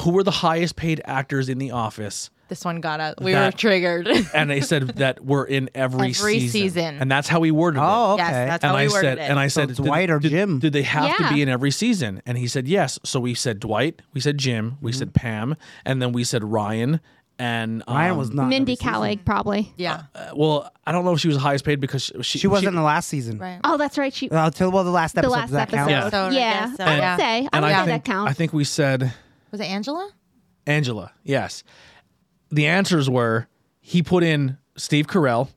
A: who were the highest paid actors in The Office?
E: This one got us. We
A: That-
E: were triggered. yes,
A: And they said that were in every,
E: Every season.
A: and that's how we worded it.
D: Oh, okay.
E: that's
A: And
E: how
A: I
E: we worded
A: said,
E: it.
A: and I said,
D: it's Dwight or
A: did-
D: Jim.
A: Do they have to be
C: Yeah.
A: in every season? And he said yes. So we said Dwight, we said Jim, we
D: Mm-hmm.
A: said Pam, and then we said Ryan. And um,
D: Ryan was not. in
C: Mindy
D: every season.
C: Kalig, probably.
E: yeah.
A: uh, well, I don't know if she was the highest paid because she
D: She wasn't in the last season.
E: Right.
C: Oh, that's right. She,
D: Uh, till well, the last
C: the
D: episode.
C: last
D: does that
C: episode.
D: count?
A: Yeah.
E: So, I
C: yeah.
E: guess so,
C: I would
E: yeah.
C: say. I
A: And
C: would
A: I
C: say that
A: think I
C: counts.
A: think we said
E: Was it Angela?
A: Angela. Yes. The answers were he put in Steve Carell,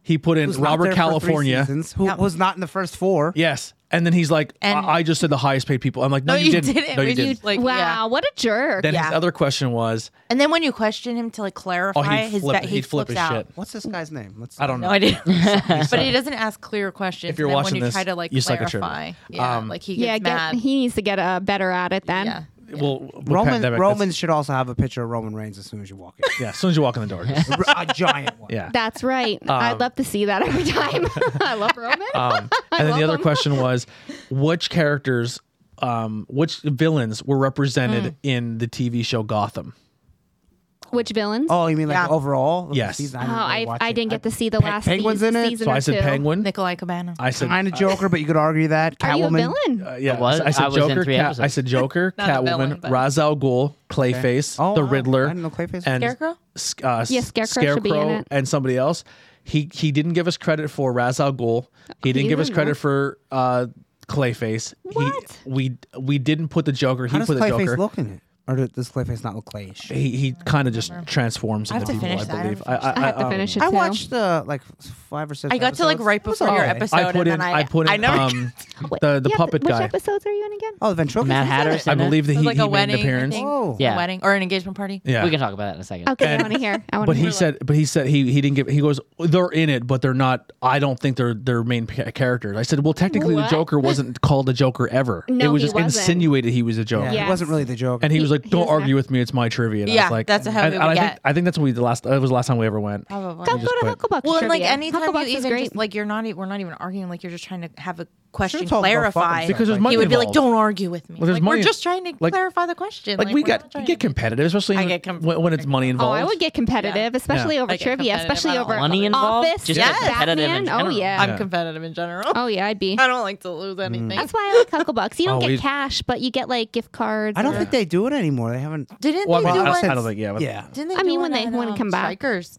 A: he put in
D: Who's not
A: Robert
D: there for three
A: California.
D: seasons, who was not in the first four.
A: Yes. And then he's like,
E: And-
A: I-, I just said the highest paid people. I'm like, no, you, didn't. No, you
E: We
A: didn't.
E: just, Like,
C: wow,
E: yeah.
C: what a jerk.
A: Then his
E: Yeah.
A: other question was,
E: And then when you question him to like
A: oh,
E: clarify
A: he'd
E: his
A: flip,
E: bet,
A: he'd flip his
E: flips out.
A: shit.
D: What's this guy's name? Let's.
A: I don't know.
E: No idea. but he doesn't ask clear questions.
A: If you're
E: and then
A: watching
E: when you
A: this,
E: try to like
A: you suck at trivia.
E: clarify, yeah,
A: Um,
E: like he gets
C: yeah,
E: mad.
C: get, he needs to get uh, better at it then.
E: yeah.
A: Well, with
D: Roman
A: pandemic, that's-
D: Romans should also have a picture of Roman Reigns as soon as you walk in.
A: Yeah, as soon as you walk in the door. just-
D: a giant one.
A: yeah.
C: That's right. I'd love to see that every time. I love Roman.
A: Um, and then the other question was, which characters, um, which villains were represented in the TV show Gotham?
C: Which villains?
D: Oh, you mean like
E: Yeah.
D: overall?
A: Yes.
D: Season,
C: Oh,
D: didn't really
C: I,
D: watch
C: I
D: it.
C: didn't get to see the
D: Pe-
C: last
D: Penguin's
C: se-
D: in it?
C: season
A: So
C: or
A: I said
C: two.
A: Penguin.
E: Nikolai Cabana.
A: I said
D: Kind of Joker, but you could argue that
C: Are you a
D: Catwoman.
C: villain?
A: Uh, yeah,
B: I was-
A: I said
B: I was in
A: Joker.
B: three
A: Cat,
B: episodes.
A: I said Joker,
E: Not a
A: Catwoman,
E: villain, but-
A: Ra's al Ghul, Clayface,
D: Oh,
A: the
D: wow.
A: Riddler,
D: I didn't know Clayface was-
A: and
E: Scarecrow?
A: S- uh,
C: Yeah, Scarecrow should be in
A: Scarecrow
C: it.
A: and somebody else. He he didn't give us credit for Ra's al Ghul. He didn't
C: He's
A: give us
C: in
A: credit
C: one.
A: for uh, Clayface. He-
C: What?
A: we we didn't put the Joker. He
D: How does
A: put the
D: Clayface
A: Joker.
D: look in it? Or do- does Clayface not look clayish?
A: He he kind of just transforms
E: have
A: into
E: to
A: people.
E: finish
A: I
E: that. I
A: believe.
E: haven't
C: I have to
A: um,
C: finish it
D: I
C: too.
D: watched uh, like five or six.
E: I got to like
D: episodes.
E: right
D: It was
E: before your
D: okay.
E: episode,
A: I put
E: and
A: in.
E: then I,
A: I put in.
E: I never.
A: um,
C: Wait,
A: the the
C: yeah,
A: puppet
C: Which
A: guy.
C: episodes are you in again?
D: Oh, the ventriloquist.
B: Mad
D: was in
B: Hatter's
D: it?
A: I
B: in it?
A: believe that
E: It
A: he,
E: was like
A: he
E: a
A: made
E: wedding.
A: an appearance.
E: I think.
D: Oh.
E: A
B: Yeah.
E: wedding or an engagement party.
A: Yeah.
B: We can talk about that in a second.
C: Okay,
A: And-
C: I want to hear. I want
A: But
C: to
A: he
C: hear.
A: said, but he said he he didn't give. He goes, they're in it, but they're not. I don't think they're their main pa- characters. I said, well, technically, the
C: What?
A: Joker wasn't called a Joker ever.
C: No,
A: it was
C: he
A: just
C: wasn't.
A: insinuated he was a Joker.
D: Yeah,
C: Yes.
D: it wasn't really the joke.
A: And he,
C: He-
A: was like,
C: he
A: "Don't
C: was not-
A: argue with me. It's my trivia." And I
E: Yeah,
A: was like,
E: that's how
A: and,
E: we
A: and I
E: would
A: think
E: get.
A: I think that's when we the last. That was the last time we ever went.
E: Probably.
C: Go,
A: just
C: go to
A: quit.
C: Hucklebucks.
E: Well, and like
C: trivia.
E: anytime
C: Hucklebucks
E: you
C: is
E: even
C: great.
E: just like you're not e- we're not even arguing like you're just trying to have a question
D: talk about
E: clarified,
D: fucking
A: Because there's money
E: he would be like,
A: involved.
E: "Don't argue with me.
A: Well, there's
E: like,
A: money-
E: we're just trying to
A: like-
E: clarify the question.
A: Like, we
E: we're not
A: got
E: trying
A: you
E: to
A: get competitive, especially
E: I
A: in-
E: get com-
A: when, when it's money
C: Oh,
A: involved.
C: I would get competitive, especially over
E: I get
C: trivia,
E: competitive
C: especially
E: about
C: over
E: all
B: Money involved?
C: Office,
B: Just
C: yes.
B: competitive in
C: Batman. oh
B: general.
C: yeah.
E: I'm competitive in general.
A: Um,
C: Oh yeah, I'd be.
E: I don't like to
A: mm.
E: lose anything.
C: That's why I like Huckle Bucks. You don't
A: Oh,
C: get
A: we-
C: cash, but you get like gift cards.
D: I don't
C: or-
D: think they do it anymore. They haven't.
E: Didn't
A: Well,
E: they
A: I, mean,
E: do
A: I,
E: one?
A: don't- I don't think yeah, but
D: Yeah.
E: Didn't they
C: I
E: do
C: mean,
E: one
C: when they-
E: on,
C: when it
E: um,
C: come back.
E: Strikers.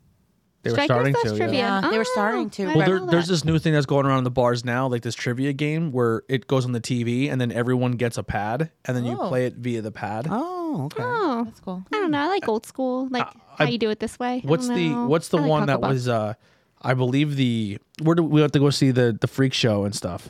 A: they were
C: Strikers,
A: starting
C: that's
A: to. yeah.
C: trivia.
E: Yeah, they were
C: Oh,
E: starting to.
C: I
A: Well,
C: didn't
A: there,
C: know
A: there's
C: that.
A: this new thing that's going around in the bars now, like this trivia game where it goes on the TV and then everyone gets a pad and then you
E: Oh.
A: play it via the pad.
D: Oh, okay.
C: Oh,
E: That's cool.
C: I don't know. I like old school, like
A: I-
C: how you do it this way. I
A: What's
C: don't
A: the
C: know.
A: What's the
C: I like
A: one that
C: Hucklebuck.
A: was? uh I believe the where do we have to go see the the freak show and stuff?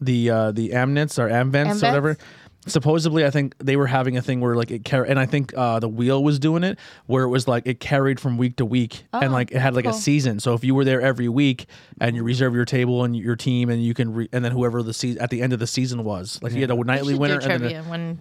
A: The uh the Amnits or Amvents
E: Amvets?
A: or whatever. Supposedly, I think they were having a thing where like it carried, and I think uh, the wheel was doing it, where it was like it carried from week to week, and like it had like a
E: cool.
A: season. So if you were there every week and you reserve your table and your team, and you can, re- and then whoever the se- at the end of the season was, like you had a
E: We
A: nightly
E: should
A: winner,
E: do
A: and then a-
E: trivia when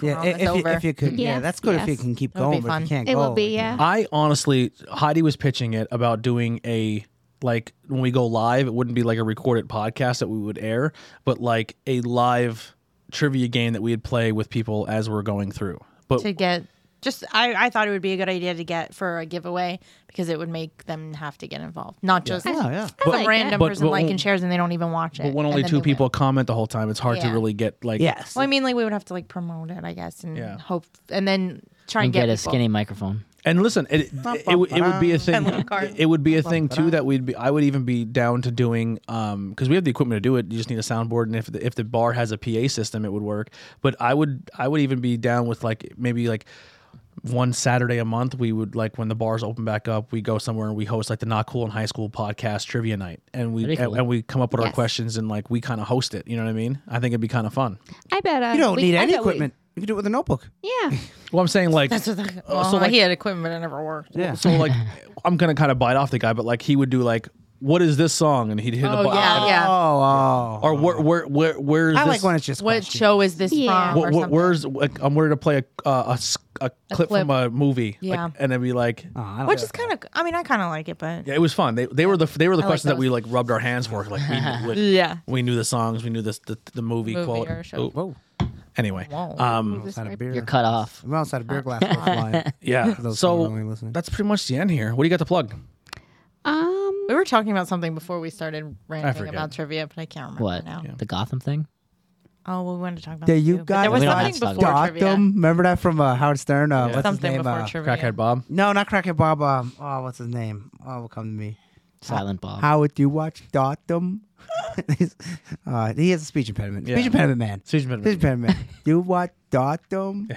D: Yeah,
E: Corona's
D: i- if you,
E: over.
D: if you could, yeah,
C: Yes,
D: that's good if you
C: yes.
D: can keep
E: That would be
D: going, but if you
E: fun.
D: can't
C: It
D: go.
C: will be,
D: you
C: yeah.
D: know.
A: I honestly, Heidi was pitching it about doing a like when we go live, it wouldn't be like a recorded podcast that we would air, but like a live trivia game that we'd play with people as we're going through. But
E: to get just I, I thought it would be a good idea to get for a giveaway because it would make them have to get involved not just
A: Oh,
D: Yeah, Oh, yeah.
C: I
E: some
C: like it.
E: random
A: But-
E: person
A: but-
E: like and shares and they don't even watch it
A: but when
E: and
A: only
E: then
A: two
E: they win.
A: people comment the whole time, it's hard to
E: Yeah.
A: really get like
D: Yes.
E: well i mean like we would have to like promote it i guess and
A: Yeah.
E: hope and then try
B: and
E: and
B: get a
E: people.
B: skinny microphone.
A: And listen, it it, it, would- it would be a thing. It would be a thing too that we'd be. I would even be down to doing um because we have the equipment to do it. You just need a soundboard, and if the, if the bar has a PA system, it would work. But I would I would even be down with like maybe like one Saturday a month we would like when the bars open back up, we go somewhere and we host like the Not Cool in High School podcast trivia night, and we
B: That'd be
A: and,
B: cool.
A: and we come up with our
C: Yes.
A: questions and like we kind of host it. You know what I mean? I think it'd be kind of fun.
C: I bet. Uh,
D: You don't
C: we-
D: need
C: I
D: any
C: bet we-
D: equipment. You can do it with a notebook.
C: yeah.
A: Well, I'm saying like
E: that's what the, well,
A: Oh, so, like-
E: he had equipment that never worked
D: Yeah.
A: So like, I'm gonna kind of bite off the guy, but like he would do like, what is this song? And he'd hit a
E: Oh,
A: button.
E: yeah.
D: Oh, oh.
A: Or where where where where is
D: I
A: this?
D: like when it's just
E: what
D: questions.
E: show is this
C: Yeah.
E: from
A: wh-
E: or
A: wh-
E: something?
A: where's like, I'm ready to play a uh, a, s- a clip,
E: clip.
A: from a movie. like,
E: Yeah.
A: and then be like.
D: Oh, I don't
E: which
D: know.
E: is kind of i mean i kind of like it but
A: Yeah, it was fun. They, they were the they were the
E: I like
A: questions that we
E: those.
A: like rubbed our hands for. Like we knew, what-
E: Yeah.
A: we knew the songs, we knew this the, the movie,
E: Movie
A: quote.
E: or show.
A: Oh,
D: Whoa.
A: Anyway,
E: Whoa.
A: um,
D: Outside a beer.
B: You're cut off.
D: I'm outside a beer glass. worth flying.
A: yeah.
D: For those who are only
A: So
D: listening.
A: that's pretty much the end here. What do you got to plug?
C: Um.
E: we were talking about something before we started ranting
A: forget.
E: about trivia but i can't remember
B: What?
E: now
B: The Gotham thing?
E: oh well, we wanted to talk about
D: Yeah,
E: that
D: you
E: too, but
D: guys
E: there was
B: We don't have
E: something
B: to talk
E: before
B: about
E: trivia
D: Doctum. Remember that from uh, Howard Stern? Uh, What's his
E: something
D: name?
E: before
D: uh,
E: trivia
A: Crackhead Bob.
D: No, not Crackhead Bob. Um, oh, what's his name? Oh, will come to me.
B: Silent Bob.
D: How would you watch Doctum? uh, he has a speech impediment.
A: Yeah.
D: Speech impediment man.
A: Speech impediment.
D: Speech impediment. man. you watch Doctum?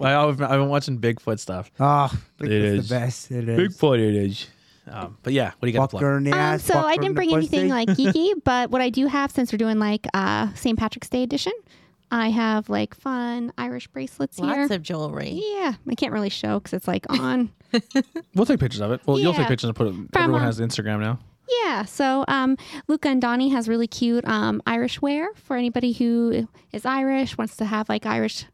A: I, I've been watching Bigfoot stuff.
D: Oh,
A: It
D: it
A: is.
D: is the best. It is.
A: Bigfoot it is. Um, but yeah, what do you got to
D: Fuck
A: plug?
D: her in the
C: Um,
D: ass.
C: so
D: fuck
C: I
D: her in
C: didn't
D: the
C: bring anything
D: pussy.
C: like geeky, but what I do have, since we're doing like uh, St. Patrick's Day edition, I have like fun Irish bracelets here.
E: lots of jewelry
C: yeah, I can't really show because it's like on.
A: We'll take pictures of it. Well, you'll take
C: Yeah.
A: pictures and put it. everyone
C: um,
A: has Instagram now.
C: Yeah, so um, Luca and Donnie has really cute um, Irish wear for anybody who is Irish wants to have like Irish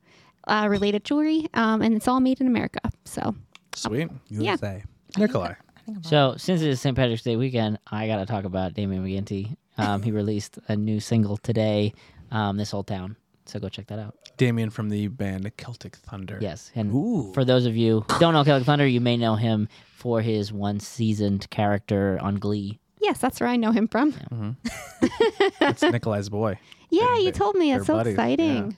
C: uh, related jewelry, um, and it's all made in America. So
A: Sweet,
D: USA.
A: Nikolai.
B: So since it is St. Patrick's Day weekend, I got to talk about Damien McGinty. Um, he released a new single today, um, "This Old Town." So go check that out.
A: Damien from the band Celtic Thunder.
B: Yes, and
D: Ooh.
B: for those of you who don't know Celtic Thunder, you may know him for his one-seasoned character on Glee.
C: yes, that's where I know him from.
A: it's Nikolai's boy.
C: Yeah, you
A: They're-
C: told me.
A: they're
C: It's so
A: buddies, yeah.
C: exciting.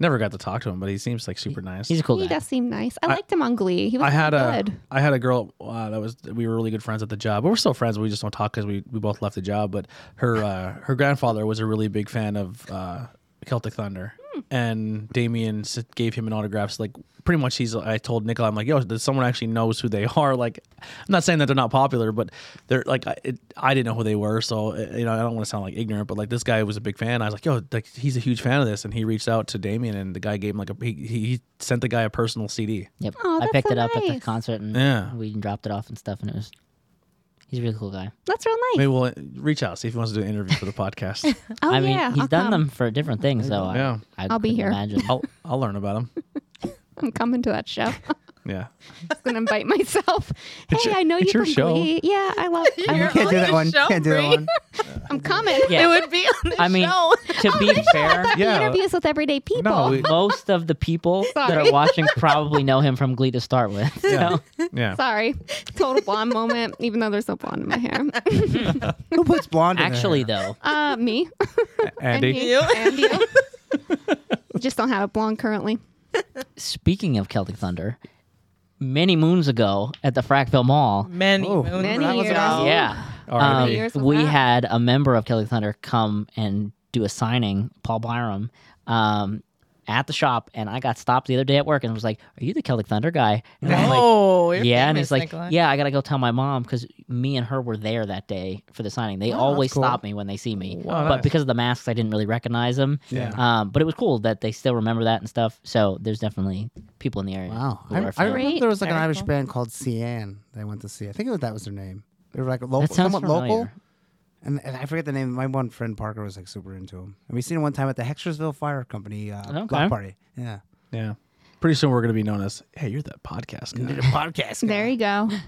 A: Never got to talk to him, but he seems like super nice.
B: He's a cool
C: He
B: guy.
C: does seem nice. I, liked him on Glee. He was
A: I had a
C: good.
A: I had a girl uh, that was we were really good friends at the job. But we're still friends. We just don't talk because we, we both left the job. But her uh, her grandfather was a really big fan of uh, Celtic Thunder, and Damien s- gave him an autograph. So like pretty much he's I told Nicola I'm like yo does someone actually knows who they are? Like I'm not saying that they're not popular, but they're like I, it, I didn't know who they were. So uh, you know I don't want to sound like ignorant, but like this guy was a big fan. I was like yo like he's a huge fan of this, and he reached out to Damien, and the guy gave him like a he, he he sent the guy a personal CD.
B: Yep,
C: Aw,
B: I
C: that's
B: picked
C: so
B: it up at the
C: nice.
B: concert and
A: Yeah.
B: we dropped it off and stuff, and it was. He's a really cool guy.
C: That's real nice.
A: Maybe we'll uh, reach out, see if he wants to do an interview for the podcast.
C: Oh
B: I mean,
C: yeah,
B: he's
C: I'll
B: done
C: come.
B: them for different things, so I,
A: Yeah.
B: I
C: I'll be
B: couldn't
C: here.
B: Imagine.
A: I'll I'll learn about him.
C: I'm coming to that show. I'm
A: Yeah.
C: gonna invite myself. Hey,
A: your-
C: I know
A: it's
C: you
A: your
C: from
A: show.
C: Glee. Yeah, I love. I
D: You
C: love
D: can't do that one.
E: show,
D: Can't do that
E: Bree.
D: one.
C: I'm coming.
B: Yeah.
E: It would be on the
B: I mean,
E: show.
B: to be fair,
C: The
A: Yeah. uh,
C: interviews with everyday people.
A: No, we-
B: most of the people that
C: Sorry.
B: are watching probably know him from Glee to start with.
A: Yeah.
B: So,
A: yeah.
C: Sorry, total blonde moment. Even though there's no blonde in my hair.
D: Who puts blonde? in their
B: actually, though,
D: hair?
C: Uh, me
A: Andy.
C: and you, and you. Just don't have a blonde currently.
B: speaking of Celtic Thunder, many moons ago at the Frackville Mall,
E: Many,
D: Oh,
E: moons
C: many
E: ago.
C: years. Yeah.
B: yeah, um,
A: R.I.P.
C: years with
B: we
C: that.
B: had a member of Celtic Thunder come and do a signing, Paul Byram, um, at the shop, and I got stopped the other day at work and was like, "Are you the Celtic Thunder guy?" And I'm like,
E: Oh, you're
B: yeah, and
E: famous,
B: he's like,
E: Nikolai.
B: yeah, I gotta go tell my mom because me and her were there that day for the signing.
E: Oh,
B: They always
D: cool.
B: stop me when they see me,
A: Wow,
B: but
A: nice.
B: because of the masks, I didn't really recognize them.
A: Yeah.
B: Um, but it was cool that they still remember that and stuff. So there's definitely people in the area.
D: Wow.
B: who
D: I,
B: are
D: I
B: familiar.
D: remember there was like an
E: Very
D: Irish
E: cool.
D: band called Cian that I went to see. I think it was, that was their name. They were like local,
B: that sounds
D: somewhat local.
B: familiar.
D: And, and I forget the name. My one friend Parker was like super into him. And we seen him one time at the Hexersville Fire Company uh,
B: Okay.
D: block party. Yeah.
A: Yeah. Pretty soon we're going to be known as, hey, you're that podcast guy.
D: podcast.
C: There you go.
A: Oh,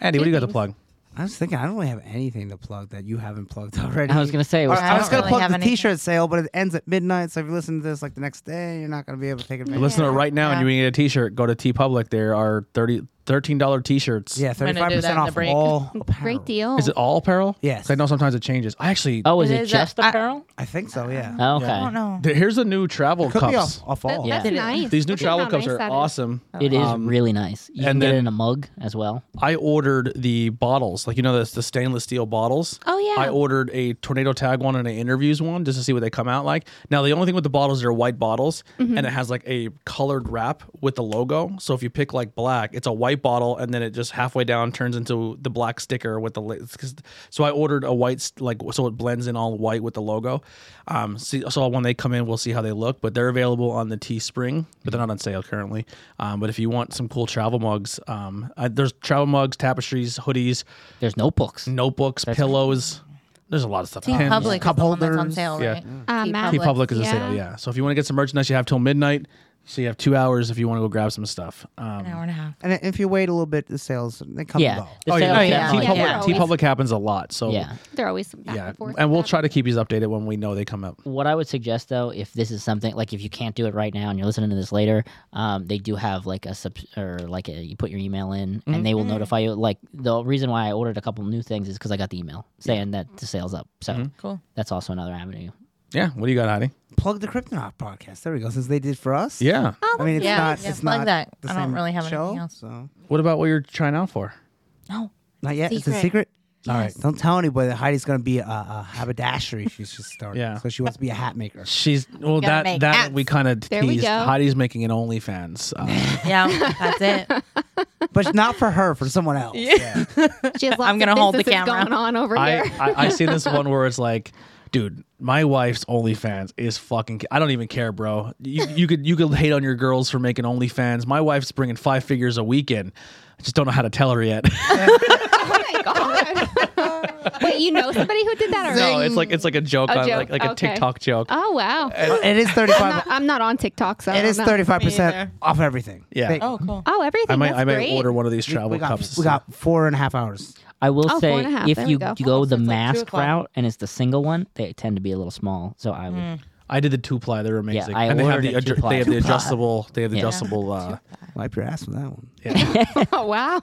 A: Andy, what do you got to plug?
D: I was thinking I don't really have anything to plug that you haven't plugged already.
B: I was gonna say, it
D: Or
B: was
D: I was
E: don't
D: gonna
E: really
D: plug
E: have
D: the
E: anything.
D: T-shirt sale, but it ends at midnight. So if you listen to this like the next day, you're not gonna be able to take advantage.
A: Listen to it right now and
E: Yeah.
A: you can get a t-shirt. Go to T Public. There are 30, $13 t-shirts.
D: Yeah,
E: gonna do
D: thirty-five
E: that in
D: percent
E: the
D: off
E: break.
D: all. apparel.
C: Great deal.
A: Is it all apparel?
D: Yes.
A: 'Cause I know sometimes it changes. I actually,
B: oh, is
E: It
B: it
E: is a-
B: just
E: I-
B: apparel?
D: I think so. Yeah.
B: Oh, okay,
E: I don't know.
A: th- here's the new travel
D: Could be
A: cups.
D: off, off
C: That-
D: all.
B: Yeah.
C: That's nice.
A: These new
C: Look at
A: travel
C: how
A: cups
C: nice
A: are
C: that is.
A: awesome.
B: it is
A: Um,
B: really nice. You
A: and
B: can get it
A: then-
B: in a mug as well.
A: I ordered the bottles, like you know, the, the stainless steel bottles.
C: Oh, yeah.
A: I ordered a tornado tag one and an interviews one just to see what they come out like. Now the only thing with the bottles are white bottles,
C: Mm-hmm.
A: and it has like a colored wrap with the logo. So if you pick like black, it's a white bottle, and then it just halfway down turns into the black sticker with the. la- 'cause- So I ordered a white st- like so it blends in all white with the logo. Um, see, so when they come in, we'll see how they look. But they're available on the Teespring, but they're not on sale currently. Um, but if you want some cool travel mugs, um, I, there's travel mugs, tapestries, hoodies,
B: There's notebooks.
E: Mm,
A: notebooks, pillows. There's a lot of stuff.
E: T
A: Pens.
E: Public
D: cup
E: is the one that's on
D: holders.
E: sale,
A: Yeah.
E: right?
C: Uh,
E: T
C: Matt.
A: T
C: Public.
A: Public is a sale,
C: Yeah.
A: yeah. So if you want to get some merchandise, you have till midnight. So you have two hours if you want to go grab some stuff. Um,
E: An hour and a half.
D: And if you wait a little bit, the sales they come and
B: Yeah,
D: go.
B: the
A: oh
B: sales
A: yeah,
E: yeah.
A: T
B: definitely-
A: Public.
E: Yeah.
A: T Public happens a lot. So
B: yeah.
C: There are always some back
A: yeah.
C: and forth.
A: and we'll
C: that.
A: try to keep these updated when we know they come up.
B: what I would suggest though, if this is something like if you can't do it right now and you're listening to this later, um, they do have like a sub or like a, you put your email in and they will notify you. Like the reason why I ordered a couple new things is because I got the email saying that the sales up. So
E: Cool.
B: that's also another avenue.
A: Yeah. What do you got, Heidi?
D: Plug the Kryptonaut podcast. There we go. Since they did for us.
A: Yeah.
D: I mean, it's
E: Oh, Yeah,
D: not.
E: yeah,
D: It's
E: plug
D: not
E: that.
D: The
E: I don't
D: same
E: really have anything
D: show,
E: else.
D: So
A: What about what you're trying out for?
E: No.
D: not yet. It's a secret. All right. Don't tell anybody. that Heidi's gonna be a, a haberdashery. She's just starting.
A: Yeah.
D: So she wants to be a hat maker.
A: She's well.
E: Gotta
A: That
E: make
A: that
E: hats.
A: we kind of
C: There we
A: teased.
C: go.
A: Heidi's making an OnlyFans. Uh,
E: Yeah, that's it.
D: but not for her. For someone else. Yeah.
C: She has lots
E: I'm gonna
C: of
E: hold the
C: businesses
E: camera.
C: going on over
A: I,
C: here.
A: I I see this one where it's like, dude, my wife's OnlyFans is fucking. I don't even care, bro. You you could you could hate on your girls for making OnlyFans. My wife's bringing five figures a weekend. I just don't know how to tell her yet.
C: oh my god! Wait, you know somebody who did that? Or
A: no, it's like it's like a joke,
C: A
A: on,
C: joke,
A: like like a
C: okay.
A: TikTok joke.
C: Oh wow!
D: it is thirty-five.
C: I'm not on TikTok, so I
D: It
C: don't
D: is
C: know.
D: thirty-five percent
E: either.
D: off everything.
A: Yeah.
D: They-
E: Oh, cool.
C: Oh, everything.
A: I might
C: That's
A: I might
C: great.
A: order one of these travel
D: we got,
A: cups.
D: we got four and a half hours.
B: I will
C: Oh, four
B: say
C: and a half.
B: if
C: There
B: you
C: we go.
B: you go
E: Oh,
B: the
E: so it's like two
B: mask
E: o'clock.
B: route and it's the single one, they tend to be a little small. So I would
A: I did the two ply. They were amazing.
B: I
A: and they have
B: ordered
A: the
B: a
A: adju-
B: two-ply.
A: they have the
B: Two-ply.
A: adjustable. They have the
B: Yeah.
A: adjustable. Uh,
D: Wipe your ass with that one.
C: Oh wow!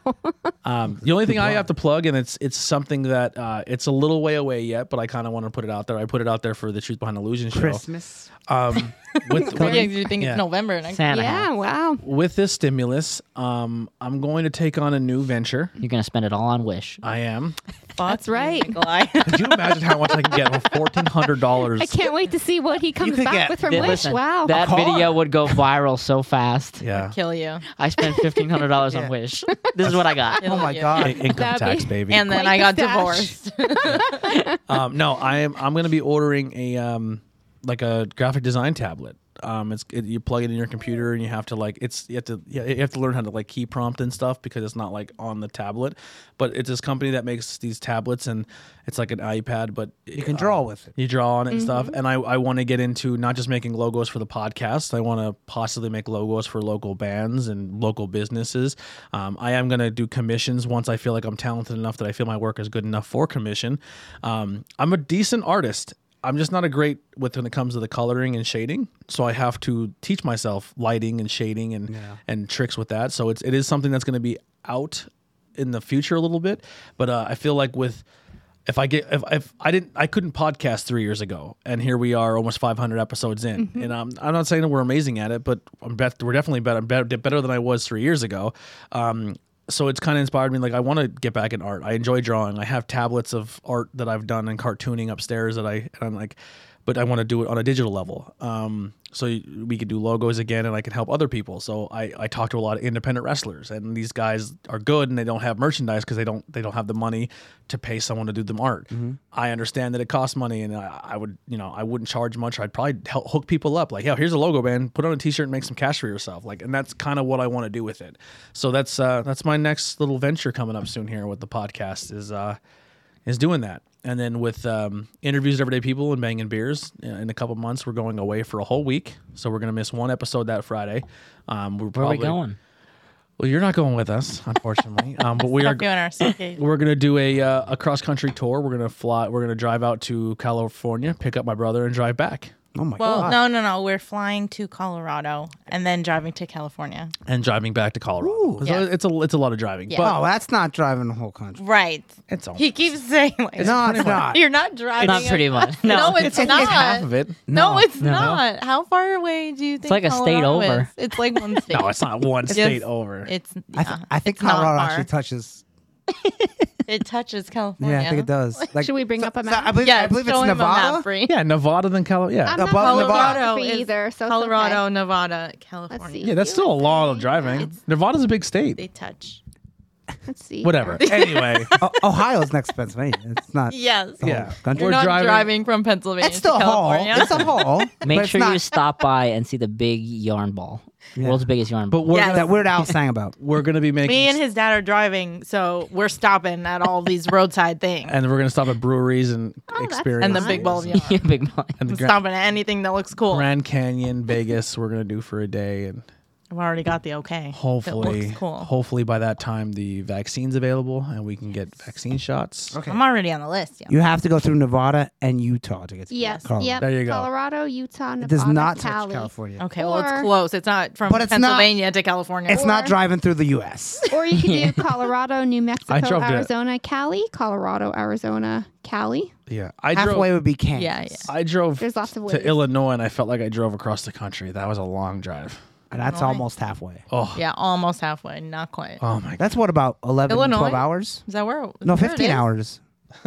A: Um, the only thing I have to plug, and it's it's something that uh, it's a little way away yet, but I kind of want to put it out there. I put it out there for the Truth Behind Illusion show.
D: Christmas.
A: Um, with,
E: Yeah,
A: with,
E: you think
A: Yeah.
E: it's November next
B: Santa
C: yeah,
B: hat.
C: wow.
A: with this stimulus, um, I'm going to take on a new venture.
B: You're gonna spend it all on Wish.
A: I am.
E: That's
C: right.
E: Nikolai.
A: Could you imagine how much I can get for fourteen hundred dollars?
C: I can't wait to see what he comes
D: could
C: back
D: get-
C: with from
B: Th-
C: Wish.
B: listen,
C: wow.
B: That
D: car.
B: video would go viral so fast.
A: Yeah.
E: Kill you.
B: I spent fifteen hundred dollars
D: Yeah.
B: on Wish. This is what I got.
D: Oh my
E: Yeah.
A: I-
D: god.
A: income
C: That'd
A: tax,
C: be-
A: baby.
E: And then
C: Quite
E: I
C: the
E: got
C: stash.
E: divorced.
A: um, no, I am. I'm going to be ordering a um, like a graphic design tablet. Um, it's it, you plug it in your computer and you have to like it's you have to yeah, you have to learn how to like key prompt and stuff because it's not like on the tablet. But it's this company that makes these tablets and it's like an iPad, but
D: You can draw with it.
A: you draw on it and stuff. And I, I want to get into not just making logos for the podcast. I want to possibly make logos for local bands and local businesses. Um, I am going to do commissions once I feel like I'm talented enough that I feel my work is good enough for commission. Um, I'm a decent artist. I'm just not a great with when it comes to the coloring and shading, so I have to teach myself lighting and shading and and tricks with that. So it's it is something that's going to be out in the future a little bit, but uh, I feel like with if I get if, if I didn't I couldn't podcast three years ago, and here we are almost 500 episodes in, and I'm I'm not saying that we're amazing at it, but I'm bet we're definitely better better better than I was three years ago. Um, so it's kind of inspired me. Like I want to get back in art. I enjoy drawing. I have tablets of art that I've done and cartooning upstairs that I and I'm like, but I want to do it on a digital level. Um, so y- we could do logos again, and I can help other people. So I, I talk to a lot of independent wrestlers, and these guys are good, and they don't have merchandise because they don't they don't have the money to pay someone to do them art. I understand that it costs money, and I, I would you know I wouldn't charge much. I'd probably help hook people up, like yeah, here's a logo band, put on a T-shirt, and make some cash for yourself. Like, and that's kind of what I want to do with it. So that's uh, that's my next little venture coming up soon here with the podcast is. Uh, is doing that. And then with um, interviews with everyday people and banging beers uh, in a couple months, we're going away for a whole week, so we're gonna miss one episode that Friday. Um, we're
B: Where are
A: probably
B: we going?
A: Well, you're not going with us, unfortunately. um, but we are.
E: Doing our suitcase.
A: We're gonna do a uh, a cross country tour. We're gonna fly. We're gonna drive out to California, pick up my brother, and drive back,
D: Oh my
E: Well,
D: god!
E: no, no, no. We're flying to Colorado and then driving to California.
A: and driving back to Colorado. so
E: Yeah.
A: it's a it's a lot of driving,
E: Yeah.
A: but
D: Oh, that's not driving the whole country.
E: Right.
A: it's all
E: He keeps saying like,
D: No, it's not.
E: you're not driving.
B: Not
E: it.
B: pretty much. No.
E: No, it's, not.
A: half of it.
E: No,
D: No.
E: it's not. How far away do you think?
B: like a state
E: Colorado
B: over.
E: is? It's like one state.
A: No, it's not one state over.
E: It's.
D: I, th-
E: yeah,
D: I think
E: it's not
D: Colorado
E: far.
D: actually touches.
E: it touches California.
D: Yeah, I think it does. Like,
C: Should we bring up a
D: so
C: map?
D: I believe,
E: Yeah,
D: I believe it's
E: show him a map,
D: Nevada.
E: Bree.
A: yeah, Nevada than California. Yeah,
C: I'm not
D: Above
C: Colorado
D: Nevada.
E: Colorado is-
C: either, so it's okay.
E: Colorado, Nevada, California.
C: Let's see.
A: yeah, that's still a lot of driving. Nevada's a big
E: They
A: state.
E: touch.
C: Let's see.
A: Whatever. Anyway.
D: O- Ohio's next to Pennsylvania. It's not. the
E: Yes.
D: whole
A: Yeah.
D: country.
E: You're
A: We're
E: not
A: driving-
E: driving, from Pennsylvania
D: It's the
E: to
D: hall.
E: California.
D: It's a hall. but
B: Make
D: it's
B: sure
D: not
B: you stop by and see the big yarn ball, world's biggest yarn
A: But
B: ball.
A: we're
E: Yes.
A: gonna,
D: that Weird Al sang about.
A: we're gonna be making
E: Me and his dad are driving, so we're stopping at all these roadside things
A: and we're gonna stop at breweries and
C: that's
A: experience
E: Oh, and the big ball of yarn.
B: yeah, big ball.
A: and the
E: I'm
A: Gra-
E: stopping at anything that looks cool.
A: Grand Canyon, Vegas. We're gonna do for a day, and
E: I've already got the okay.
A: hopefully,
E: it looks cool.
A: hopefully by that time the vaccine's available and we can get vaccine shots.
D: Okay.
E: I'm already on the list. Yeah.
D: You have to go through Nevada and Utah to get to
C: Yes.
D: Colorado.
C: Yep.
A: There you go.
C: Colorado, Utah, Nevada,
D: It does not touch
C: Cali.
D: California.
E: Okay, well,
C: Or-
E: it's close. It's not from
D: But it's not-
E: Pennsylvania to California.
D: It's not
C: Or-
D: driving through the U.S.
C: Or you could do Colorado, New Mexico,
A: drove to-
C: Arizona, Cali, Colorado, Arizona, Cali.
A: Yeah, I
D: Halfway
A: drove.
D: would be Kansas.
E: Yeah, yeah.
A: I drove
C: There's lots of ways.
A: to Illinois, and I felt like I drove across the country. That was a long drive.
D: And that's almost halfway.
A: Oh,
E: Yeah, almost halfway. Not quite.
A: oh my
D: That's what about 11,
E: Illinois?
D: 12 hours?
E: Is that where?
D: Uh, No,
E: where it
D: 15
E: is?
D: hours.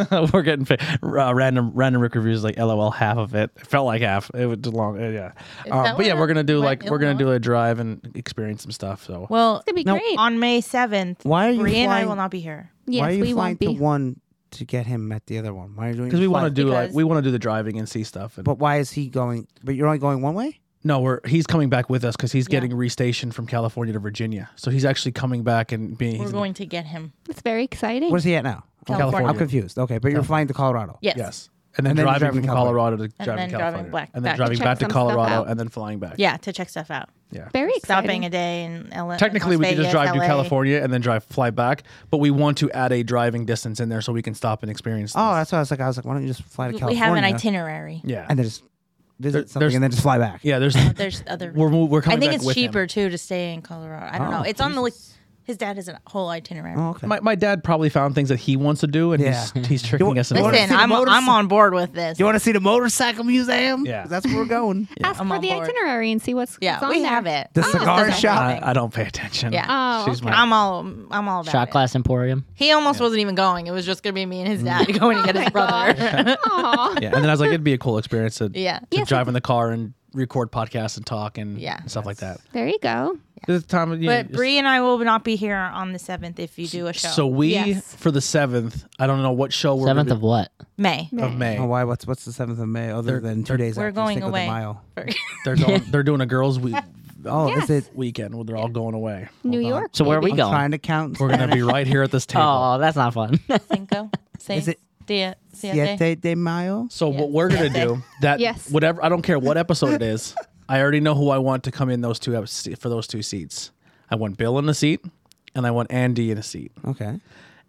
A: god, we're getting fa- uh, random random Rick reviews like LOL half of it. It felt like half. It was long. uh, Yeah, um,
E: that
A: but yeah,
E: where-
A: we're gonna do
E: where
A: like we're gonna
E: Illinois?
A: do a drive and experience some stuff. So
E: Well,
C: It's going to be
D: No,
C: great.
E: on May seventh,
D: Why are you
E: Bree and I
D: flying-
E: will not be here.
C: yes,
D: Why are you
C: we
D: flying
C: won't
D: to
C: be.
D: one to get him at the other one? Why are you doing?
A: because we want to do like
E: Because-
A: we want to do the driving and see stuff. And
D: But why is he going? But you're only going one way.
A: no, we're he's coming back with us because he's getting restationed from California to Virginia. So he's actually coming back and being
E: We're
A: he's-
E: going to get him.
C: It's very exciting.
D: Where's he at now? Oh,
A: California.
D: I'm confused. Okay, but
A: Oh.
D: you're flying to Colorado.
E: Yes.
A: yes, and then,
D: And then
A: driving,
D: driving
A: from
D: California.
A: Colorado to driving
E: then driving
A: California,
E: back-
A: and
E: back
A: then
E: to
A: driving
C: check
A: back to
C: some stuff
A: Colorado
C: out.
A: and then flying back.
E: Yeah, to check stuff out.
A: yeah.
C: very exciting.
E: Stopping a day in L-
A: Technically,
E: Las
A: we could just
E: Vegas,
A: drive
E: LA.
A: to California and then drive fly back, but we want to add a driving distance in there so we can stop and experience.
D: Oh,
A: things.
D: that's what I was like. I was like, why don't you just fly to
E: We
D: California?
E: have an itinerary.
A: yeah,
D: And then just visit
A: There-
D: something
A: there's-
D: and then just fly back.
A: yeah. There's
E: There's other.
A: we're mo- we're
E: I
A: coming.
E: think
A: back
E: it's
A: with him.
E: cheaper too to stay in Colorado. I don't know.
D: Oh,
E: It's on the like. His dad has a whole itinerary.
D: Oh, okay.
A: My, my dad probably found things that he wants to do, and he's
D: Yeah.
A: he's tricking
D: You-
A: us.
D: you
A: into
D: wanna
A: it.
E: Listen,
D: see the
E: I'm I'm
D: motorcycle?
E: on board with this.
D: you want to see the motorcycle museum?
A: Yeah.
D: 'Cause that's where we're going.
C: Ask
E: I'm
C: for
E: on
C: the
E: board.
C: itinerary and see what's,
E: yeah,
C: what's on
E: we
C: there.
E: have it.
A: Oh,
D: The
E: It just
D: cigar
E: doesn't
D: shop.
E: happen.
A: I, I don't pay attention.
E: Yeah.
C: Oh,
A: she's my
E: I'm all I'm all about
B: Shot
E: it.
B: glass emporium.
E: He almost wasn't even going. It was just gonna be me and his dad going to get his brother.
C: Aw.
A: yeah. And then I was like, it'd be a cool experience to
E: yeah.
A: to drive in the car and record podcasts and talk and
E: Yeah.
A: stuff like that.
C: There you go.
A: This time, of- yeah,
E: But Bree and I will not be here on the seventh if you do a show.
A: So we
C: Yes.
A: for the seventh. I don't know what show we're
B: Seventh
A: gonna
B: of what?
E: May.
A: be- of May.
D: Oh, why? What's what's the seventh of May other
A: They're-
D: than two
A: they're-
D: days
E: We're
D: after
E: going
D: Cinco de
E: away.
D: Mayo?
A: They're going, they're doing a girls' week
D: Oh,
E: Yes.
D: is it?
A: weekend where they're all going away.
C: New
D: Hold on.
C: York.
B: So where are we
C: baby.
D: I'm
B: going?
D: trying to count.
A: We're gonna be right here at this table.
B: Oh, that's not fun.
E: Cinco. Seis.
D: Is it-
E: Dia. Siete.
D: Siete de Mayo.
A: So what we're gonna do that
C: Yes.
A: whatever I don't care what episode it is, I already know who I want to come in those two epi- for those two seats. I want Bill in a seat, and I want Andy in a seat,
D: Okay.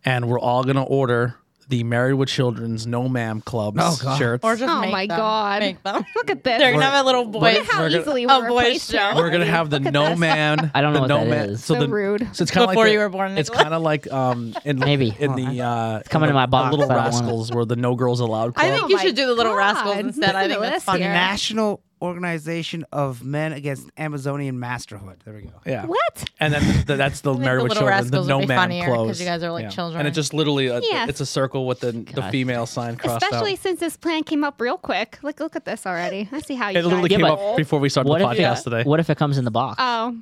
A: and we're all gonna order the Married with Children's No Ma'am Clubs
D: Oh, God.
A: shirts.
E: Or just
C: Oh
E: make
C: my
E: them.
C: God.
E: Make them.
C: Look at this.
E: They're gonna have a little boy.
C: Look how
A: We're gonna-
C: easily
E: Oh,
C: we're
E: boys
C: replaced
E: show.
C: now.
A: we're gonna have the No Man.
B: I don't know
A: the
B: what
A: No
B: that
A: Man.
B: is.
A: So
C: So
A: the
C: rude.
A: So it's kind of
E: Before
A: like the-
E: you were born,
A: It's
E: Nicola.
A: kind of like um in
B: Maybe.
A: in the uh it's
B: coming to my box,
A: Little
B: I don't want it.
A: Rascals where the No Girls Allowed
E: I
A: Club.
E: think
C: Oh
E: you
C: my
E: should do the Little
C: God.
E: Rascals instead. I
C: Listen
E: think
C: to
E: that's
C: this
E: fun.
C: here.
D: National Organization of Men Against Amazonian Masterhood. There we go.
A: yeah.
C: What?
A: And then the, that's the Married
E: the
A: with
E: Little
A: Children, the
E: Rascals would
A: No
E: be
A: Man
E: funnier 'cause
A: clothes.
E: you guys are like children.
A: And it just literally uh,
C: Yes.
A: it's a circle with the the female sign crossed
C: Especially
A: out.
C: since this plan came up real quick. Look, look at this already. I see how you.
A: It literally
C: guys
A: came
B: but-
A: up before we started
B: what
A: the
B: if
A: podcast
B: yeah,
A: today.
B: What if it comes in the box?
C: Oh,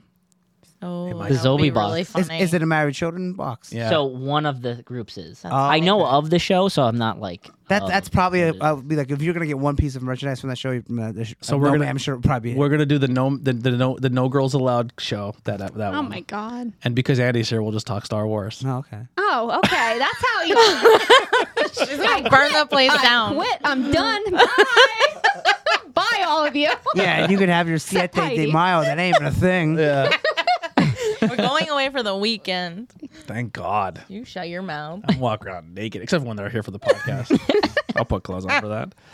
E: Oh,
A: might.
E: that would
B: The
E: be
B: Zobie
E: really
B: box.
D: Is,
E: funny.
D: is it a married children box?
A: yeah.
B: So one of the groups is.
E: That's-
B: I know
D: okay.
B: of the show, so I'm not like
D: That,
B: oh.
D: that's probably a, I'll be like if you're gonna get one piece of merchandise from that show. You, uh, the sh-
A: So
D: uh,
A: we're
D: no,
A: gonna-
D: I'm sure it'll probably be
A: we're gonna do the no the, the no the no girls allowed show that that that
C: oh
A: one.
C: my God.
A: and because Andy's here, we'll just talk Star Wars.
D: Oh, okay.
C: Oh, okay. That's how you
E: She's gonna burn the place down.
C: quit. I'm done. Bye. Bye, all of you.
D: Yeah, and you can have your Siete de
C: tidy.
D: Mayo. That ain't even a thing.
A: Yeah.
E: We're going away for the weekend.
A: Thank God.
E: You shut your mouth.
A: I walk around naked, except when they're here for the podcast. I'll put clothes on for that.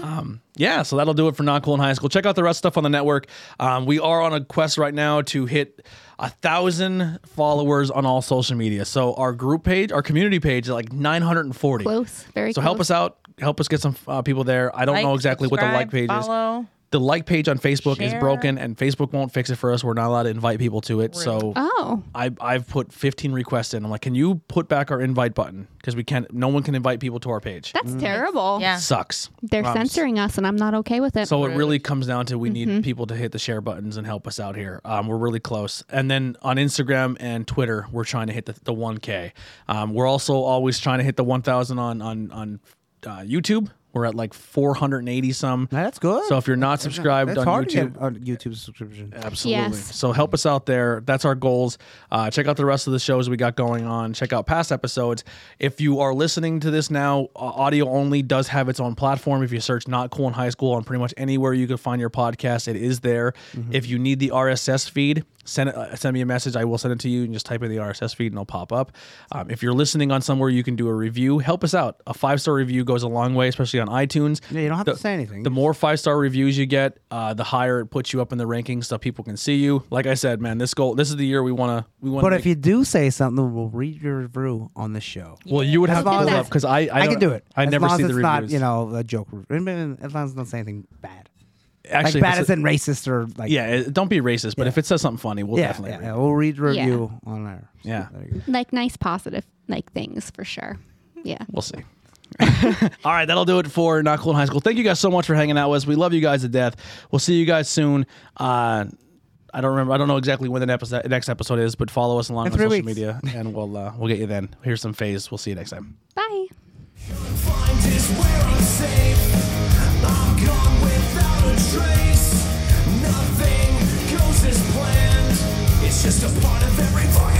A: Um, yeah, so that'll do it for Not Cool in High School. Check out the rest of stuff on the network. Um, we are on a quest right now to hit a thousand followers on all social media. So our group page, our community page, is like 940.
C: Close. Very.
A: So help us out. Help us get some uh, people there. I don't know
E: Like,
A: exactly what the like
E: subscribe,
A: page is
E: follow.
A: the like page on Facebook is
E: Share.
A: broken, and Facebook won't fix it for us. We're not allowed to invite people to it. So
C: Oh.
A: I I've put 15 requests in. I'm like, can you put back our invite button because we can't. No one can invite people to our page.
C: That's terrible.
E: Yeah.
A: sucks.
C: They're
A: Um,
C: censoring us, and I'm not okay with it.
A: So it really comes down to we need people to hit the share buttons and help us out here. Um, we're really close. And then on Instagram and Twitter, we're trying to hit the, the 1K. Um, we're also always trying to hit the 1,000 on on on uh, YouTube. We're at like 480 some.
D: Now, that's good.
A: So if you're not subscribed
D: that's
A: on
D: hard
A: YouTube,
D: to get on YouTube subscription.
A: Absolutely.
C: Yes.
A: So help us out there. That's our goals. Uh, check out the rest of the shows we got going on. Check out past episodes. If you are listening to this now, uh, audio only does have its own platform. If you search Not Cool in High School on pretty much anywhere you can find your podcast, it is there.
D: Mm-hmm.
A: If you need the RSS feed, send it, uh, send me a message. I will send it to you and just type in the RSS feed and it'll pop up. Um, if you're listening on somewhere, you can do a review. Help us out. A five star review goes a long way, especially on iTunes.
D: Yeah, you don't have
A: The-
D: to say anything.
A: the more five star reviews you get, uh, the higher it puts you up in the rankings, so people can see you. Like I said, man, this goal, this is the year we want to. We want.
D: but if you do say something, we'll read your review on the show.
A: well, you would have to
D: As long
A: pull
D: as
A: up because I, I,
D: I,
A: don't-
D: can do it.
A: I
D: as
A: never
D: long
A: see
D: as
A: the
D: it's
A: reviews.
D: not you know a joke. re- As long as it doesn't say anything bad, like
A: actually, if
D: bad
A: it's
D: as
A: a-
D: in racist or like
A: yeah, it- don't be racist. But
D: Yeah.
A: if it says something funny, we'll
D: yeah,
A: definitely.
D: yeah,
A: read
D: yeah,
A: it.
D: We'll read review on our
A: Yeah.
D: There you go.
C: like nice, positive, like things for sure. Yeah.
A: We'll see. All right, that'll do it for Not Cool in High School. Thank you guys so much for hanging out with us. We love you guys to death. We'll see you guys soon. Uh, I don't remember. I don't know exactly when the episode, next episode is, but follow us along
D: In
A: on
D: three
A: social
D: weeks.
A: media, and we'll uh, we'll get you then. Here's some phase. We'll see you next time.
C: Bye.
F: Find is where I'm safe. I'm gone without a trace. Nothing goes as planned. It's just a part of every fucking.